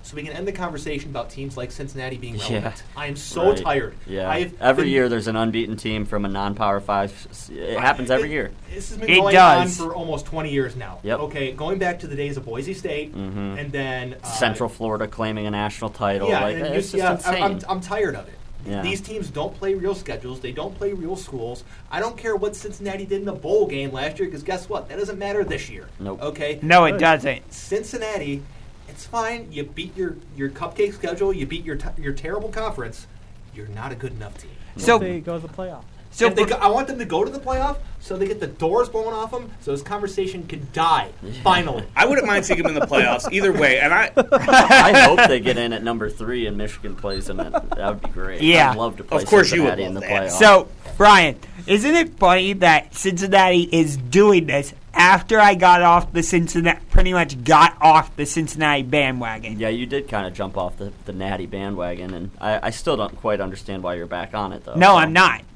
[SPEAKER 4] So we can end the conversation about teams like Cincinnati being relevant. I am so
[SPEAKER 6] Right.
[SPEAKER 4] tired.
[SPEAKER 6] Yeah.
[SPEAKER 4] I have
[SPEAKER 6] every
[SPEAKER 4] been-
[SPEAKER 6] year there's an unbeaten team from a non-power five. s- It happens every year.
[SPEAKER 4] This has been going on for almost 20 years now.
[SPEAKER 6] Yep.
[SPEAKER 4] Okay, going back to the days of Boise State,
[SPEAKER 6] Mhm.
[SPEAKER 4] and then uh,
[SPEAKER 6] Central Florida claiming a national title.
[SPEAKER 4] Yeah,
[SPEAKER 6] like,
[SPEAKER 4] and
[SPEAKER 6] it's
[SPEAKER 4] UCF,
[SPEAKER 6] just
[SPEAKER 4] I-
[SPEAKER 6] insane.
[SPEAKER 4] I'm, I'm tired of it.
[SPEAKER 6] Yeah.
[SPEAKER 4] These teams don't play real schedules. They don't play real schools. I don't care what Cincinnati did in the bowl game last year because guess what? That doesn't matter this year.
[SPEAKER 6] Nope.
[SPEAKER 4] Okay.
[SPEAKER 5] No, it doesn't.
[SPEAKER 4] Cincinnati, it's fine. You beat your your cupcake schedule. You beat your t- your terrible conference. You're not a good enough team.
[SPEAKER 7] So they go to the playoff.
[SPEAKER 4] So they go, I want them to go to the playoff so they get the doors blown off them so this conversation can die. Finally.
[SPEAKER 8] I wouldn't mind seeing them in the playoffs either way, and I
[SPEAKER 6] I hope they get in at number three and Michigan plays them. At, that would be great.
[SPEAKER 5] Yeah.
[SPEAKER 6] I'd love to play
[SPEAKER 5] Of course you would
[SPEAKER 6] Cincinnati in the
[SPEAKER 5] love
[SPEAKER 6] playoffs.
[SPEAKER 5] So, Brian, isn't it funny that Cincinnati is doing this after I got off the Cincinnati, pretty much got off the Cincinnati bandwagon?
[SPEAKER 6] yeah, you did kind of jump off the, the natty bandwagon, and I, I still don't quite understand why you're back on it though.
[SPEAKER 5] No, I'm not.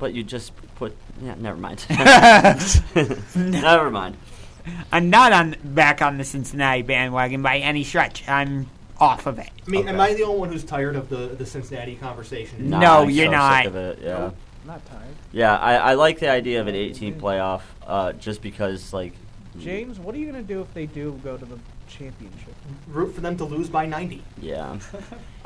[SPEAKER 6] But you just put. Yeah, never mind. never mind.
[SPEAKER 5] I'm not on back on the Cincinnati bandwagon by any stretch. I'm off of it.
[SPEAKER 4] I mean, am I the only one who's tired of the, the Cincinnati conversation?
[SPEAKER 5] No, No, I'm you're so not.
[SPEAKER 6] Sick of it, yeah.
[SPEAKER 7] Not tired.
[SPEAKER 6] Yeah, I, I like the idea of an 18 playoff, uh, just because like
[SPEAKER 7] James, what are you gonna do if they do go to the championship?
[SPEAKER 4] Root for them to lose by 90.
[SPEAKER 6] Yeah.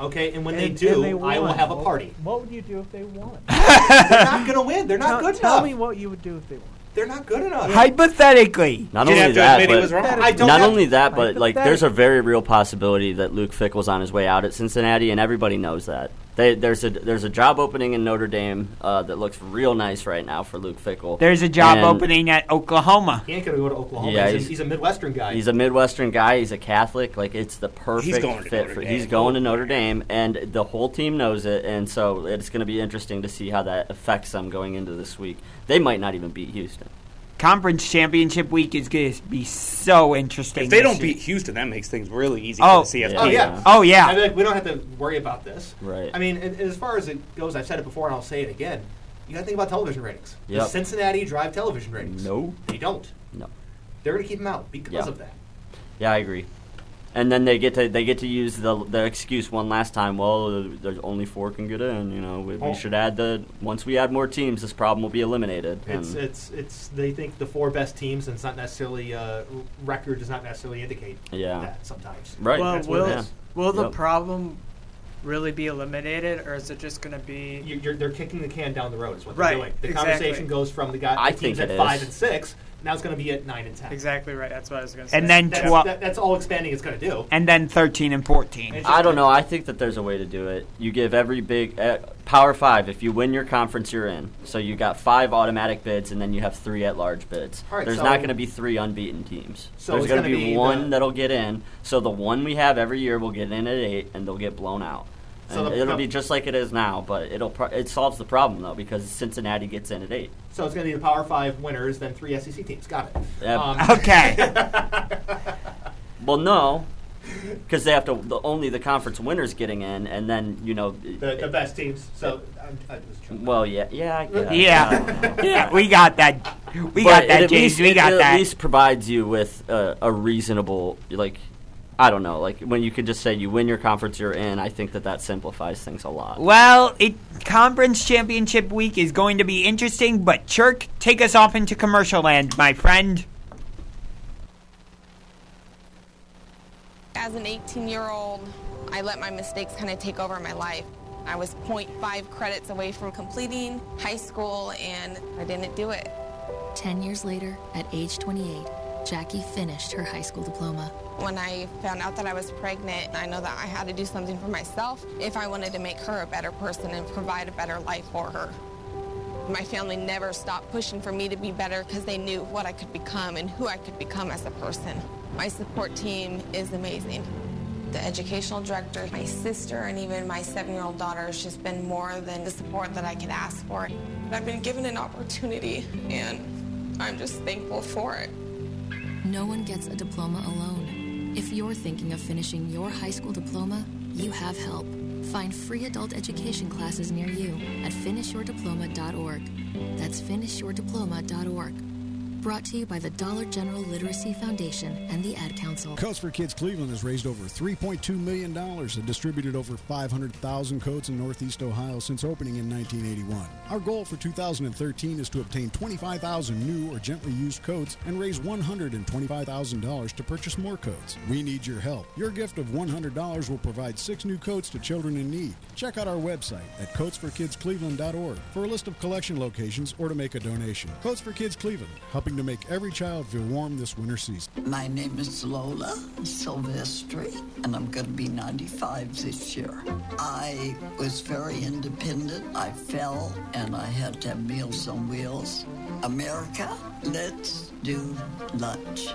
[SPEAKER 4] Okay, and when they
[SPEAKER 7] And-
[SPEAKER 4] do,
[SPEAKER 7] and they
[SPEAKER 4] I will
[SPEAKER 7] won.
[SPEAKER 4] have a
[SPEAKER 7] What-
[SPEAKER 4] party.
[SPEAKER 7] What would you do if they won?
[SPEAKER 4] They're not going to win. They're not
[SPEAKER 7] tell,
[SPEAKER 4] good
[SPEAKER 7] tell
[SPEAKER 4] enough.
[SPEAKER 7] me what you would do if they won.
[SPEAKER 4] They're not good enough.
[SPEAKER 5] Hypothetically,
[SPEAKER 6] Not only that, but
[SPEAKER 4] I don't
[SPEAKER 6] not
[SPEAKER 4] have-
[SPEAKER 6] only that, but like there's a very real possibility that Luke Fickle's on his way out at Cincinnati, and everybody knows that. They, there's a there's a job opening in Notre Dame uh, that looks real nice right now for Luke Fickle.
[SPEAKER 5] There's a job
[SPEAKER 6] And
[SPEAKER 5] opening at Oklahoma.
[SPEAKER 4] He ain't going to go to Oklahoma.
[SPEAKER 6] Yeah,
[SPEAKER 4] he's,
[SPEAKER 6] he's-
[SPEAKER 4] a, he's a Midwestern guy.
[SPEAKER 6] He's a Midwestern guy. He's a Catholic. Like it's the perfect
[SPEAKER 4] going to
[SPEAKER 6] fit
[SPEAKER 4] Notre
[SPEAKER 6] for.
[SPEAKER 4] Dame.
[SPEAKER 6] He's going to Notre Dame, and the whole team knows it. And so it's going to be interesting to see how that affects them going into this week. They might not even beat Houston.
[SPEAKER 5] Conference championship week is going to be so interesting.
[SPEAKER 8] if they
[SPEAKER 5] this
[SPEAKER 8] don't
[SPEAKER 5] year.
[SPEAKER 8] beat Houston, that makes things really easy
[SPEAKER 5] Oh,
[SPEAKER 8] for the CFP.
[SPEAKER 5] yeah. Oh, yeah. Oh, yeah.
[SPEAKER 4] I mean, like, we don't have to worry about this.
[SPEAKER 6] Right.
[SPEAKER 4] I mean, and, and as far as it goes, I've said it before and I'll say it again. You got to think about television ratings.
[SPEAKER 6] Yep.
[SPEAKER 4] Does Cincinnati drive television ratings?
[SPEAKER 6] No.
[SPEAKER 4] They don't.
[SPEAKER 6] No.
[SPEAKER 4] They're going to keep him out because
[SPEAKER 6] Yeah.
[SPEAKER 4] of that.
[SPEAKER 6] Yeah, I agree. And then they get to they get to use the the excuse one last time. Well, there's only four can get in. You know, we,
[SPEAKER 4] Oh.
[SPEAKER 6] we should add the once we add more teams, this problem will be eliminated.
[SPEAKER 4] It's
[SPEAKER 6] And
[SPEAKER 4] it's it's they think the four best teams, and it's not necessarily uh, record does not necessarily indicate
[SPEAKER 6] Yeah.
[SPEAKER 4] that sometimes.
[SPEAKER 9] Well,
[SPEAKER 4] That's what
[SPEAKER 9] will,
[SPEAKER 4] it is.
[SPEAKER 9] will the
[SPEAKER 4] Yep.
[SPEAKER 9] problem really be eliminated, or is it just going to be?
[SPEAKER 4] You, you're, they're kicking the can down the road. Is what
[SPEAKER 9] Right,
[SPEAKER 4] they're doing. The
[SPEAKER 9] exactly.
[SPEAKER 4] conversation goes from the guy
[SPEAKER 9] I
[SPEAKER 4] the teams
[SPEAKER 9] think
[SPEAKER 4] at
[SPEAKER 9] it
[SPEAKER 4] five
[SPEAKER 9] is.
[SPEAKER 4] and six. Now it's going to be at nine and ten.
[SPEAKER 9] Exactly right. That's what I was going to say.
[SPEAKER 5] And then
[SPEAKER 4] that's,
[SPEAKER 5] twelve-
[SPEAKER 4] that- that's all expanding is going to do.
[SPEAKER 5] and then 13 and 14.
[SPEAKER 6] I don't know. I think that there's a way to do it. You give every big uh, Power Five. If you win your conference, you're in. So you got five automatic bids, and then you have three at large bids.
[SPEAKER 5] All right,
[SPEAKER 6] there's
[SPEAKER 5] so-
[SPEAKER 6] not going to be three unbeaten teams.
[SPEAKER 5] So
[SPEAKER 6] there's
[SPEAKER 5] it's
[SPEAKER 6] going to
[SPEAKER 5] gonna
[SPEAKER 6] be,
[SPEAKER 5] be
[SPEAKER 6] one
[SPEAKER 5] the-
[SPEAKER 6] that'll get in. So the one we have every year will get in at eight, and they'll get blown out.
[SPEAKER 4] So
[SPEAKER 6] And
[SPEAKER 4] the-
[SPEAKER 6] it'll
[SPEAKER 4] the-
[SPEAKER 6] be just like it is now, but it'll pro- it solves the problem though because Cincinnati gets in at eight.
[SPEAKER 4] So it's going to be the Power Five winners, then three SEC teams. Got it. Um,
[SPEAKER 6] Yep.
[SPEAKER 5] okay.
[SPEAKER 6] Um, Well, no, because they have to the, only the conference winners getting in, and then you know
[SPEAKER 4] The, the best teams. So I'm, I was joking.
[SPEAKER 6] Well, yeah, yeah, I guess. Uh,
[SPEAKER 5] Yeah. yeah, we got that. We
[SPEAKER 6] But
[SPEAKER 5] got
[SPEAKER 6] it
[SPEAKER 5] that,
[SPEAKER 6] at
[SPEAKER 5] James.
[SPEAKER 6] least-
[SPEAKER 5] we
[SPEAKER 6] it
[SPEAKER 5] got that.
[SPEAKER 6] At least provides you with a, a reasonable, like, I don't know, like when you can just say you win your conference, you're in. I think that that simplifies things a lot.
[SPEAKER 5] Well, it conference championship week is going to be interesting, but Chirk, take us off into commercial land, my friend.
[SPEAKER 10] As an 18 year old, I let my mistakes kind of take over my life. I was 0.5 credits away from completing high school and I didn't do it.
[SPEAKER 25] 10 years later, at age 28,
[SPEAKER 28] Jackie finished her high school diploma.
[SPEAKER 10] When I found out that I was pregnant, I know that I had to do something for myself if I wanted to make her a better person and provide a better life for her. My family never stopped pushing for me to be better because they knew what I could become and who I could become as a person. My support team is amazing. The educational director, my sister, and even my seven year old daughter has just been more than the support that I could ask for. I've been given an opportunity, and I'm just thankful for it.
[SPEAKER 28] No one gets a diploma alone. If you're thinking of finishing your high school diploma, you have help. Find free adult education classes near you at finishyourdiploma.org. That's finishyourdiploma.org. Brought to you by the Dollar General Literacy Foundation and the Ad Council.
[SPEAKER 29] Coats for Kids Cleveland has raised over $3.2 million and distributed over 500,000 coats in Northeast Ohio since opening in 1981. Our goal for 2013 is to obtain 25,000 new or gently used coats and raise $125,000 to purchase more coats. We need your help. Your gift of $100 will provide six new coats to children in need. Check out our website at coatsforkidscleveland.org for a list of collection locations or to make a donation. Coats for Kids Cleveland, helping to make every child feel warm this winter season.
[SPEAKER 13] My name is Lola Silvestri, and I'm going to be 95 this year. I was very independent. I fell, and I had to have meals on wheels. America, let's do lunch.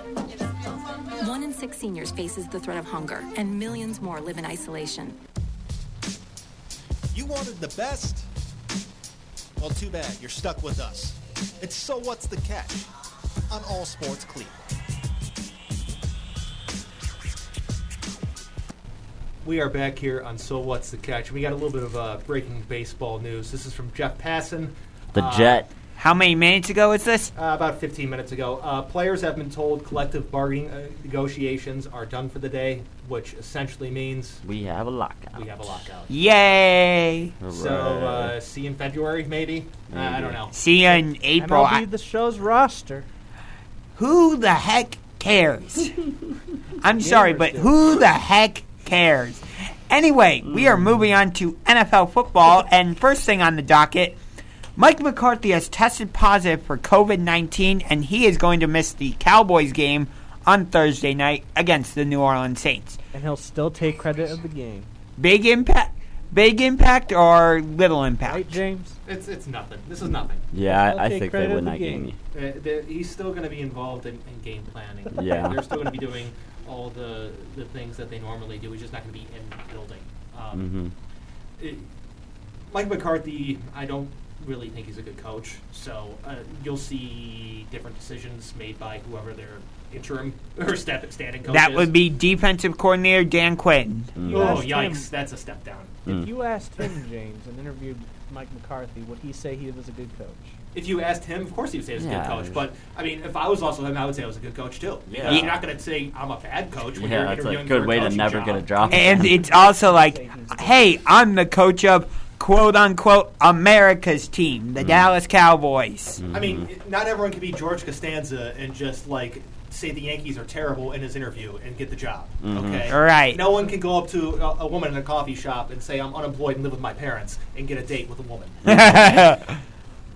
[SPEAKER 30] One in six seniors faces the threat of hunger, and millions more live in isolation.
[SPEAKER 31] You wanted the best? Well, too bad. You're stuck with us. It's So What's the Catch on All Sports Cleveland.
[SPEAKER 4] We are back here on So What's the Catch. We got a little bit of uh, breaking baseball news. This is from Jeff Passan.
[SPEAKER 6] The Jet.
[SPEAKER 5] How many minutes ago is this?
[SPEAKER 4] Uh, about 15 minutes ago. Uh, players have been told collective bargaining uh, negotiations are done for the day, which essentially means
[SPEAKER 6] We have a lockout.
[SPEAKER 4] we have a lockout.
[SPEAKER 5] Yay!
[SPEAKER 4] So, uh, see you in February, maybe? Uh, I don't know.
[SPEAKER 5] See you in April.
[SPEAKER 7] MLB the show's roster.
[SPEAKER 5] Who the heck cares? I'm sorry, but who the heck cares? Anyway, we are moving on to NFL football, and first thing on the docket, Mike McCarthy has tested positive for COVID 19, and he is going to miss the Cowboys game on Thursday night against the New Orleans Saints.
[SPEAKER 7] And he'll still take credit of the game.
[SPEAKER 5] Big impact, big impact, or little impact?
[SPEAKER 7] James?
[SPEAKER 4] It's, it's nothing. This is nothing.
[SPEAKER 6] Yeah, I- I Okay, think they credit win the that game.
[SPEAKER 4] Uh, the- he's still going to be involved in, in game planning.
[SPEAKER 6] Yeah.
[SPEAKER 4] They're still going to be doing all the, the things that they normally do. He's just not going to be in the building. Um,
[SPEAKER 6] Mhm.
[SPEAKER 4] it- Mike McCarthy, I don't really think he's a good coach. So uh, you'll see different decisions made by whoever their interim or step standing coach
[SPEAKER 5] That
[SPEAKER 4] is.
[SPEAKER 5] would be defensive coordinator Dan Quinn.
[SPEAKER 4] Oh, yikes. That's a step down.
[SPEAKER 6] Hmm.
[SPEAKER 7] If you asked him, James, and interviewed Mike McCarthy, would he say he was a good coach?
[SPEAKER 4] If you asked him, of course he would say he was a
[SPEAKER 7] Yeah,
[SPEAKER 4] good coach.
[SPEAKER 7] there's-
[SPEAKER 4] But I mean, if I was also him, I would say I was a good coach too. Because
[SPEAKER 6] Yeah.
[SPEAKER 4] you're not going to say I'm a bad coach when
[SPEAKER 6] Yeah,
[SPEAKER 4] you're
[SPEAKER 6] that's a
[SPEAKER 4] interviewing
[SPEAKER 6] good
[SPEAKER 4] for
[SPEAKER 6] way to
[SPEAKER 4] coaching
[SPEAKER 6] never
[SPEAKER 4] job.
[SPEAKER 6] get a job.
[SPEAKER 5] And it's also like, hey, I'm the coach of quote unquote America's team,
[SPEAKER 6] Mm.
[SPEAKER 5] the Dallas Cowboys.
[SPEAKER 6] Mm-hmm.
[SPEAKER 4] I mean, not everyone can be George Costanza and just like say the Yankees are terrible in his interview and get the job.
[SPEAKER 6] Mm-hmm.
[SPEAKER 5] Mhm.
[SPEAKER 4] Okay,
[SPEAKER 5] All right.
[SPEAKER 4] No one can go up to a, a woman in a coffee shop and say I'm unemployed and live with my parents and get a date with a woman.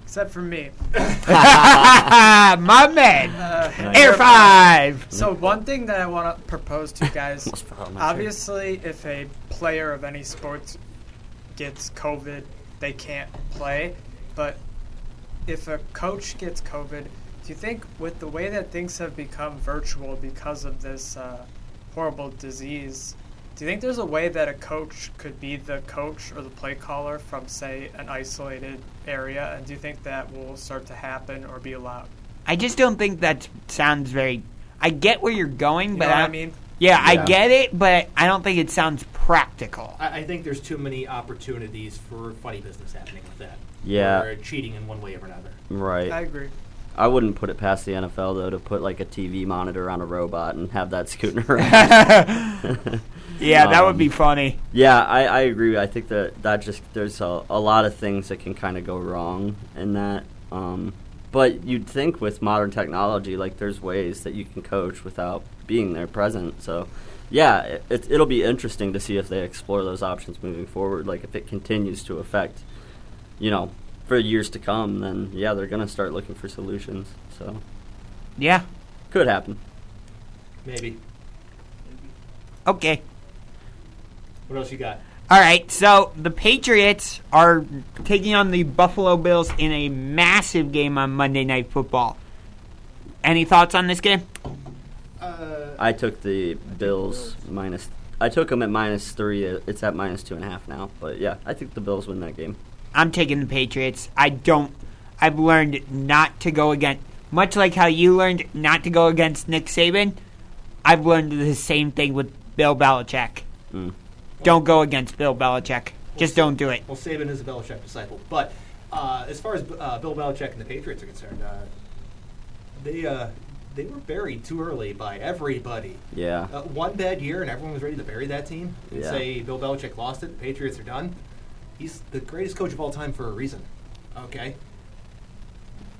[SPEAKER 9] Except for me.
[SPEAKER 5] my man,
[SPEAKER 9] Uh,
[SPEAKER 5] Air Five.
[SPEAKER 9] So one thing that I want to propose to you guys,
[SPEAKER 6] fell out of my chair.
[SPEAKER 9] obviously, if a player of any sport gets COVID, they can't play. But if a coach gets COVID, do you think with the way that things have become virtual because of this uh, horrible disease, do you think there's a way that a coach could be the coach or the play caller from, say, an isolated area? And do you think that will start to happen or be allowed?
[SPEAKER 5] I just don't think that sounds very. I get where you're going,
[SPEAKER 9] You
[SPEAKER 5] but
[SPEAKER 9] know what
[SPEAKER 5] I,
[SPEAKER 9] I mean?
[SPEAKER 5] Yeah,
[SPEAKER 4] Yeah.
[SPEAKER 5] I get it, but I don't think it sounds practical.
[SPEAKER 4] I, I think there's too many opportunities for funny business happening with that.
[SPEAKER 6] Yeah.
[SPEAKER 4] or cheating in one way or another.
[SPEAKER 6] Right.
[SPEAKER 4] I agree.
[SPEAKER 6] I wouldn't put it past the NFL though to put like a TV monitor on a robot and have that scooting around.
[SPEAKER 5] Yeah, that would be
[SPEAKER 6] Um,
[SPEAKER 5] funny.
[SPEAKER 6] Yeah, I, I agree. I think that that just there's a, a lot of things that can kind of go wrong in that. Um, but you'd think with modern technology, like there's ways that you can coach without being there present. So, yeah, it, it, it'll be interesting to see if they explore those options moving forward. Like if it continues to affect, you know, for years to come, then yeah, they're gonna start looking for solutions. So,
[SPEAKER 5] Yeah.
[SPEAKER 6] Could happen.
[SPEAKER 4] Maybe.
[SPEAKER 5] Okay.
[SPEAKER 4] What else you got?
[SPEAKER 5] All right, so the Patriots are taking on the Buffalo Bills in a massive game on Monday Night Football. Any thoughts on this game?
[SPEAKER 6] I took the Bills minus. I took them at minus three. Uh, It's at minus two and a half now. But yeah, I think the Bills win that game.
[SPEAKER 5] I'm taking the Patriots. I don't. I've learned not to go against. Much like how you learned not to go against Nick Saban, I've learned the same thing with Bill Belichick.
[SPEAKER 6] Mm.
[SPEAKER 5] Don't go against Bill Belichick. Just don't do it.
[SPEAKER 4] Well, Saban is a Belichick disciple. But uh, as far as uh, Bill Belichick and the Patriots are concerned, uh, they uh, they were buried too early by everybody.
[SPEAKER 6] Yeah.
[SPEAKER 4] Uh, one bad year, and everyone was ready to bury that team and
[SPEAKER 6] Yeah.
[SPEAKER 4] say Bill Belichick lost it. The Patriots are done. He's the greatest coach of all time for a reason. Okay.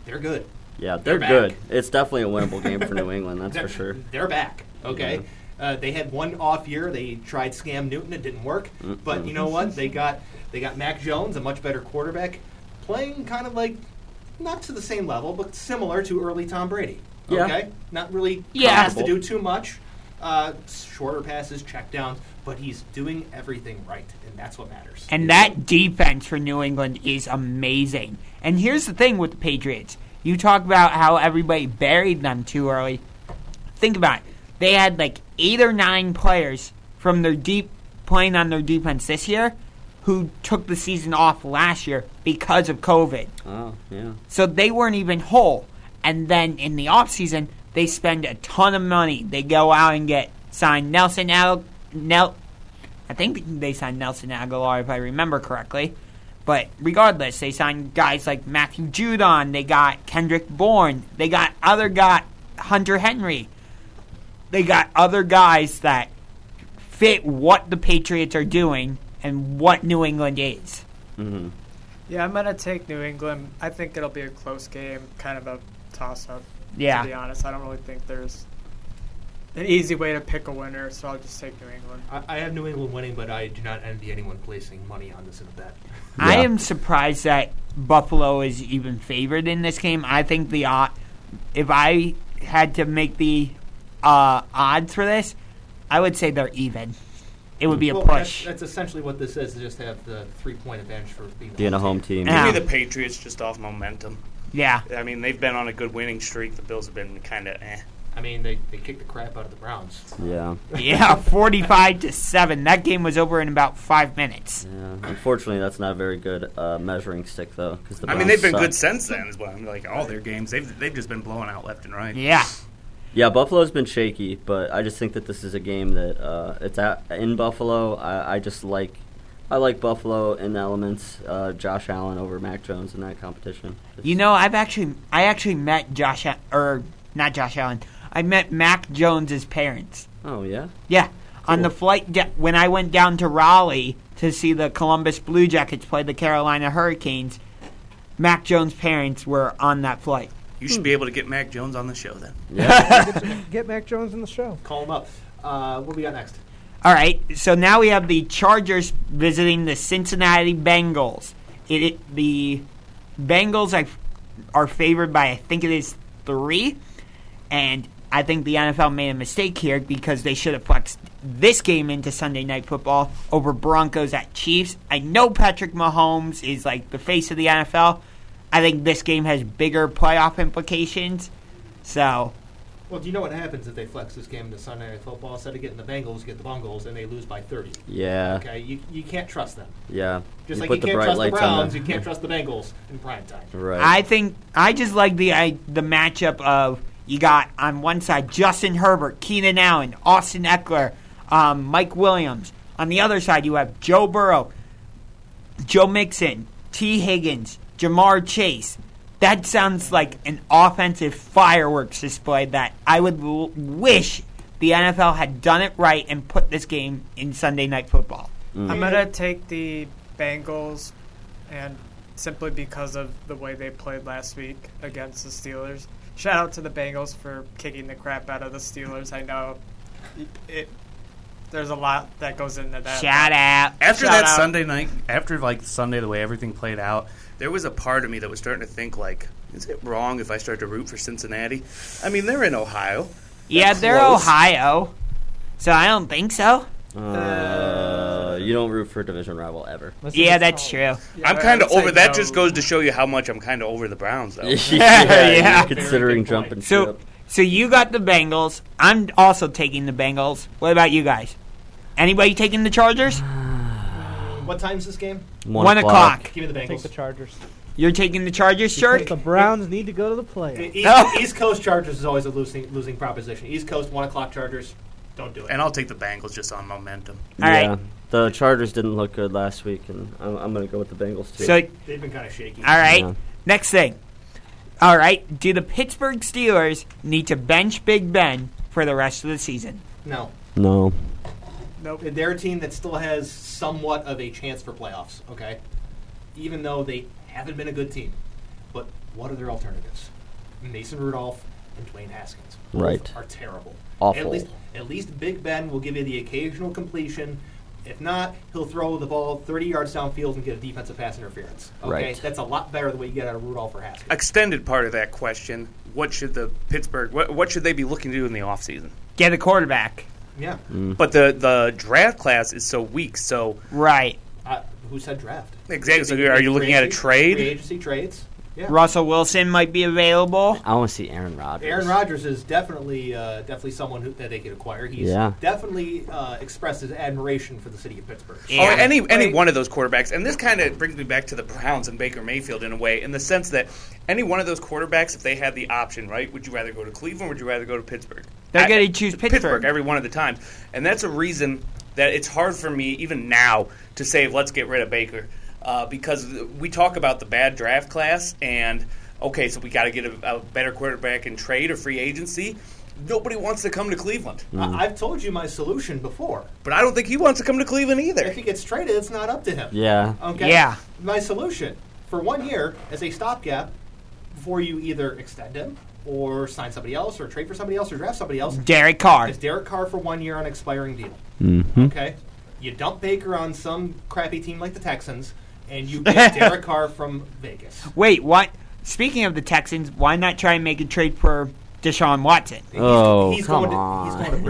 [SPEAKER 4] They're good.
[SPEAKER 6] Yeah, they're,
[SPEAKER 4] They're back.
[SPEAKER 6] good. It's definitely a winnable game for New England. That's
[SPEAKER 4] they're,
[SPEAKER 6] for sure.
[SPEAKER 4] They're back. Okay. Uh, they had one off year. They tried Scam Newton. It didn't work. But you know what? They got they got Mac Jones, a much better quarterback, playing kind of like not to the same level, but similar to early Tom Brady.
[SPEAKER 6] Yeah.
[SPEAKER 4] Okay. Not really
[SPEAKER 6] Yeah.
[SPEAKER 4] has to do too much. Uh, shorter passes, check downs, but he's doing everything right, and that's what matters.
[SPEAKER 5] And that defense for New England is amazing. And here's the thing with the Patriots. You talk about how everybody buried them too early. Think about it. They had like eight or nine players from their deep playing on their defense this year who took the season off last year because of COVID.
[SPEAKER 6] Oh yeah.
[SPEAKER 5] So they weren't even whole. And then in the offseason, they spend a ton of money. They go out and get signed Nelson Al Nel I think they signed Nelson Aguilar if I remember correctly. But regardless, they signed guys like Matthew Judon, they got Kendrick Bourne, they got other guy Hunter Henry. They got other guys that fit what the Patriots are doing and what New England is.
[SPEAKER 6] Mm-hmm.
[SPEAKER 9] Yeah, I'm gonna take New England. I think it'll be a close game, kind of a toss-up.
[SPEAKER 5] Yeah.
[SPEAKER 9] To be honest, I don't really think there's an easy way to pick a winner, so I'll just take New England.
[SPEAKER 4] I, I have New England winning, but I do not envy anyone placing money on this in a bet.
[SPEAKER 5] I am surprised that Buffalo is even favored in this game. I think the odd, if I had to make the uh, odds for this, I would say they're even. It would be a
[SPEAKER 4] Well,
[SPEAKER 5] push.
[SPEAKER 4] That's, that's essentially what this is. is Just have the three point advantage for being the
[SPEAKER 6] Being a home team. Yeah.
[SPEAKER 8] Maybe the Patriots just off momentum.
[SPEAKER 5] Yeah.
[SPEAKER 8] I mean, they've been on a good winning streak. The Bills have been kind of eh.
[SPEAKER 4] I mean, they, they kicked the crap out of the Browns.
[SPEAKER 6] Yeah.
[SPEAKER 5] yeah, forty-five to seven. That game was over in about five minutes.
[SPEAKER 6] Yeah. Unfortunately, that's not a very good uh, measuring stick though. Cause the
[SPEAKER 8] I mean,
[SPEAKER 6] Browns
[SPEAKER 8] they've been
[SPEAKER 6] suck.
[SPEAKER 8] good since then as well. I mean, like all their games, they've they've just been blowing out left and right.
[SPEAKER 6] Yeah, Buffalo's been shaky, but I just think that this is a game that uh, it's at, in Buffalo. I, I just like I like Buffalo in the elements. Uh, Josh Allen over Mac Jones in that competition.
[SPEAKER 5] You know, I've actually, I actually met Josh Al- or not Josh Allen. I met Mac Jones's parents.
[SPEAKER 6] Oh yeah.
[SPEAKER 5] Yeah, on the flight da- when I went down to Raleigh to see the Columbus Blue Jackets play the Carolina Hurricanes, Mac Jones' parents were on that flight.
[SPEAKER 8] You should be able to get Mac Jones on the show then.
[SPEAKER 7] Get, get Mac Jones in the show.
[SPEAKER 4] Call him up. Uh, what we got next?
[SPEAKER 5] All right, so now we have the Chargers visiting the Cincinnati Bengals. It, it the Bengals are, are favored by I think it is three, and I think the NFL made a mistake here because they should have flexed this game into Sunday Night Football over Broncos at Chiefs. I know Patrick Mahomes is like the face of the NFL. I think this game has bigger playoff implications, so.
[SPEAKER 4] Well, do you know what happens if they flex this game into Sunday Night Football? Instead of getting the Bengals, get the Bungles, and they lose by 30.
[SPEAKER 6] Yeah.
[SPEAKER 4] Okay, you, you can't trust them.
[SPEAKER 6] Yeah.
[SPEAKER 4] Just
[SPEAKER 6] You
[SPEAKER 4] like
[SPEAKER 6] put
[SPEAKER 4] you
[SPEAKER 6] the
[SPEAKER 4] can't
[SPEAKER 6] bright
[SPEAKER 4] trust the
[SPEAKER 6] lights on
[SPEAKER 4] Browns, you
[SPEAKER 6] them.
[SPEAKER 4] can't trust the Bengals in prime time.
[SPEAKER 6] Right.
[SPEAKER 5] I think I just like the I, the matchup of you got on one side Justin Herbert, Keenan Allen, Austin Eckler, um, Mike Williams. On the other side, you have Joe Burrow, Joe Mixon, T. Higgins, Jamar Chase. That sounds like an offensive fireworks display that I would l- wish the NFL had done it right and put this game in Sunday Night Football.
[SPEAKER 9] I'm gonna take the Bengals, and simply because of the way they played last week against the Steelers. Shout out to the Bengals for kicking the crap out of the Steelers. I know it. There's a lot that goes into that.
[SPEAKER 8] After
[SPEAKER 9] Shout
[SPEAKER 8] that
[SPEAKER 9] out.
[SPEAKER 8] Sunday night, after like Sunday, the way everything played out, there was a part of me that was starting to think like, Is it wrong if I start to root for Cincinnati? I mean, they're in Ohio.
[SPEAKER 5] Yeah, they're
[SPEAKER 8] close.
[SPEAKER 5] Ohio, so I don't think so.
[SPEAKER 6] Uh, you don't root for a division rival ever.
[SPEAKER 5] yeah, that's true.
[SPEAKER 8] I'm kind of over. That just goes to show you how much I'm kind of over the Browns, though.
[SPEAKER 6] considering jumping
[SPEAKER 5] So,
[SPEAKER 6] ship.
[SPEAKER 5] so you got the Bengals. I'm also taking the Bengals. What about you guys? Anybody taking the Chargers?
[SPEAKER 4] What time's this game?
[SPEAKER 5] One One o'clock. o'clock.
[SPEAKER 4] Give me the Bengals.
[SPEAKER 7] Take the Chargers.
[SPEAKER 5] You're taking the Chargers, Shirk?
[SPEAKER 7] The Browns need to go to the playoffs.
[SPEAKER 4] The East, East Coast Chargers is always a losing losing proposition. East Coast one o'clock Chargers, don't do it.
[SPEAKER 8] And I'll take the Bengals just on momentum.
[SPEAKER 6] yeah, the Chargers didn't look good last week, and I'm, I'm going to go with the Bengals too.
[SPEAKER 5] So
[SPEAKER 4] They've been kinda shaky.
[SPEAKER 5] All right.
[SPEAKER 6] Yeah.
[SPEAKER 5] Next thing. All right. Do the Pittsburgh Steelers need to bench Big Ben for the rest of the season?
[SPEAKER 4] No.
[SPEAKER 6] no,
[SPEAKER 4] Nope. They're a team that still has somewhat of a chance for playoffs, okay? Even though they haven't been a good team. But what are their alternatives? Mason Rudolph and Dwayne Haskins. Both
[SPEAKER 6] Right.
[SPEAKER 4] Are terrible. At
[SPEAKER 6] Awful.
[SPEAKER 4] least, at least Big Ben will give you the occasional completion. If not, he'll throw the ball 30 yards downfield and get a defensive pass interference. Okay?
[SPEAKER 8] Right.
[SPEAKER 4] That's a lot better than what you get out of Rudolph or Haskins.
[SPEAKER 8] Extended part of that question: What should the Pittsburgh? What, what should they be looking to do in the offseason?
[SPEAKER 5] Get a quarterback.
[SPEAKER 4] Yeah.
[SPEAKER 8] But the the draft class is so weak. So
[SPEAKER 5] right.
[SPEAKER 4] Uh, who said draft?
[SPEAKER 8] Exactly. So are you looking
[SPEAKER 4] Free
[SPEAKER 8] at a
[SPEAKER 4] agency-
[SPEAKER 8] trade?
[SPEAKER 4] Free agency trades. Yeah.
[SPEAKER 5] Russell Wilson might be available.
[SPEAKER 6] I want to see Aaron Rodgers.
[SPEAKER 4] Aaron Rodgers is definitely uh, definitely someone who, that they could acquire. He's
[SPEAKER 6] Yeah.
[SPEAKER 4] definitely uh, expressed his admiration for the city of Pittsburgh.
[SPEAKER 8] Oh, any any one of those quarterbacks, and this kind of brings me back to the Browns and Baker Mayfield in a way, in the sense that any one of those quarterbacks, if they had the option, right, would you rather go to Cleveland? Would you rather go to Pittsburgh?
[SPEAKER 5] They're
[SPEAKER 8] I-
[SPEAKER 5] going to choose
[SPEAKER 8] Pittsburgh.
[SPEAKER 5] Pittsburgh.
[SPEAKER 8] every one of the times, and that's a reason that it's hard for me even now to say let's get rid of Baker uh, because we talk about the bad draft class and okay, so we got to get a, a better quarterback in trade or free agency. Nobody wants to come to Cleveland.
[SPEAKER 4] I- I've told you my solution before.
[SPEAKER 8] But I don't think he wants to come to Cleveland either.
[SPEAKER 4] If he gets traded, it's not up to him.
[SPEAKER 6] Yeah.
[SPEAKER 4] Okay.
[SPEAKER 6] Yeah.
[SPEAKER 4] My solution for one year as a stopgap before you either extend him or sign somebody else or trade for somebody else or draft somebody else.
[SPEAKER 5] Derek Carr.
[SPEAKER 4] It's Derek Carr for one year on an expiring deal.
[SPEAKER 6] Mm-hmm.
[SPEAKER 5] Mhm.
[SPEAKER 4] Okay. You dump Baker on some crappy team like the Texans, and you get Derek Carr from Vegas.
[SPEAKER 5] Wait, what? Speaking of the Texans, why not try and make a trade for Deshaun Watson?
[SPEAKER 6] oh,
[SPEAKER 4] he's
[SPEAKER 6] come
[SPEAKER 4] going to-
[SPEAKER 6] on.
[SPEAKER 4] he's going to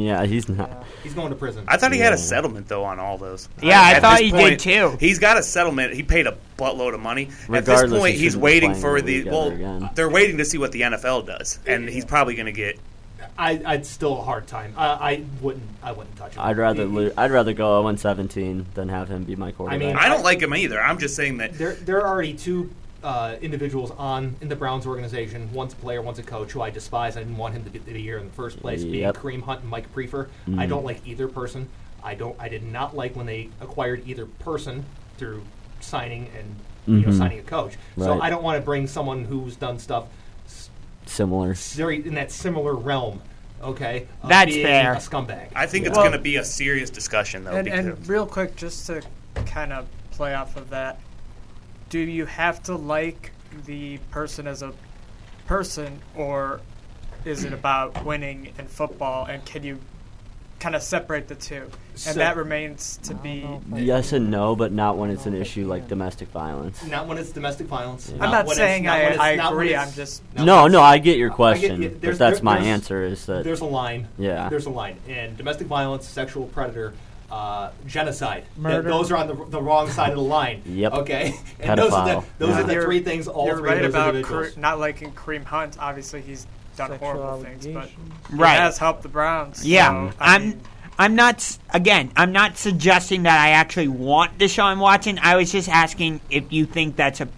[SPEAKER 6] yeah, he's not.
[SPEAKER 4] He's going to prison.
[SPEAKER 8] I thought he had a
[SPEAKER 6] Yeah.
[SPEAKER 8] settlement though on all those.
[SPEAKER 5] Yeah, I
[SPEAKER 8] At
[SPEAKER 5] thought
[SPEAKER 8] this
[SPEAKER 5] he did,
[SPEAKER 8] point, He's got a settlement. He paid a buttload of money. At
[SPEAKER 6] Regardless,
[SPEAKER 8] this point,
[SPEAKER 6] he
[SPEAKER 8] he's
[SPEAKER 6] shouldn't be
[SPEAKER 8] waiting
[SPEAKER 6] playing
[SPEAKER 8] for
[SPEAKER 6] in the
[SPEAKER 8] the
[SPEAKER 6] league
[SPEAKER 8] well.
[SPEAKER 6] ever again.
[SPEAKER 8] They're waiting to see what the NFL does, and he's probably going to get.
[SPEAKER 4] I, I'd still a hard time. I, I wouldn't. I wouldn't touch him.
[SPEAKER 6] I'd rather lo- I'd rather go 0 17 than have him be my
[SPEAKER 4] I
[SPEAKER 6] quarterback.
[SPEAKER 4] mean,
[SPEAKER 8] don't like him either. I'm just saying that
[SPEAKER 4] there there are already two uh, individuals on in the Browns organization. One's a player, one's a coach, who I despise. I didn't want him to be, to be here in the first place. Being
[SPEAKER 6] Yep.
[SPEAKER 4] Kareem Hunt and Mike Prefer, I
[SPEAKER 6] Mhm.
[SPEAKER 4] don't like either person. I don't. I did not like when they acquired either person through signing and you know
[SPEAKER 6] Mhm.
[SPEAKER 4] signing a coach. So
[SPEAKER 6] Right.
[SPEAKER 4] I don't want to bring someone who's done stuff
[SPEAKER 6] Similar.
[SPEAKER 4] very in that similar realm. Okay, of
[SPEAKER 5] That's
[SPEAKER 4] being
[SPEAKER 5] fair.
[SPEAKER 4] A scumbag.
[SPEAKER 8] I think it's
[SPEAKER 4] Well-
[SPEAKER 8] going to be a serious discussion though.
[SPEAKER 9] And,
[SPEAKER 8] because
[SPEAKER 9] and real quick, just to kind of play off of that, do you have to like the person as a person, or is it about winning in football? And can you kind of separate the two? And
[SPEAKER 4] So-
[SPEAKER 9] that remains to be.
[SPEAKER 6] yes and no, but not when it's an issue like domestic violence.
[SPEAKER 4] Not when it's domestic violence.
[SPEAKER 9] I'm not
[SPEAKER 4] when it's-
[SPEAKER 9] saying
[SPEAKER 4] not when
[SPEAKER 9] I-
[SPEAKER 4] it's-
[SPEAKER 9] I
[SPEAKER 4] not when
[SPEAKER 9] agree,
[SPEAKER 4] it's-
[SPEAKER 9] I'm just-
[SPEAKER 4] not
[SPEAKER 6] No,
[SPEAKER 4] when
[SPEAKER 6] no,
[SPEAKER 4] it's-
[SPEAKER 6] I get your question,
[SPEAKER 4] yeah,
[SPEAKER 6] but
[SPEAKER 4] there's-
[SPEAKER 6] that's
[SPEAKER 4] there-
[SPEAKER 6] my
[SPEAKER 4] there's-
[SPEAKER 6] answer is that-
[SPEAKER 4] there's a line.
[SPEAKER 6] Yeah.
[SPEAKER 4] there's a line, and domestic violence, sexual predator. Uh, genocide. Th-
[SPEAKER 9] Murder.
[SPEAKER 4] those are on the, the wrong side of the line.
[SPEAKER 6] Yep.
[SPEAKER 4] Okay. And those are the,
[SPEAKER 6] Pedophile.
[SPEAKER 4] those
[SPEAKER 6] Yeah.
[SPEAKER 4] are the
[SPEAKER 9] You're-
[SPEAKER 4] three things. All
[SPEAKER 9] you're
[SPEAKER 4] three
[SPEAKER 9] right
[SPEAKER 4] of those
[SPEAKER 9] about
[SPEAKER 4] individuals.
[SPEAKER 9] Kare- not liking Kareem Hunt. Obviously, he's done horrible things, but he
[SPEAKER 5] Right.
[SPEAKER 9] has helped the Browns.
[SPEAKER 5] Yeah,
[SPEAKER 9] so, I
[SPEAKER 5] I'm. I'm not. s- Again, I'm not suggesting that I actually want Deshaun Watson. I was just asking if you think that's a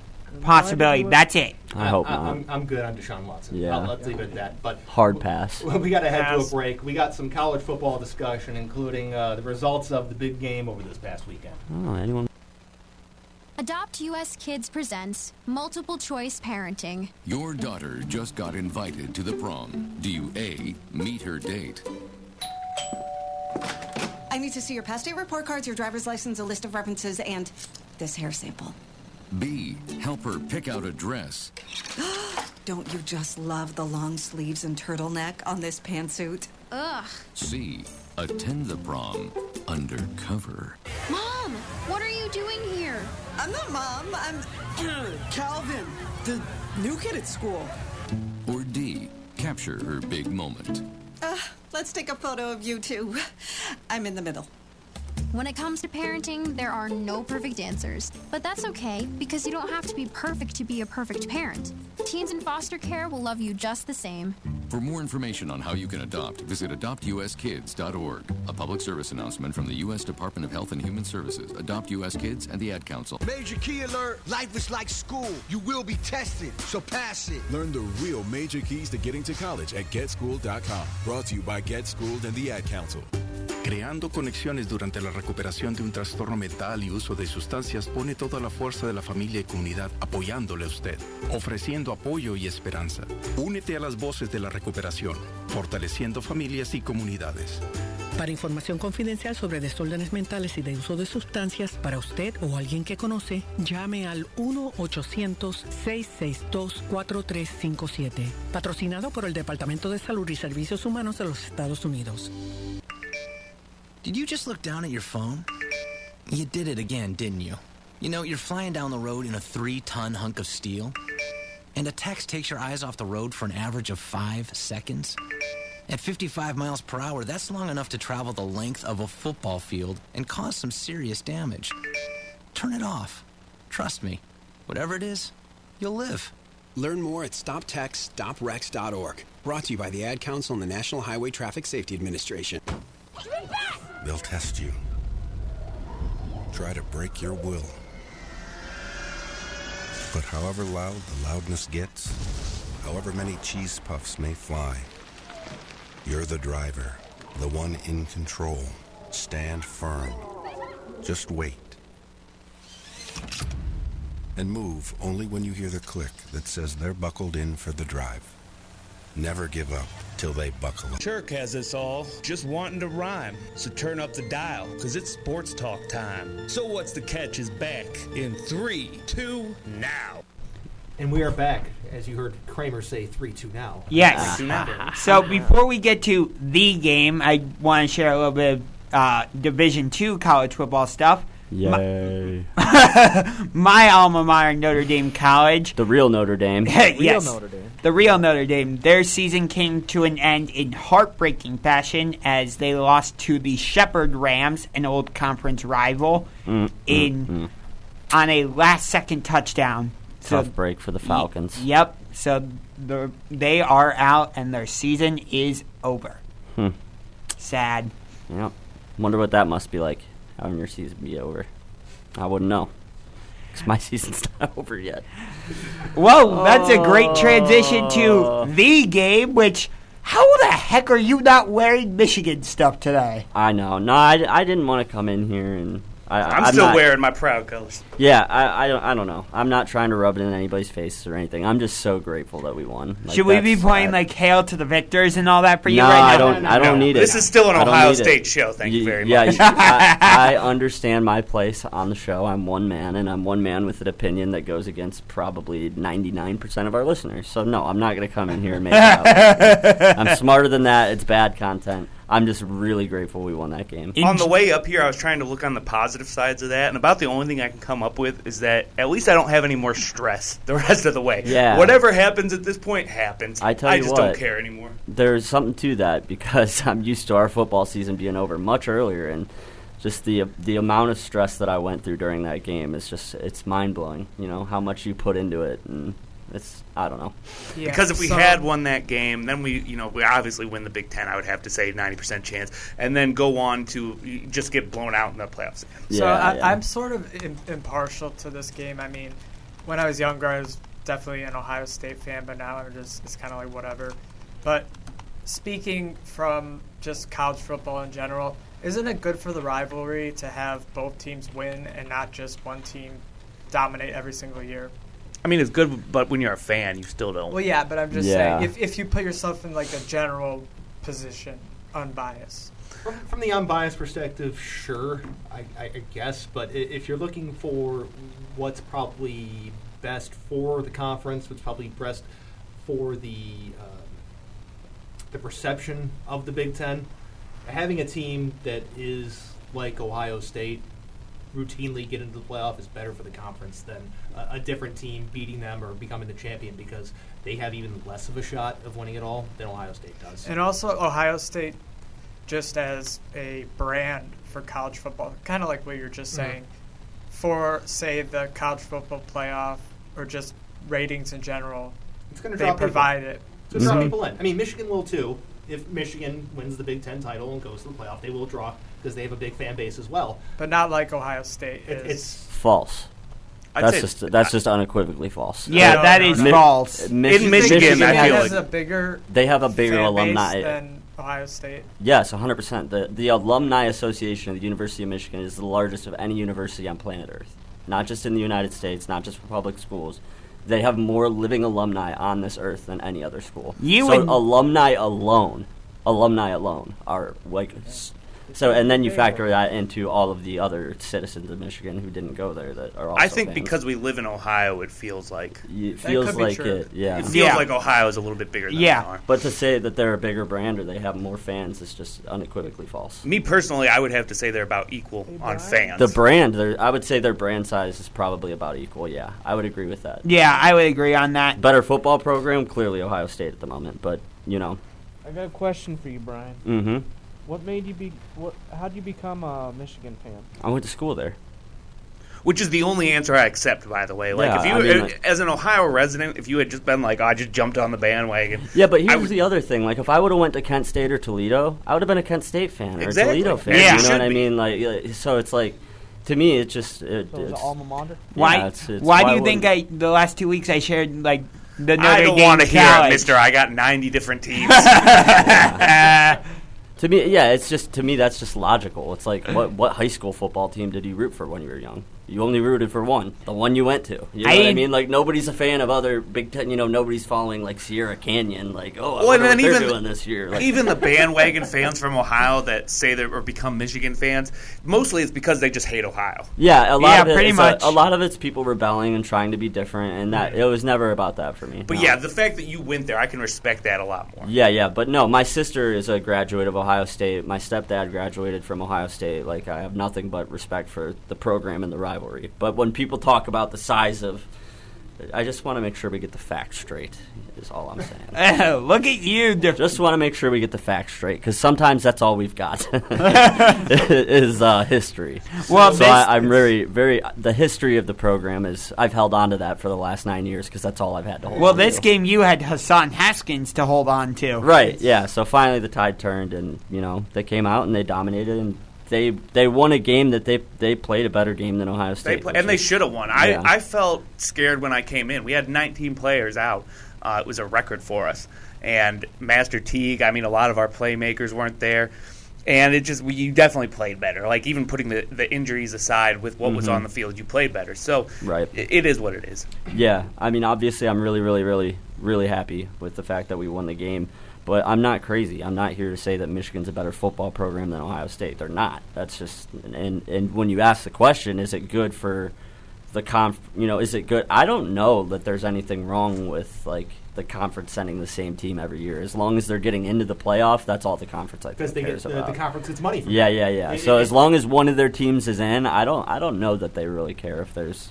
[SPEAKER 5] possibility. That's it.
[SPEAKER 6] I hope
[SPEAKER 4] I,
[SPEAKER 6] not.
[SPEAKER 4] am I'm good on Deshaun Watson.
[SPEAKER 6] Yeah.
[SPEAKER 4] I'll- let's leave it at that. But
[SPEAKER 6] Hard pass.
[SPEAKER 4] Well, we got to head to a
[SPEAKER 6] Pass.
[SPEAKER 4] break. We got some college football discussion, including uh, the results of the big game over this past weekend.
[SPEAKER 6] Oh, anyone?
[SPEAKER 15] Adopt US Kids presents Multiple Choice Parenting.
[SPEAKER 18] Your daughter just got invited to the prom. Do you A, meet her date?
[SPEAKER 16] I need to see your past date report cards, your driver's license, a list of references, and this hair sample.
[SPEAKER 18] B, help her pick out a dress?
[SPEAKER 16] Don't you just love the long sleeves and turtleneck on this pantsuit?
[SPEAKER 15] Ugh.
[SPEAKER 18] C,
[SPEAKER 32] Attend the prom undercover.
[SPEAKER 15] Mom, what are you doing here?
[SPEAKER 33] I'm not mom. I'm Calvin, the new kid at school.
[SPEAKER 32] Or D. Capture her big moment.
[SPEAKER 34] Uh, let's take a photo of you two. I'm in the middle.
[SPEAKER 15] When it comes to parenting, there are no perfect answers. But that's okay, because you don't have to be perfect to be a perfect parent. Teens in foster care will love you just the same.
[SPEAKER 32] For more information on how you can adopt, visit adoptuskids.org. A public service announcement from the U.S. Department of Health and Human Services, Adopt U.S. Kids, and the Ad Council.
[SPEAKER 1] Major Key Alert. Life is like school. You will be tested, so pass it.
[SPEAKER 35] Learn the real major keys to getting to college at getschool.com. Brought to you by Get Schooled and the Ad Council.
[SPEAKER 36] Creando conexiones durante la recuperación de un trastorno mental y uso de sustancias pone toda la fuerza de la familia y comunidad apoyándole a usted, ofreciendo apoyo y esperanza. Únete a las voces de la recuperación, fortaleciendo familias y comunidades.
[SPEAKER 24] Para información confidencial sobre desórdenes mentales y de uso de sustancias para usted o alguien que conoce, llame al 1-800-662-4357. Patrocinado por el Departamento de Salud y Servicios Humanos de los Estados Unidos.
[SPEAKER 26] Did you just look down at your phone? You did it again, didn't you? You know, you're flying down the road in a three ton hunk of steel, and a text takes your eyes off the road for an average of five seconds. At 55 miles per hour, that's long enough to travel the length of a football field and cause some serious damage. Turn it off. Trust me, whatever it is, you'll live.
[SPEAKER 17] Learn more at stoptextstoprex.org. Brought to you by the Ad Council and the National Highway Traffic Safety Administration.
[SPEAKER 37] They'll test you. Try to break your will. But however loud the loudness gets, however many cheese puffs may fly, you're the driver, the one in control. Stand firm. Just wait. And move only when you hear the click that says they're buckled in for the drive. Never give up till they buckle up.
[SPEAKER 8] Turk has us all just wanting to rhyme, so turn up the dial, cause it's sports talk time. So What's the Catch is back in three, two, now.
[SPEAKER 4] And we are back, as you heard Kramer say, three, two, now.
[SPEAKER 5] Yes.
[SPEAKER 4] Three, two, now.
[SPEAKER 5] So before we get to the game, I want to share a little bit of uh, Division Two college football stuff.
[SPEAKER 6] Yay.
[SPEAKER 5] My alma mater, Notre Dame College.
[SPEAKER 6] The real Notre Dame.
[SPEAKER 5] yes. The real Notre Dame. Their season came to an end in heartbreaking fashion as they lost to the Shepherd Rams, an old conference rival,
[SPEAKER 6] Mm,
[SPEAKER 5] in
[SPEAKER 6] mm,
[SPEAKER 5] on a last second touchdown.
[SPEAKER 6] mm. Tough break for the Falcons.
[SPEAKER 5] Yep. So the, they are out and their season is over.
[SPEAKER 6] Hmm.
[SPEAKER 5] Sad.
[SPEAKER 6] Yep. Wonder what that must be like. Having your season be over. I wouldn't know. 'Cause my season's not over yet.
[SPEAKER 5] Whoa, that's a great transition
[SPEAKER 6] Oh.
[SPEAKER 5] to the game, which, how the heck are you not wearing Michigan stuff today?
[SPEAKER 6] I know. No, I, d- I didn't want to come in here and. I,
[SPEAKER 8] I'm, still
[SPEAKER 6] not-
[SPEAKER 8] wearing my proud colors.
[SPEAKER 6] Yeah, I, I don't. I don't know. I'm not trying to rub it in anybody's face or anything. I'm just so grateful that we won. Like,
[SPEAKER 5] Should we be
[SPEAKER 6] that's-
[SPEAKER 5] playing like Hail to the Victors and all that for you
[SPEAKER 6] no,
[SPEAKER 5] right now?
[SPEAKER 6] I don't. I don't need it. I don't need it. You- yeah, you- I, I understand my place on the show. I'm one man, and I'm one man with an opinion that goes against probably 99% of our listeners. So no, I'm not going to come in here and make. That I'm smarter than that. It's bad content. I'm just really grateful we won that game.
[SPEAKER 8] on the way up here, I was trying to look on the positive sides of that, and about the only thing I can come up with is that at least I don't have any more stress the rest of the way.
[SPEAKER 6] Yeah.
[SPEAKER 8] Whatever happens at this point happens.
[SPEAKER 6] I tell you
[SPEAKER 8] just
[SPEAKER 6] what,
[SPEAKER 8] don't care anymore.
[SPEAKER 6] There's something to that because I'm used to our football season being over much earlier, and just the the amount of stress that I went through during that game is just it's mind blowing. You know how much you put into it, and it's I don't know.
[SPEAKER 8] because if we had won that game, then we, you know, we obviously win the Big Ten. I would have to say ninety percent chance, and then go on to just get blown out in the playoffs. Again.
[SPEAKER 6] Yeah,
[SPEAKER 8] so
[SPEAKER 36] So,
[SPEAKER 8] I,
[SPEAKER 36] I-
[SPEAKER 8] yeah.
[SPEAKER 36] I'm
[SPEAKER 8] I'm
[SPEAKER 36] s-
[SPEAKER 9] sort of im impartial to this game. I mean, when I was younger, I was definitely an Ohio State fan, but now I'm just it's kind of like whatever. But speaking from just college football in general, isn't it good for the rivalry to have both teams win and not just one team dominate every single year?
[SPEAKER 8] I mean, it's good, but when you're a fan, you still don't.
[SPEAKER 9] Well, yeah, but I'm just
[SPEAKER 8] Yeah.
[SPEAKER 9] saying if if you put yourself in like a general position, unbiased.
[SPEAKER 4] From, from the unbiased perspective, sure, I, I, I guess, but i- if you're looking for what's probably best for the conference, what's probably best for the um, the perception of the Big Ten, having a team that is like Ohio State routinely get into the playoff is better for the conference than a, a different team beating them or becoming the champion because they have even less of a shot of winning it all than Ohio State does.
[SPEAKER 9] And also, Ohio State, just as a brand for college football, kind of like what you're just
[SPEAKER 4] Mhm.
[SPEAKER 9] saying, for, say, the college football playoff or just ratings in general,
[SPEAKER 4] it's gonna
[SPEAKER 9] they
[SPEAKER 4] draw people.
[SPEAKER 9] provide it.
[SPEAKER 4] So draw people in. I mean, Michigan will too. If Michigan wins the Big Ten title and goes to the playoff, they will draw because they have a big fan base as well.
[SPEAKER 9] But not like Ohio State. Is.
[SPEAKER 4] it's
[SPEAKER 6] False.
[SPEAKER 4] I'd
[SPEAKER 6] that's
[SPEAKER 4] say-
[SPEAKER 6] just that's just unequivocally false.
[SPEAKER 5] Yeah,
[SPEAKER 6] Uh,
[SPEAKER 5] that is
[SPEAKER 6] Mi-
[SPEAKER 5] false.
[SPEAKER 6] Mi-
[SPEAKER 5] In Michigan, I
[SPEAKER 6] has-
[SPEAKER 5] feel
[SPEAKER 9] has like- a bigger
[SPEAKER 6] They have a bigger
[SPEAKER 9] fan base
[SPEAKER 6] alumni
[SPEAKER 9] than Ohio State.
[SPEAKER 6] Yes, 100. percent The the alumni association of the University of Michigan is the largest of any university on planet Earth. Not just in the United States, not just for public schools. They have more living alumni on this earth than any other school.
[SPEAKER 5] You
[SPEAKER 6] so
[SPEAKER 5] would-
[SPEAKER 6] alumni alone, alumni alone are like. s- So and then you factor that into all of the other citizens of Michigan who didn't go there that are also.
[SPEAKER 8] I think
[SPEAKER 6] fans.
[SPEAKER 8] because we live in Ohio, it feels like
[SPEAKER 6] it feels like it. Yeah,
[SPEAKER 8] It feels like Ohio is a little bit bigger. Than They are.
[SPEAKER 6] but to say that they're a bigger brand or they have more fans is just unequivocally false.
[SPEAKER 8] Me personally, I would have to say they're about equal on fans.
[SPEAKER 6] The brand, their- I would say their brand size is probably about equal. Yeah, I would agree with that.
[SPEAKER 5] Yeah, I would agree on that.
[SPEAKER 6] Better football program, clearly Ohio State at the moment, but you know,
[SPEAKER 7] I got a question for you, Brian.
[SPEAKER 8] Mm-hmm.
[SPEAKER 6] Mhm.
[SPEAKER 7] What made you be? What? How'd you become a Michigan fan?
[SPEAKER 6] I went to school there.
[SPEAKER 8] Which is the only answer I accept, by the way. Like,
[SPEAKER 6] Yeah,
[SPEAKER 8] if you,
[SPEAKER 6] I mean, like-
[SPEAKER 8] as an Ohio resident, if you had just been like, "Oh, I just jumped on the bandwagon.
[SPEAKER 6] Yeah, but here's the other thing. Like, if I would have went to Kent State or Toledo, I would have been a Kent State fan or
[SPEAKER 8] Exactly.
[SPEAKER 6] a Toledo fan.
[SPEAKER 8] Yeah.
[SPEAKER 6] You know
[SPEAKER 8] Should
[SPEAKER 6] what I
[SPEAKER 8] be.
[SPEAKER 6] mean? Like, like, so it's like, to me, it's just it,
[SPEAKER 7] So it was an
[SPEAKER 6] it's-
[SPEAKER 7] alma mater?
[SPEAKER 5] Why?
[SPEAKER 6] Yeah, it's- it's-
[SPEAKER 5] why, do you
[SPEAKER 6] would-
[SPEAKER 5] think I the last two weeks I shared like the Notre
[SPEAKER 8] I don't
[SPEAKER 5] Dame
[SPEAKER 8] want to hear it,
[SPEAKER 5] college?
[SPEAKER 8] Mister. I got ninety different teams.
[SPEAKER 6] To me, yeah, it's just to me that's just logical. It's like what what high school football team did you root for when you were young? You only rooted for one, the one you went to. You know
[SPEAKER 5] I
[SPEAKER 6] what I
[SPEAKER 5] ain't-
[SPEAKER 6] mean? Like nobody's a fan of other Big Ten. You know, nobody's following like Sierra Canyon. Like oh, I
[SPEAKER 8] Well,
[SPEAKER 6] wonder
[SPEAKER 8] and
[SPEAKER 6] what
[SPEAKER 8] then
[SPEAKER 6] they're
[SPEAKER 8] even
[SPEAKER 6] doing this year. Like,
[SPEAKER 8] even the bandwagon fans from Ohio that say they or become Michigan fans, mostly it's because they just hate Ohio.
[SPEAKER 6] yeah, a lot
[SPEAKER 8] Yeah,
[SPEAKER 6] of it
[SPEAKER 8] pretty
[SPEAKER 6] is a-
[SPEAKER 8] much.
[SPEAKER 6] A, lot of it's people rebelling and trying to be different, and that it was never about that for me.
[SPEAKER 8] But
[SPEAKER 6] no.
[SPEAKER 8] yeah, the fact that you went there, I can respect that a lot more.
[SPEAKER 6] Yeah, yeah, but no, my sister is a graduate of Ohio State. My stepdad graduated from Ohio State. Like, I have nothing but respect for the program and the rivalry. But when people talk about the size of, I just want to make sure we get the facts straight. Is all I'm saying.
[SPEAKER 5] Look at you.
[SPEAKER 6] Just want to make sure we get the facts straight because sometimes that's all we've got is uh, history.
[SPEAKER 5] Well,
[SPEAKER 6] so
[SPEAKER 5] this-
[SPEAKER 6] I, I'm very, very. The history of the program is I've held on to that for the last nine years because that's all I've had to hold.
[SPEAKER 5] Well,
[SPEAKER 6] on to.
[SPEAKER 5] this game you had Hassan Haskins to hold on to.
[SPEAKER 6] Right. Yeah. So finally, the tide turned, and you know they came out and they dominated, and they they won a game that they they played a better game than Ohio
[SPEAKER 8] They
[SPEAKER 6] State,
[SPEAKER 8] play,
[SPEAKER 6] which
[SPEAKER 8] and they
[SPEAKER 6] is-
[SPEAKER 8] should have won. I,
[SPEAKER 6] Yeah.
[SPEAKER 8] I felt scared when I came in. We had 19 players out. Uh, it was a record for us. And Master Teague, I mean, a lot of our playmakers weren't there. And it just, we, you definitely played better. Like, even putting the, the injuries aside with what was
[SPEAKER 6] Mhm.
[SPEAKER 8] on the field, you played better. So
[SPEAKER 6] Right.
[SPEAKER 8] i- it is what it is.
[SPEAKER 6] Yeah. I mean, obviously, I'm really, really, really, really happy with the fact that we won the game. But I'm not crazy. I'm not here to say that Michigan's a better football program than Ohio State. They're not. That's just and and when you ask the question, is it good for the conf? You know, is it good? I don't know that there's anything wrong with like the conference sending the same team every year. As long as they're getting into the playoff, that's all the conference I
[SPEAKER 4] because
[SPEAKER 6] think
[SPEAKER 4] they
[SPEAKER 6] cares
[SPEAKER 4] get the,
[SPEAKER 6] about.
[SPEAKER 4] the conference gets money. From
[SPEAKER 6] Yeah,
[SPEAKER 4] it.
[SPEAKER 6] yeah, yeah.
[SPEAKER 4] It-
[SPEAKER 6] So
[SPEAKER 4] it-
[SPEAKER 6] as long as one of their teams is in, I don't I don't know that they really care if there's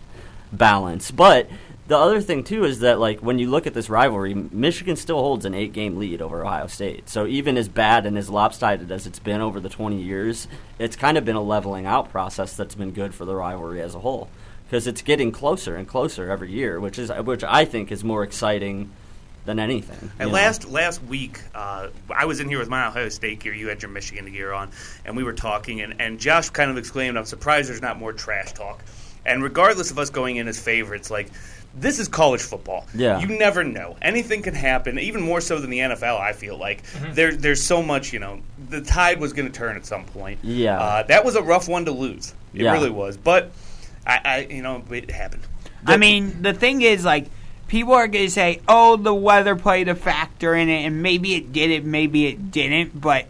[SPEAKER 6] balance. But the other thing too is that like when you look at this rivalry, M- Michigan still holds an 8-game lead over Ohio State. So even as bad and as lopsided as it's been over the 20 years, it's kind of been a leveling out process that's been good for the rivalry as a whole because it's getting closer and closer every year, which is which I think is more exciting than anything. you
[SPEAKER 8] And
[SPEAKER 6] know?
[SPEAKER 8] last last week, uh, I was in here with my Ohio State gear. You had your Michigan gear on, and we were talking. And, and Josh kind of exclaimed, "I'm surprised there's not more trash talk." And regardless of us going in as favorites, like this is college football.
[SPEAKER 6] Yeah.
[SPEAKER 8] you never know. Anything can happen. Even more so than the NFL. I feel like there there's so much. You know, the tide was going to turn at some point.
[SPEAKER 6] Yeah.
[SPEAKER 8] uh, that was a rough one to lose. It
[SPEAKER 6] Yeah.
[SPEAKER 8] really was. But I, I, you know, it happened.
[SPEAKER 5] I mean, the thing is, like, people are going to say, oh, the weather played a factor in it, and maybe it did it, maybe it didn't, but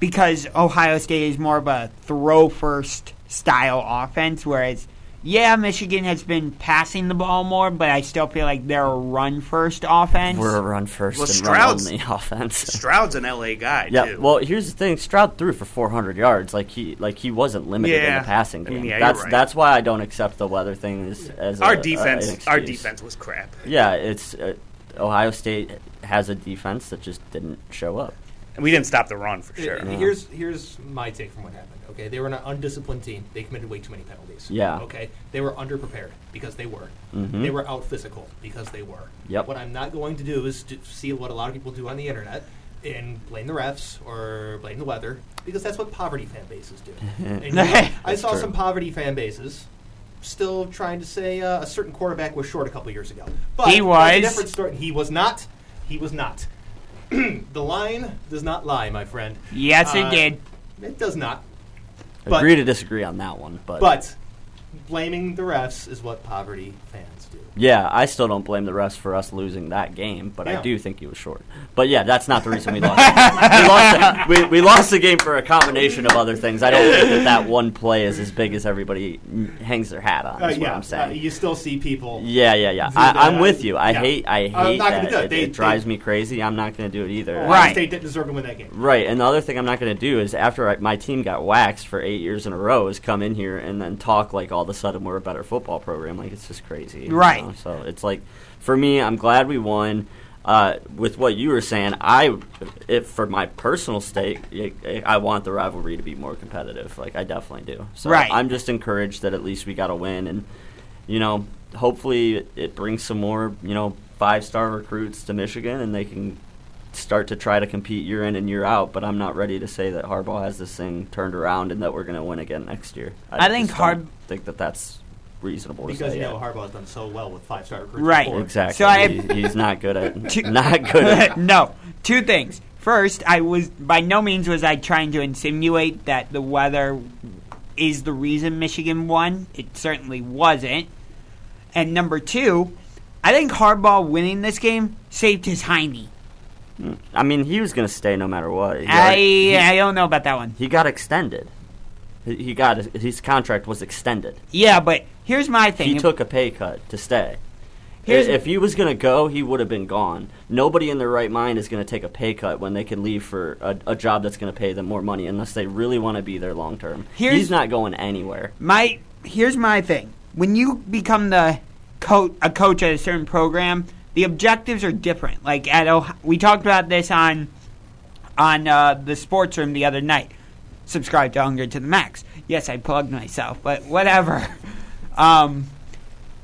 [SPEAKER 5] because Ohio State is more of a throw first style offense, whereas yeah, Michigan has been passing the ball more, but I still feel like they're a run first offense.
[SPEAKER 6] We're a run first
[SPEAKER 8] Well,
[SPEAKER 6] and
[SPEAKER 8] Stroud's-
[SPEAKER 6] run only offense.
[SPEAKER 8] Stroud's an LA guy
[SPEAKER 6] Yeah.
[SPEAKER 8] too.
[SPEAKER 6] Well, here's the thing: Stroud threw for 400 yards. Like he, like he wasn't limited in
[SPEAKER 8] Yeah.
[SPEAKER 6] the passing
[SPEAKER 8] I mean,
[SPEAKER 6] game.
[SPEAKER 8] yeah, you're
[SPEAKER 6] that's
[SPEAKER 8] right.
[SPEAKER 6] that's why I don't accept the weather thing as, as a-
[SPEAKER 8] Our
[SPEAKER 6] a- an
[SPEAKER 8] defense, our
[SPEAKER 6] excuse.
[SPEAKER 8] defense was crap.
[SPEAKER 6] Yeah, it's uh, Ohio State has a defense that just didn't show up.
[SPEAKER 8] We didn't stop the run for
[SPEAKER 4] Uh, Here's here's my take from what happened. Okay, they were an undisciplined team. They committed way too many penalties.
[SPEAKER 6] Yeah.
[SPEAKER 4] Okay, they were underprepared because they were.
[SPEAKER 6] Mhm.
[SPEAKER 4] They were out physical because they were.
[SPEAKER 6] Yep.
[SPEAKER 4] What I'm not going to do is to see what a lot of people do on the internet and blame the refs or blame the weather because that's what poverty fan bases do. And you know, I
[SPEAKER 6] That's
[SPEAKER 4] saw
[SPEAKER 6] true.
[SPEAKER 4] some poverty fan bases. Still trying to say uh, a certain quarterback was short a couple years ago, but that's
[SPEAKER 5] He
[SPEAKER 4] a
[SPEAKER 5] was.
[SPEAKER 4] different story. He was not. He was not. the line does not lie, my friend.
[SPEAKER 5] Yes, it
[SPEAKER 4] Uh,
[SPEAKER 5] did.
[SPEAKER 4] It does not. But-
[SPEAKER 6] Agree to disagree on that one, but
[SPEAKER 4] But blaming the refs is what poverty fans do.
[SPEAKER 6] yeah, I still don't blame the refs for us losing that game, but
[SPEAKER 4] Yeah.
[SPEAKER 6] I do think he was short. But yeah, that's not the reason we lost. we, lost the, we, we lost the game for a combination of other things. I don't think that that one play is as big as everybody mm, hangs their hat on.
[SPEAKER 4] Uh,
[SPEAKER 6] Is what
[SPEAKER 4] yeah,
[SPEAKER 6] I'm saying.
[SPEAKER 4] uh, you still see people.
[SPEAKER 6] Yeah, yeah, yeah.
[SPEAKER 4] do that.
[SPEAKER 6] I, I'm with you. I
[SPEAKER 4] Yeah.
[SPEAKER 6] hate, I hate
[SPEAKER 4] I'm not gonna
[SPEAKER 6] that.
[SPEAKER 4] do it.
[SPEAKER 6] It,
[SPEAKER 4] They-
[SPEAKER 6] it drives me crazy. I'm not going to do it either.
[SPEAKER 4] Ohio Right. State didn't deserve to win that game.
[SPEAKER 6] Right. And the other thing I'm not going to do is after I, my team got waxed for eight years in a row is come in here and then talk like all of a sudden we're a better football program. Like it's just crazy. you
[SPEAKER 5] Right.
[SPEAKER 6] know? So it's like, for me, I'm glad we won. Uh, with what you were saying, I, if for my personal stake, I- I want the rivalry to be more competitive. Like I definitely do. So
[SPEAKER 5] Right.
[SPEAKER 6] I'm just encouraged that at least we got a win, and you know, hopefully it brings some more, you know, five star recruits to Michigan, and they can start to try to compete year in and year out. But I'm not ready to say that Harbaugh has this thing turned around and that we're going to win again next year.
[SPEAKER 5] I think
[SPEAKER 6] just
[SPEAKER 5] Har-
[SPEAKER 6] don't think that that's reasonable. to
[SPEAKER 4] Because
[SPEAKER 6] say
[SPEAKER 4] you know
[SPEAKER 6] yet.
[SPEAKER 4] Harbaugh's done so well with five star recruits.
[SPEAKER 5] Right.
[SPEAKER 4] before.
[SPEAKER 6] Exactly.
[SPEAKER 5] So I-
[SPEAKER 6] He- he's not good at
[SPEAKER 5] Two-
[SPEAKER 6] not good at
[SPEAKER 5] no, two things. First, I was by no means was I trying to insinuate that the weather is the reason Michigan won. It certainly wasn't. And number two, I think Harbaugh winning this game saved his hiney.
[SPEAKER 6] I mean, he was going to stay no matter what. He
[SPEAKER 5] I
[SPEAKER 6] already- he-
[SPEAKER 5] I don't know about that one.
[SPEAKER 6] He got extended. He he got his contract was extended.
[SPEAKER 5] Yeah, but here's my thing.
[SPEAKER 6] He took a pay cut to stay.
[SPEAKER 5] Here's-
[SPEAKER 6] I- if he was going to go, he would have been gone. Nobody in their right mind is going to take a pay cut when they can leave for a, a job that's going to pay them more money, unless they really want to be there long term.
[SPEAKER 5] Here's-
[SPEAKER 6] He's not going anywhere.
[SPEAKER 5] My here's my thing. When you become the coach, a coach at a certain program, the objectives are different. Like at Ohio, we talked about this on on uh, the sports room the other night. Subscribe to Hunger to the Max. Yes, I plugged myself, but whatever. Um,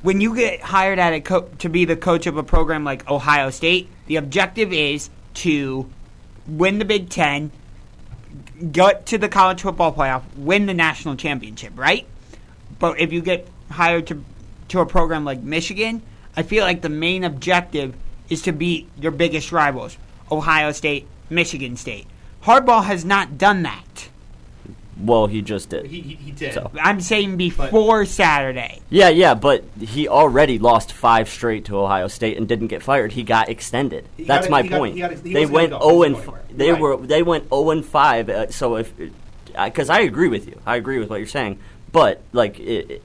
[SPEAKER 5] when you get hired at a co- to be the coach of a program like Ohio State, the objective is to win the Big Ten, get to the college football playoff, win the national championship, right? But if you get hired to to a program like Michigan, I feel like the main objective is to beat your biggest rivals, Ohio State, Michigan State. Hardball has not done that.
[SPEAKER 6] Well, he just did.
[SPEAKER 4] He, he, he did.
[SPEAKER 6] So-
[SPEAKER 5] I'm saying before Saturday.
[SPEAKER 6] Yeah, yeah, but he already lost five straight to Ohio State and didn't get fired. He got extended.
[SPEAKER 4] He
[SPEAKER 6] That's
[SPEAKER 4] got-
[SPEAKER 6] my
[SPEAKER 4] he got-
[SPEAKER 6] point.
[SPEAKER 4] he got- he
[SPEAKER 6] they
[SPEAKER 4] wasn't
[SPEAKER 6] went
[SPEAKER 4] gonna go. He
[SPEAKER 6] zero
[SPEAKER 4] wasn't
[SPEAKER 6] and
[SPEAKER 4] going
[SPEAKER 6] f-
[SPEAKER 4] anywhere.
[SPEAKER 6] they
[SPEAKER 4] Right.
[SPEAKER 6] were they went zero and five. Uh, so if because I agree with you, I agree with what you're saying. But like it, it-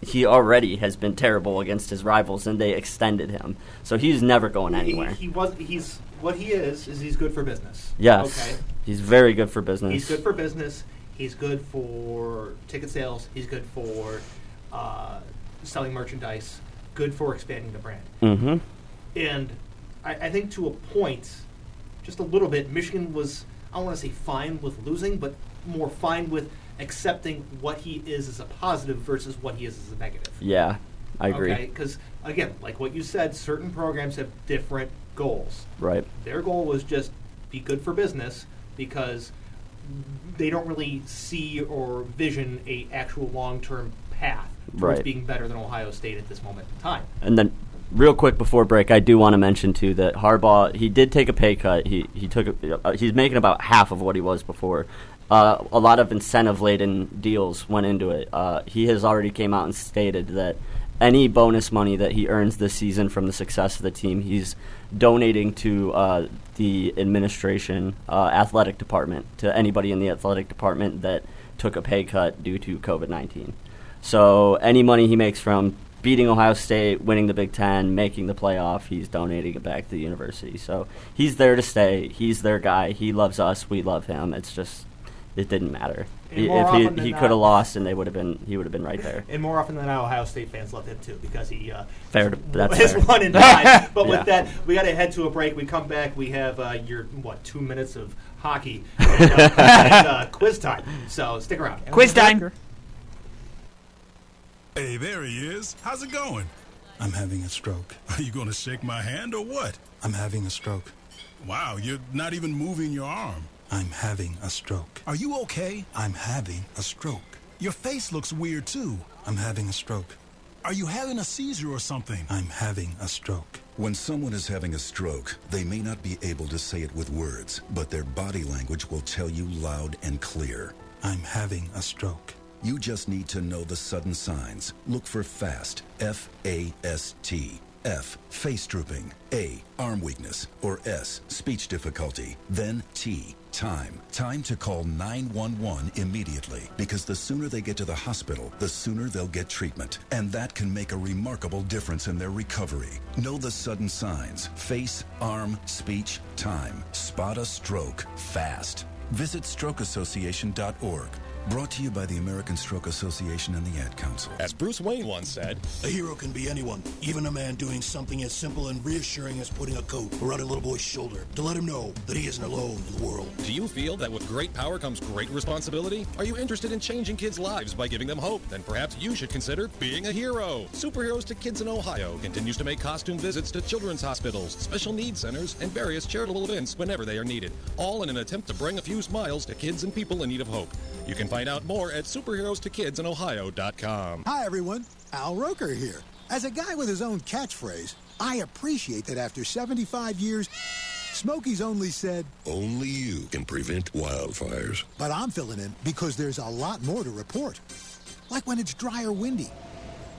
[SPEAKER 6] he already has been terrible against his rivals, and they extended him. So he's never going
[SPEAKER 4] He-
[SPEAKER 6] anywhere.
[SPEAKER 4] He, was. He's what he is. Is he's good for business.
[SPEAKER 6] yes,
[SPEAKER 4] Okay.
[SPEAKER 6] he's very good for business.
[SPEAKER 4] He's good for business. He's good for ticket sales. He's good for uh, selling merchandise. Good for expanding the brand.
[SPEAKER 6] Mm-hmm.
[SPEAKER 4] And I, I think to a point, just a little bit, Michigan was, I don't want to say fine with losing, but more fine with accepting what he is as a positive versus what he is as a negative.
[SPEAKER 6] Yeah, I agree.
[SPEAKER 4] Because, again, like what you said, certain programs have different goals.
[SPEAKER 6] Right.
[SPEAKER 4] Their goal was just be good for business because they don't really see or vision a actual long-term path towards
[SPEAKER 6] Right.
[SPEAKER 4] being better than Ohio State at this moment in time.
[SPEAKER 6] And then, real quick before break, I do want to mention too that Harbaugh he did take a pay cut. He he took a, uh, he's making about half of what he was before. Uh, a lot of incentive laden deals went into it. Uh, he has already came out and stated that any bonus money that he earns this season from the success of the team, he's donating to uh, the administration uh, athletic department to anybody in the athletic department that took a pay cut due to COVID nineteen. So any money he makes from beating Ohio State, winning the Big Ten, making the playoff, he's donating it back to the university. So he's there to stay. He's their guy. He loves us. We love him. It's just it didn't matter.
[SPEAKER 4] And
[SPEAKER 6] He-
[SPEAKER 4] more
[SPEAKER 6] if he,
[SPEAKER 4] often than
[SPEAKER 6] he
[SPEAKER 4] not-
[SPEAKER 6] could have lost, and they would have been he would have been right there.
[SPEAKER 4] And more often than not, Ohio State fans love him too because he uh,
[SPEAKER 6] Fair. That's
[SPEAKER 4] his
[SPEAKER 6] fair.
[SPEAKER 4] one and nine. But
[SPEAKER 6] Yeah.
[SPEAKER 4] with that, we got to head to a break. We come back. We have uh, your what two minutes of hockey and, uh, and, uh, quiz time. So stick around.
[SPEAKER 5] Quiz time.
[SPEAKER 21] Hey, there he is. How's it going? I'm having a stroke. Are you going to shake my hand or what? I'm having a stroke. Wow, you're not even moving your arm. I'm having a stroke. Are you okay? I'm having a stroke. Your face looks weird too. I'm having a stroke. Are you having a seizure or something? I'm having a stroke.
[SPEAKER 38] When someone is having a stroke, they may not be able to say it with words, but their body language will tell you loud and clear.
[SPEAKER 21] I'm having a stroke.
[SPEAKER 38] You just need to know the sudden signs. Look for FAST, F A S T. F, face drooping. A, arm weakness. Or S, speech difficulty. Then T, time. Time to call 911 immediately because the sooner they get to the hospital, the sooner they'll get treatment. And that can make a remarkable difference in their recovery. Know the sudden signs face, arm, speech, time. Spot a stroke fast. Visit strokeassociation.org. Brought to you by the American Stroke Association and the Ad Council.
[SPEAKER 21] As Bruce Wayne once said,
[SPEAKER 1] A hero can be anyone, even a man doing something as simple and reassuring as putting a coat around a little boy's shoulder to let him know that he isn't alone in the world.
[SPEAKER 21] Do you feel that with great power comes great responsibility? Are you interested in changing kids' lives by giving them hope? Then perhaps you should consider being a hero. Superheroes to Kids in Ohio continues to make costume visits to children's hospitals, special needs centers, and various charitable events whenever they are needed, all in an attempt to bring a few smiles to kids and people in need of hope. You can find out more at superheroes2kidsinohio.com.
[SPEAKER 1] Hi, everyone. Al Roker here. As a guy with his own catchphrase, I appreciate that after 75 years, Smokey's only said, Only you can prevent wildfires. but I'm filling in because there's a lot more to report. Like when it's dry or windy.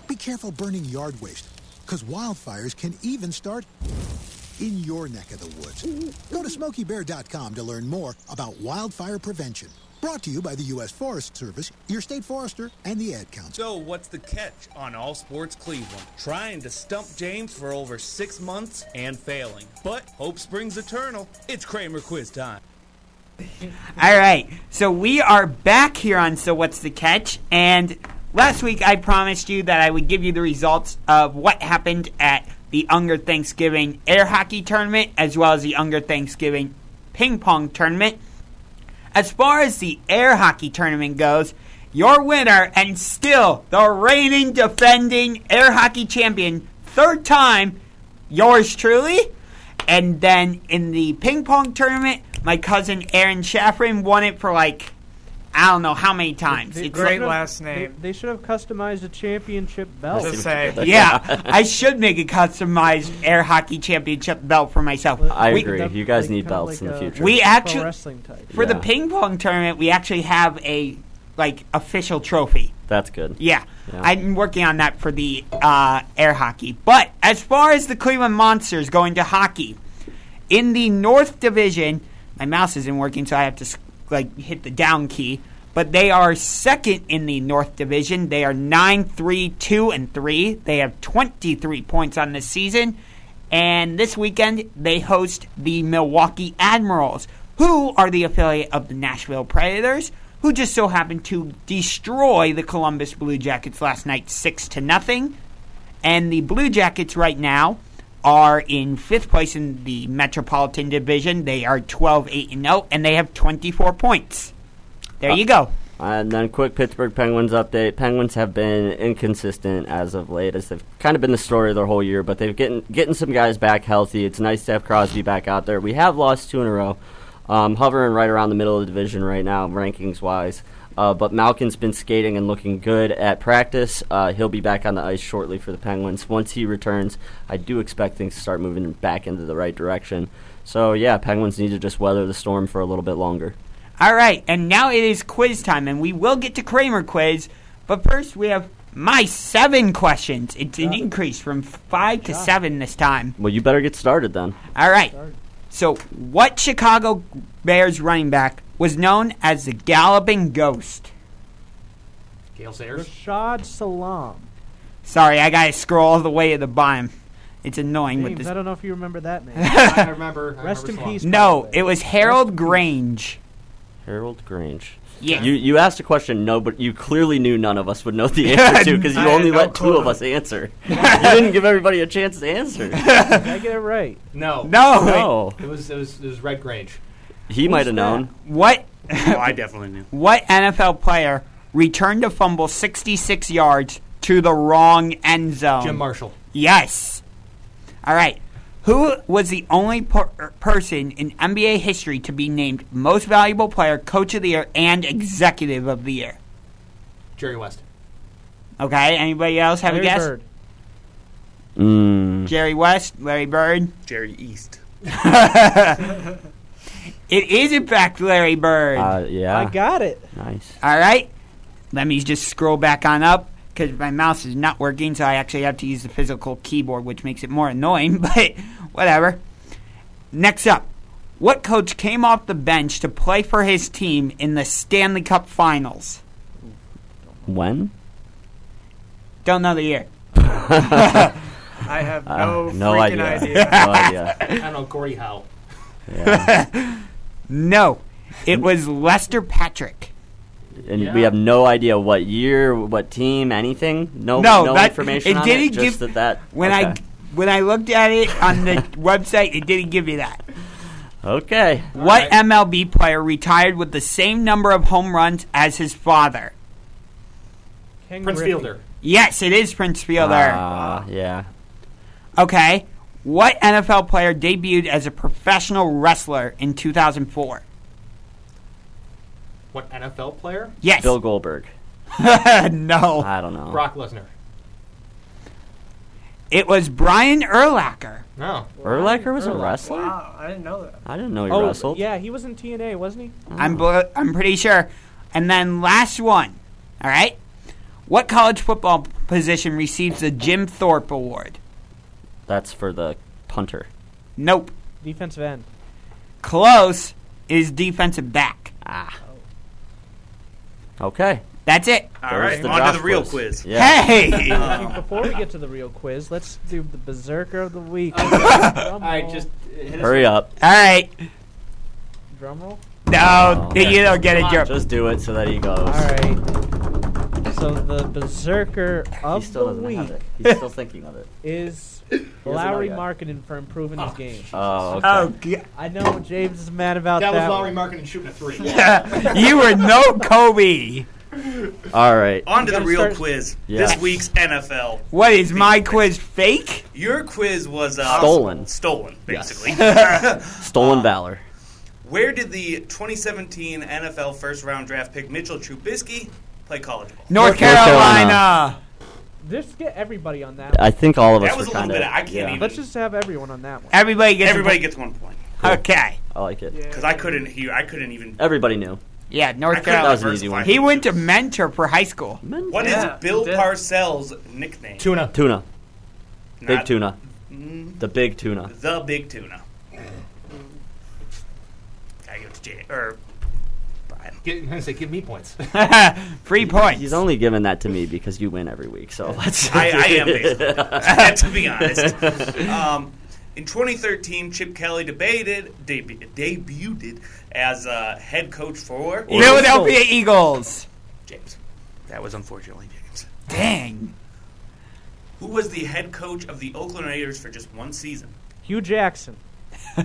[SPEAKER 1] Be careful burning yard waste, because wildfires can even start in your neck of the woods. Go to smokybear.com to learn more about wildfire prevention. Brought to you by the U.S. Forest Service, your state forester, and the Ad Council.
[SPEAKER 2] So, what's the catch on All Sports Cleveland? Trying to stump James for over six months and failing. But hope springs eternal. It's Kramer quiz time.
[SPEAKER 5] All right. So we are back here on So What's the Catch? And last week I promised you that I would give you the results of what happened at the Unger Thanksgiving air hockey tournament as well as the Unger Thanksgiving ping pong tournament. As far as the air hockey tournament goes, your winner and still the reigning defending air hockey champion, third time, yours truly. And then in the ping pong tournament, my cousin Aaron Shafrin won it for like I don't know how many times.
[SPEAKER 7] They-
[SPEAKER 5] It's
[SPEAKER 7] they
[SPEAKER 5] like-
[SPEAKER 7] should've- They, they should have customized a championship belt.
[SPEAKER 5] yeah, I should make a customized air hockey championship belt for myself.
[SPEAKER 6] I
[SPEAKER 5] We-
[SPEAKER 6] agree. You guys need belts in the future.
[SPEAKER 5] We actually
[SPEAKER 7] wrestling type.
[SPEAKER 5] for the
[SPEAKER 6] Yeah.
[SPEAKER 5] ping pong tournament. We actually have a like official trophy.
[SPEAKER 6] That's good.
[SPEAKER 5] Yeah.
[SPEAKER 6] Yeah.
[SPEAKER 5] I'm working on that for the uh, air hockey. But as far as the Cleveland Monsters going to hockey, in the North Division, my mouse isn't working, so I have to s- like hit the down key. But they are second in the North Division. They are 9 3 2 and 3. They have 23 points on the season. And this weekend, they host the Milwaukee Admirals, who are the affiliate of the Nashville Predators, who just so happened to destroy the Columbus Blue Jackets last night 6 to nothing. And the Blue Jackets right now are in fifth place in the Metropolitan Division. They are 12 8 and 0, and they have 24 points. There you go.
[SPEAKER 6] Uh, And then quick Pittsburgh Penguins update. Penguins have been inconsistent as of late, as they've kind of been the story of their whole year. But they've getting getting some guys back healthy. It's nice to have Crosby back out there. We have lost two in a row, um, hovering right around the middle of the division right now, rankings wise. Uh, but Malkin's been skating and looking good at practice. Uh, he'll be back on the ice shortly for the Penguins. Once he returns, I do expect things to start moving back into the right direction. So yeah, Penguins need to just weather the storm for a little bit longer.
[SPEAKER 5] All right, and now it is quiz time, and we will get to Kramer quiz, but first we have my seven questions. It's an increase from five to seven this time.
[SPEAKER 6] Well, you better get started then.
[SPEAKER 5] All right. So, what Chicago Bears running back was known as the Galloping Ghost?
[SPEAKER 4] Gail Sayers.
[SPEAKER 7] Rashad Salam.
[SPEAKER 5] Sorry, I gotta scroll all the way to the bottom. It's annoying with
[SPEAKER 7] James,
[SPEAKER 5] this.
[SPEAKER 7] I don't know if you remember that name.
[SPEAKER 4] I remember. I
[SPEAKER 7] Rest
[SPEAKER 4] remember
[SPEAKER 7] in peace.
[SPEAKER 5] No, it was Harold Grange.
[SPEAKER 6] Harold Grange.
[SPEAKER 5] Yeah.
[SPEAKER 6] You you asked a question no, but you clearly knew none of us would know the answer to because you
[SPEAKER 5] I had
[SPEAKER 6] only
[SPEAKER 5] no
[SPEAKER 6] let two
[SPEAKER 5] clue.
[SPEAKER 6] of us answer. you didn't give everybody a chance to answer.
[SPEAKER 7] Did I get it right?
[SPEAKER 4] No.
[SPEAKER 6] No. No.
[SPEAKER 4] It was it was it was Red Grange.
[SPEAKER 6] He might have known.
[SPEAKER 5] What?
[SPEAKER 8] Oh, I definitely knew.
[SPEAKER 5] What NFL player returned a fumble 66 yards to the wrong end zone?
[SPEAKER 4] Jim Marshall.
[SPEAKER 5] Yes. All right. Who was the only per- person in NBA history to be named Most Valuable Player, Coach of the Year, and Executive of the Year?
[SPEAKER 4] Jerry West.
[SPEAKER 5] Okay. Anybody else have
[SPEAKER 4] Larry
[SPEAKER 5] a guess?
[SPEAKER 4] Bird.
[SPEAKER 6] Mm.
[SPEAKER 5] Jerry West, Larry Bird.
[SPEAKER 8] Jerry East.
[SPEAKER 5] it is in fact Larry Bird.
[SPEAKER 6] Uh, yeah. I
[SPEAKER 7] got it.
[SPEAKER 6] Nice.
[SPEAKER 5] All right. Let me just scroll back on up because my mouse is not working, so I actually have to use the physical keyboard, which makes it more annoying, but whatever. Next up. What coach came off the bench to play for his team in the Stanley Cup Finals?
[SPEAKER 6] When?
[SPEAKER 5] Don't know the year.
[SPEAKER 9] I have
[SPEAKER 6] Uh,
[SPEAKER 9] no
[SPEAKER 6] no
[SPEAKER 9] freaking
[SPEAKER 6] idea.
[SPEAKER 9] idea.
[SPEAKER 6] No idea.
[SPEAKER 4] I don't know Gordy Howe.
[SPEAKER 5] no. It was Lester Patrick.
[SPEAKER 6] And we have no idea what year, what team, anything. No,
[SPEAKER 5] No,
[SPEAKER 6] no,
[SPEAKER 5] that-
[SPEAKER 6] information.
[SPEAKER 5] it
[SPEAKER 6] on
[SPEAKER 5] didn't
[SPEAKER 6] it, just
[SPEAKER 5] give-
[SPEAKER 6] that, that
[SPEAKER 5] When I
[SPEAKER 6] okay.
[SPEAKER 5] when I looked at it on the website, it didn't give you that.
[SPEAKER 6] Okay.
[SPEAKER 5] What MLB player retired with the same number of home runs as his father?
[SPEAKER 7] King
[SPEAKER 4] Prince
[SPEAKER 7] Griffey.
[SPEAKER 4] Fielder.
[SPEAKER 5] Yes, it is Prince Fielder.
[SPEAKER 6] Ah, yeah.
[SPEAKER 5] Okay. What NFL player debuted as a professional wrestler in 2004?
[SPEAKER 4] What NFL player?
[SPEAKER 5] Yes.
[SPEAKER 6] Bill Goldberg.
[SPEAKER 5] no.
[SPEAKER 6] I don't know.
[SPEAKER 4] Brock Lesnar.
[SPEAKER 5] It was Brian Erlacher.
[SPEAKER 4] No.
[SPEAKER 6] Urlacher was a wrestler.
[SPEAKER 9] Wow, I didn't know that.
[SPEAKER 6] I didn't know he
[SPEAKER 5] Oh,
[SPEAKER 6] wrestled.
[SPEAKER 7] Yeah, he was in TNA, wasn't he?
[SPEAKER 5] I'm bl- I'm pretty sure. And then last one. All right. What college football position receives the Jim Thorpe Award?
[SPEAKER 6] That's for the punter.
[SPEAKER 5] Nope.
[SPEAKER 7] Defensive end.
[SPEAKER 5] Close It is defensive back.
[SPEAKER 6] Ah. Okay.
[SPEAKER 5] That's it.
[SPEAKER 8] All right, on to the real quiz. Um,
[SPEAKER 5] Hey!
[SPEAKER 7] Before we get to the real quiz, let's do the Berserker of the Week.
[SPEAKER 4] All right, just hit us
[SPEAKER 6] Hurry up.
[SPEAKER 5] All right.
[SPEAKER 7] Drum roll.
[SPEAKER 5] No,
[SPEAKER 6] Oh, Okay.
[SPEAKER 5] you don't get a joke.
[SPEAKER 6] Just do it so that he goes.
[SPEAKER 7] All right. So the Berserker of
[SPEAKER 6] still
[SPEAKER 7] the
[SPEAKER 6] doesn't
[SPEAKER 7] Week
[SPEAKER 6] have it. He's still thinking of it.
[SPEAKER 7] is
[SPEAKER 6] know
[SPEAKER 7] Lowry
[SPEAKER 6] yet.
[SPEAKER 7] Marketing for improving his game.
[SPEAKER 6] Oh, okay. Oh,
[SPEAKER 7] I know James is mad about
[SPEAKER 4] That
[SPEAKER 7] that.
[SPEAKER 4] was Lowry
[SPEAKER 7] one.
[SPEAKER 4] Markin and shooting a three.
[SPEAKER 5] you were no Kobe.
[SPEAKER 6] All right.
[SPEAKER 8] On to the
[SPEAKER 5] You gotta
[SPEAKER 8] real
[SPEAKER 5] start-
[SPEAKER 8] quiz.
[SPEAKER 6] Yeah.
[SPEAKER 8] This week's NFL.
[SPEAKER 5] What is my quiz fake?
[SPEAKER 8] Your quiz was uh,
[SPEAKER 6] Stolen.
[SPEAKER 8] Stolen, basically.
[SPEAKER 6] Stolen valor.
[SPEAKER 8] Where did the 2017 NFL first round draft pick Mitchell Trubisky play college ball?
[SPEAKER 5] North,
[SPEAKER 6] Carolina.
[SPEAKER 7] Just get everybody on that.
[SPEAKER 6] I think all of us
[SPEAKER 8] That was
[SPEAKER 6] were
[SPEAKER 8] a little
[SPEAKER 6] kind of.
[SPEAKER 8] bit- I can't even-
[SPEAKER 7] Let's just have everyone on that one.
[SPEAKER 5] Everybody gets.
[SPEAKER 8] Everybody
[SPEAKER 5] a
[SPEAKER 8] gets one point
[SPEAKER 5] Okay.
[SPEAKER 6] I like it.
[SPEAKER 8] because I couldn't hear. I couldn't even.
[SPEAKER 6] Everybody knew.
[SPEAKER 5] Yeah, North
[SPEAKER 8] I couldn't
[SPEAKER 5] Carolina.
[SPEAKER 6] That was an easy one.
[SPEAKER 5] He went to mentor for high school.
[SPEAKER 8] What is Bill Parcells' nickname?
[SPEAKER 4] Tuna.
[SPEAKER 6] Tuna.
[SPEAKER 8] Not-
[SPEAKER 6] Big tuna.
[SPEAKER 8] Mm,
[SPEAKER 6] The big tuna.
[SPEAKER 8] the big tuna. I give it to Jay or Brian.
[SPEAKER 4] Get, I say, give me points.
[SPEAKER 5] Free points.
[SPEAKER 6] He's only giving that to me because you win every week. So let's.
[SPEAKER 8] I, I am basically. to be honest. Um, in 2013, Chip Kelly debated deb- debuted as uh, head coach for
[SPEAKER 5] Philadelphia Eagles.
[SPEAKER 8] James. That was unfortunately James.
[SPEAKER 5] Dang.
[SPEAKER 8] Who was the head coach of the Oakland Raiders for just one season?
[SPEAKER 7] Hugh Jackson.
[SPEAKER 8] Hugh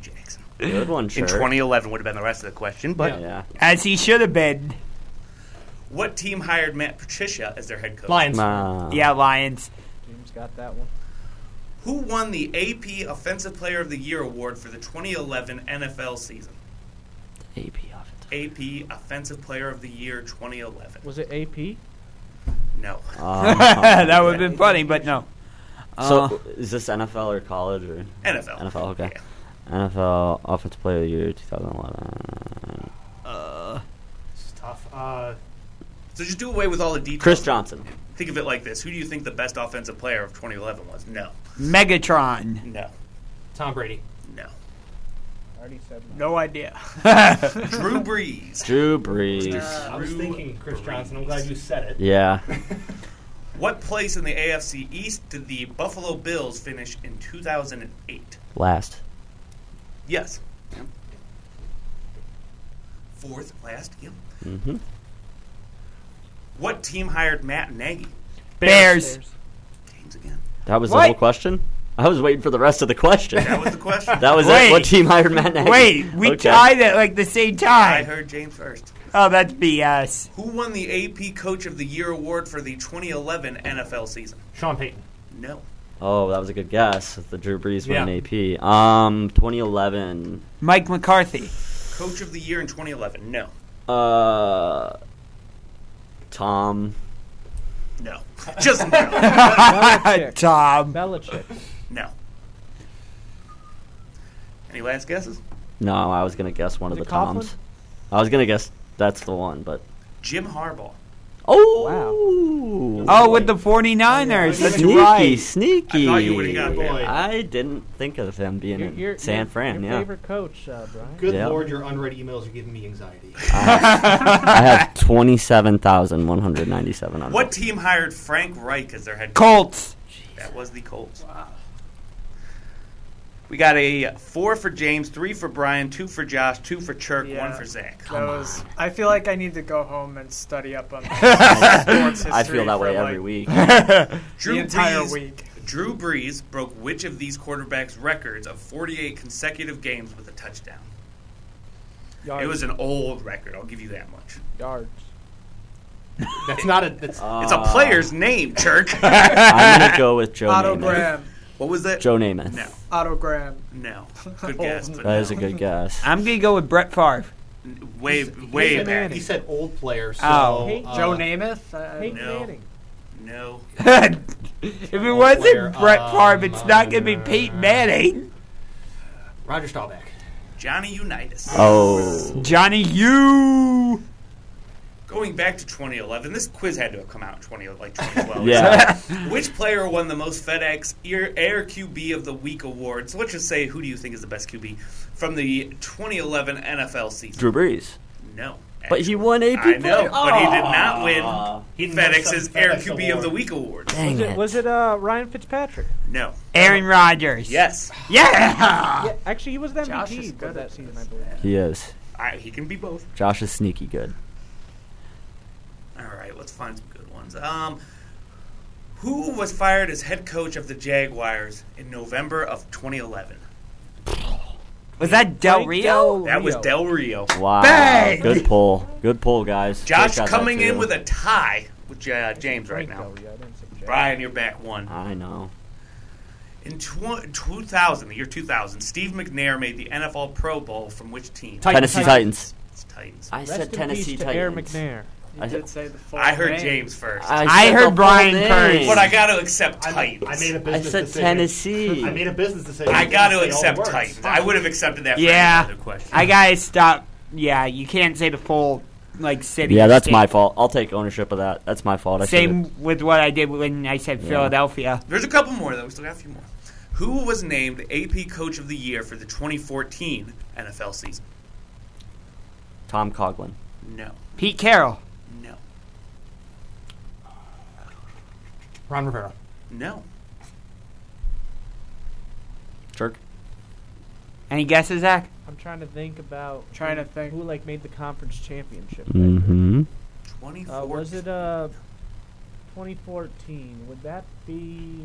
[SPEAKER 8] Jackson.
[SPEAKER 6] Good one,
[SPEAKER 8] In
[SPEAKER 6] sure.
[SPEAKER 8] 2011 would have been the rest of the question, but
[SPEAKER 6] Yeah.
[SPEAKER 5] As he should have been.
[SPEAKER 8] what team hired Matt Patricia as their head coach?
[SPEAKER 6] Ma-
[SPEAKER 5] Yeah, Lions.
[SPEAKER 7] James got that one.
[SPEAKER 8] Who won the AP Offensive Player of the Year award for the 2011 NFL season?
[SPEAKER 6] AP
[SPEAKER 8] AP Offensive Player of the Year 2011.
[SPEAKER 7] Was it AP?
[SPEAKER 8] No.
[SPEAKER 6] Ah.
[SPEAKER 5] that would have been funny, but no. Uh,
[SPEAKER 6] So is this NFL or college or
[SPEAKER 8] NFL.
[SPEAKER 6] NFL, okay. NFL Offensive Player of the Year 2011.
[SPEAKER 5] Uh,
[SPEAKER 4] It's tough. Uh,
[SPEAKER 8] So just do away with all the details.
[SPEAKER 6] Chris Johnson.
[SPEAKER 8] Think of it like this: Who do you think the best offensive player of 2011 was? No.
[SPEAKER 5] Megatron.
[SPEAKER 8] No.
[SPEAKER 4] Tom Brady.
[SPEAKER 8] No.
[SPEAKER 7] All already said
[SPEAKER 9] No idea.
[SPEAKER 4] Drew
[SPEAKER 8] Brees.
[SPEAKER 6] Drew Brees.
[SPEAKER 4] I was thinking, Chris Johnson. I'm glad you said it.
[SPEAKER 6] Yeah.
[SPEAKER 8] What place in the AFC East did the Buffalo Bills finish in 2008?
[SPEAKER 6] Last.
[SPEAKER 8] Yes. Fourth, last, yep.
[SPEAKER 6] Mm-hmm.
[SPEAKER 8] What team hired Matt Nagy?
[SPEAKER 5] Bears.
[SPEAKER 8] James again.
[SPEAKER 6] That was
[SPEAKER 5] What?
[SPEAKER 6] the whole question? I was waiting for the rest of the question.
[SPEAKER 8] That was the question.
[SPEAKER 6] that was
[SPEAKER 5] Wait.
[SPEAKER 6] it. What team hired Matt Nagy?
[SPEAKER 5] Wait, we
[SPEAKER 6] Okay.
[SPEAKER 5] tied at like the same time.
[SPEAKER 8] I heard James first.
[SPEAKER 5] Oh, that's BS.
[SPEAKER 8] Who won the AP Coach of the Year award for the 2011 NFL season?
[SPEAKER 4] Sean Payton.
[SPEAKER 8] No.
[SPEAKER 6] Oh, that was a good guess. The Drew Brees
[SPEAKER 8] Yeah.
[SPEAKER 6] won AP. Um, 2011.
[SPEAKER 5] Mike McCarthy.
[SPEAKER 8] Coach of the Year in 2011? No.
[SPEAKER 6] Uh, Tom.
[SPEAKER 8] No. Just no.
[SPEAKER 5] Belichick. Tom.
[SPEAKER 7] Belichick.
[SPEAKER 8] No. Any last guesses?
[SPEAKER 6] No, I was gonna guess one
[SPEAKER 8] Was
[SPEAKER 6] of
[SPEAKER 8] it
[SPEAKER 6] the
[SPEAKER 8] Coughlin?
[SPEAKER 6] Toms. I was gonna guess that's the one, but
[SPEAKER 8] Jim Harbaugh.
[SPEAKER 6] oh,
[SPEAKER 5] Oh, with the 49ers. That's
[SPEAKER 6] sneaky,
[SPEAKER 5] right.
[SPEAKER 6] sneaky.
[SPEAKER 8] I thought you would've got that.
[SPEAKER 6] I didn't think of him being
[SPEAKER 4] Your-
[SPEAKER 6] in
[SPEAKER 4] your-
[SPEAKER 6] San
[SPEAKER 4] your-
[SPEAKER 6] Fran.
[SPEAKER 4] your
[SPEAKER 6] yeah,
[SPEAKER 4] favorite-
[SPEAKER 7] Favorite coach, uh, Brian.
[SPEAKER 4] Good
[SPEAKER 6] Yeah.
[SPEAKER 4] lord, your unread emails are giving me anxiety.
[SPEAKER 6] I have twenty-seven thousand one hundred ninety-seven on.
[SPEAKER 8] What team hired Frank Reich as their head coach?
[SPEAKER 5] Colts.
[SPEAKER 8] That was the Colts. Wow. We got a four for James, three for Brian, two for Josh, two for Chirk, one for Zach.
[SPEAKER 9] Those- I feel like I need to go home and study up on sports history.
[SPEAKER 6] I feel that
[SPEAKER 9] for,
[SPEAKER 6] way
[SPEAKER 9] like,
[SPEAKER 6] every week.
[SPEAKER 8] Drew
[SPEAKER 9] the entire
[SPEAKER 8] Brees,
[SPEAKER 9] week.
[SPEAKER 8] Drew Brees broke which of these quarterbacks' records of 48 consecutive games with a touchdown? It was an old record. I'll give you that much.
[SPEAKER 7] Yards.
[SPEAKER 4] That's not a. That's,
[SPEAKER 6] Oh.
[SPEAKER 8] it's a player's name, Chirk.
[SPEAKER 6] Uh, I'm gonna go with Joe
[SPEAKER 9] Otto
[SPEAKER 6] Namath.
[SPEAKER 9] Graham.
[SPEAKER 8] What was that?
[SPEAKER 6] Joe Namath.
[SPEAKER 8] No.
[SPEAKER 9] Autogram. Oh,
[SPEAKER 8] No. Good guess. But
[SPEAKER 6] That is a good guess.
[SPEAKER 5] I'm going to go with Brett Favre.
[SPEAKER 8] Way,
[SPEAKER 4] He
[SPEAKER 8] way
[SPEAKER 4] said-
[SPEAKER 8] back.
[SPEAKER 4] He said old players. So,
[SPEAKER 5] Oh.
[SPEAKER 4] uh,
[SPEAKER 9] Joe Namath? I- I-
[SPEAKER 7] Peyton
[SPEAKER 8] No.
[SPEAKER 7] Manning.
[SPEAKER 8] No.
[SPEAKER 5] if it wasn't Brett Favre, it's not
[SPEAKER 4] um,
[SPEAKER 5] going to be Pete Manning.
[SPEAKER 4] Roger Staubach.
[SPEAKER 8] Johnny Unitas.
[SPEAKER 6] Oh,
[SPEAKER 5] Johnny, you.
[SPEAKER 8] Going back to 2011, this quiz had to have come out in 20, like 2012.
[SPEAKER 6] Yeah.
[SPEAKER 8] Which player won the most FedEx Air, Air QB of the Week award? So let's just say, who do you think is the best QB from the 2011 NFL season?
[SPEAKER 6] Drew Brees.
[SPEAKER 8] No.
[SPEAKER 6] But he won AP.
[SPEAKER 8] I know,
[SPEAKER 6] player.
[SPEAKER 8] but he did
[SPEAKER 6] Aw.
[SPEAKER 8] not
[SPEAKER 4] He
[SPEAKER 8] win
[SPEAKER 4] didn't win
[SPEAKER 8] FedEx's
[SPEAKER 4] some
[SPEAKER 8] Air
[SPEAKER 4] FedEx
[SPEAKER 8] QB of
[SPEAKER 4] award.
[SPEAKER 8] the Week award.
[SPEAKER 7] was it, was it uh, Ryan Fitzpatrick?
[SPEAKER 8] No.
[SPEAKER 5] Aaron Rodgers.
[SPEAKER 8] Yes.
[SPEAKER 5] Yeah.
[SPEAKER 7] Yeah, actually, he was the
[SPEAKER 9] Josh is
[SPEAKER 7] MVP
[SPEAKER 9] good
[SPEAKER 7] of that
[SPEAKER 9] at
[SPEAKER 7] season, I believe.
[SPEAKER 6] He is.
[SPEAKER 8] I, he can be both.
[SPEAKER 6] Josh is sneaky good.
[SPEAKER 8] All right, let's find some good ones. Um, who was fired as head coach of the Jaguars in November of 2011?
[SPEAKER 5] Was that Del
[SPEAKER 8] Frank
[SPEAKER 5] Rio?
[SPEAKER 8] That was Del Rio.
[SPEAKER 6] Wow.
[SPEAKER 5] Bang!
[SPEAKER 6] Good pull. Good pull, guys. Great
[SPEAKER 8] Josh
[SPEAKER 6] shot
[SPEAKER 8] coming
[SPEAKER 6] there,
[SPEAKER 8] in
[SPEAKER 6] too.
[SPEAKER 8] with a tie with uh, James right now. Brian, you're back one.
[SPEAKER 6] I know.
[SPEAKER 8] In tw- 2000, the year 2000, Steve McNair made the NFL Pro Bowl from which team?
[SPEAKER 6] Tennessee Titans.
[SPEAKER 8] It's Titans.
[SPEAKER 6] I
[SPEAKER 7] Rest
[SPEAKER 6] said
[SPEAKER 7] in peace
[SPEAKER 6] Tennessee
[SPEAKER 7] to Air
[SPEAKER 6] Titans.
[SPEAKER 7] McNair.
[SPEAKER 9] You
[SPEAKER 6] I
[SPEAKER 9] did
[SPEAKER 6] said,
[SPEAKER 9] say the full
[SPEAKER 8] I heard
[SPEAKER 9] name.
[SPEAKER 8] James first.
[SPEAKER 5] I
[SPEAKER 6] said
[SPEAKER 5] heard
[SPEAKER 6] the full
[SPEAKER 5] Brian
[SPEAKER 6] name.
[SPEAKER 5] first.
[SPEAKER 8] but I got to accept Titans.
[SPEAKER 4] I made
[SPEAKER 6] I
[SPEAKER 4] a business
[SPEAKER 6] said
[SPEAKER 4] decision.
[SPEAKER 6] Tennessee.
[SPEAKER 4] I made a business decision.
[SPEAKER 8] I got to
[SPEAKER 4] Say all the
[SPEAKER 8] accept
[SPEAKER 4] words.
[SPEAKER 8] Titans. I would have accepted that for
[SPEAKER 5] Yeah.
[SPEAKER 8] any other question.
[SPEAKER 5] I got to stop. Yeah, you can't say the full, like, city.
[SPEAKER 6] yeah,
[SPEAKER 5] or
[SPEAKER 6] that's
[SPEAKER 5] state.
[SPEAKER 6] my fault. I'll take ownership of that. That's my fault. I should've-
[SPEAKER 5] Same with what I did when I said
[SPEAKER 6] Yeah.
[SPEAKER 5] Philadelphia.
[SPEAKER 8] There's a couple more, though. We still got a few more. Who was named AP Coach of the Year for the 2014 NFL season?
[SPEAKER 6] Tom Coughlin.
[SPEAKER 8] No.
[SPEAKER 5] Pete Carroll.
[SPEAKER 8] No.
[SPEAKER 4] Ron Rivera.
[SPEAKER 8] No.
[SPEAKER 6] Jerk.
[SPEAKER 5] Any guesses, Zach?
[SPEAKER 7] I'm trying to think about
[SPEAKER 9] Trying
[SPEAKER 7] who,
[SPEAKER 9] to think.
[SPEAKER 7] who like made the conference championship.
[SPEAKER 6] Mm-hmm.
[SPEAKER 8] 24.
[SPEAKER 7] Uh, was it uh 2014? Would that be?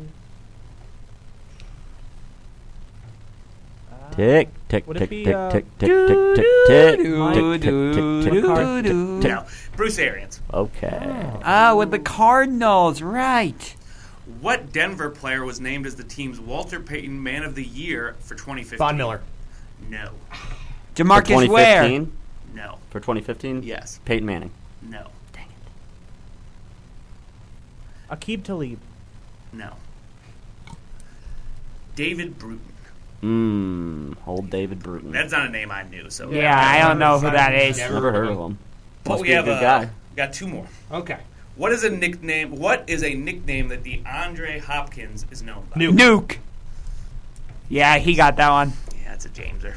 [SPEAKER 7] Uh,
[SPEAKER 6] Tick, tick,
[SPEAKER 7] Would it
[SPEAKER 6] tick, tick,
[SPEAKER 7] be,
[SPEAKER 6] tick,
[SPEAKER 7] uh,
[SPEAKER 6] tick, tick, tick, tick,
[SPEAKER 5] do,
[SPEAKER 6] tick, tick,
[SPEAKER 5] do,
[SPEAKER 6] tick, tick,
[SPEAKER 5] do,
[SPEAKER 6] tick, tick,
[SPEAKER 5] do.
[SPEAKER 6] tick.
[SPEAKER 8] No. Bruce Arians.
[SPEAKER 6] Okay.
[SPEAKER 5] Oh, with the Cardinals, right.
[SPEAKER 8] What Denver player was named as the team's Walter Payton Man of the Year for 2015?
[SPEAKER 4] Von Miller.
[SPEAKER 8] No.
[SPEAKER 6] For
[SPEAKER 5] Demarcus Ware.
[SPEAKER 6] 2015?
[SPEAKER 8] No.
[SPEAKER 6] For 2015?
[SPEAKER 8] Yes.
[SPEAKER 6] Peyton Manning.
[SPEAKER 8] No.
[SPEAKER 7] Akib Talib.
[SPEAKER 8] No. David Bruton.
[SPEAKER 6] Mmm. Old David Bruton.
[SPEAKER 8] That's not a name I knew, so.
[SPEAKER 5] Yeah, I don't know who that is.
[SPEAKER 6] Never heard of him.
[SPEAKER 8] But
[SPEAKER 6] Must
[SPEAKER 8] we
[SPEAKER 6] be a
[SPEAKER 8] have
[SPEAKER 6] good
[SPEAKER 8] uh,
[SPEAKER 6] guy.
[SPEAKER 8] got two more.
[SPEAKER 4] Okay.
[SPEAKER 8] What is a nickname? What is a nickname that DeAndre Hopkins is known by?
[SPEAKER 5] Nuke. Yeah, he got that one.
[SPEAKER 8] Yeah, it's a Jameser.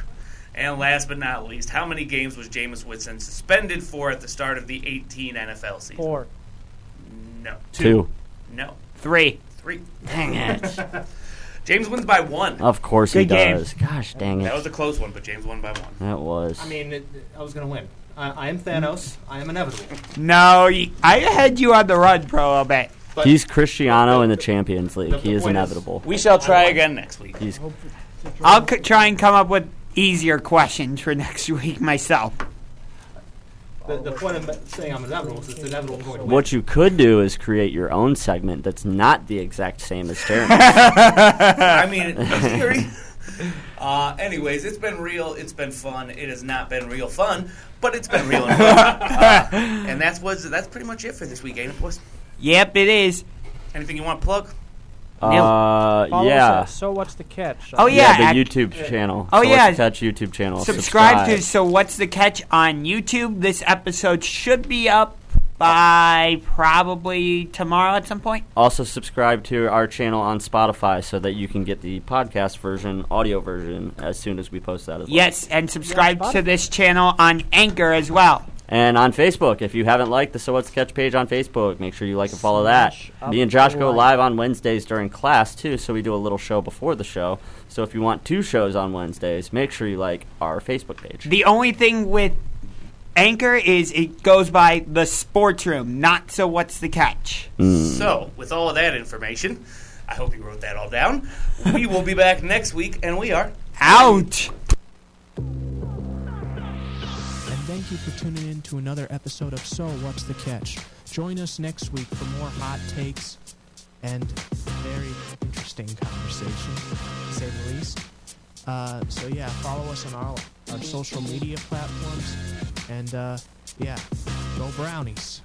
[SPEAKER 8] And last but not least, how many games was Jameis Winston suspended for at the start of the 18 NFL season?
[SPEAKER 39] Four.
[SPEAKER 8] No.
[SPEAKER 6] Two.
[SPEAKER 8] No.
[SPEAKER 5] Three.
[SPEAKER 8] Three.
[SPEAKER 6] Dang
[SPEAKER 8] it. James wins by one.
[SPEAKER 6] Of course he
[SPEAKER 8] Good game.
[SPEAKER 6] does. Gosh dang it.
[SPEAKER 8] That was a close one, but James won by one.
[SPEAKER 6] That was.
[SPEAKER 4] I mean, it, I was going to win. I, I am Thanos. I am inevitable.
[SPEAKER 5] No, you- I had you on the run for a little bit.
[SPEAKER 6] He's Cristiano in the Champions League. He is
[SPEAKER 5] point is-
[SPEAKER 6] inevitable.
[SPEAKER 5] we shall try again
[SPEAKER 8] next week.
[SPEAKER 6] He's
[SPEAKER 5] I'll c- try and come up with easier questions for next week myself.
[SPEAKER 4] The, the point of saying I'm inevitable is it's inevitable I'm going to win.
[SPEAKER 6] What you could do is create your own segment that's not the exact same as Jeremy's. I
[SPEAKER 8] I mean, in theory. Uh, anyways, it's been real. It's been fun. It has not been real fun, but it's been real and fun. Uh, and that's was that's pretty much it for this week, ain't it, boys?
[SPEAKER 5] Yep, it is.
[SPEAKER 8] Anything you want to plug?
[SPEAKER 6] Uh,
[SPEAKER 39] Follow us
[SPEAKER 6] yeah.
[SPEAKER 39] at so what's the catch?
[SPEAKER 5] Oh, yeah,
[SPEAKER 6] the
[SPEAKER 5] act-
[SPEAKER 6] YouTube channel.
[SPEAKER 5] Oh,
[SPEAKER 6] So
[SPEAKER 5] yeah.
[SPEAKER 6] Let's catch YouTube channel.
[SPEAKER 5] Subscribe to So What's the Catch on YouTube. This episode should be up by probably tomorrow at some point.
[SPEAKER 6] Also subscribe to our channel on Spotify so that you can get the podcast version, audio version, as soon as we post that as well.
[SPEAKER 5] Yes, and subscribe to this channel on Anchor as well.
[SPEAKER 6] And on Facebook, if you haven't liked the So What's Catch page on Facebook, make sure you like and follow that. Me and Josh go live on Wednesdays during class too, so we do a little show before the show. So if you want two shows on Wednesdays, make sure you like our Facebook page.
[SPEAKER 5] The only thing with Anchor is it goes by the sports room, not so what's the catch.
[SPEAKER 8] So, with all of that information, I hope you wrote that all down. We will be back next week, and we are
[SPEAKER 5] out.
[SPEAKER 7] And thank you for tuning in to another episode of So What's the Catch? Join us next week for more hot takes and very interesting conversation, to say the least. Uh, so yeah, follow us on all our social media platforms, and uh, yeah, go Brownies.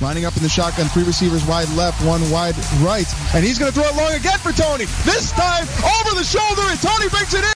[SPEAKER 23] Lining up in the shotgun, three receivers wide left, one wide right, and he's going to throw it long again for Tony. This time over the shoulder, and Tony brings it in.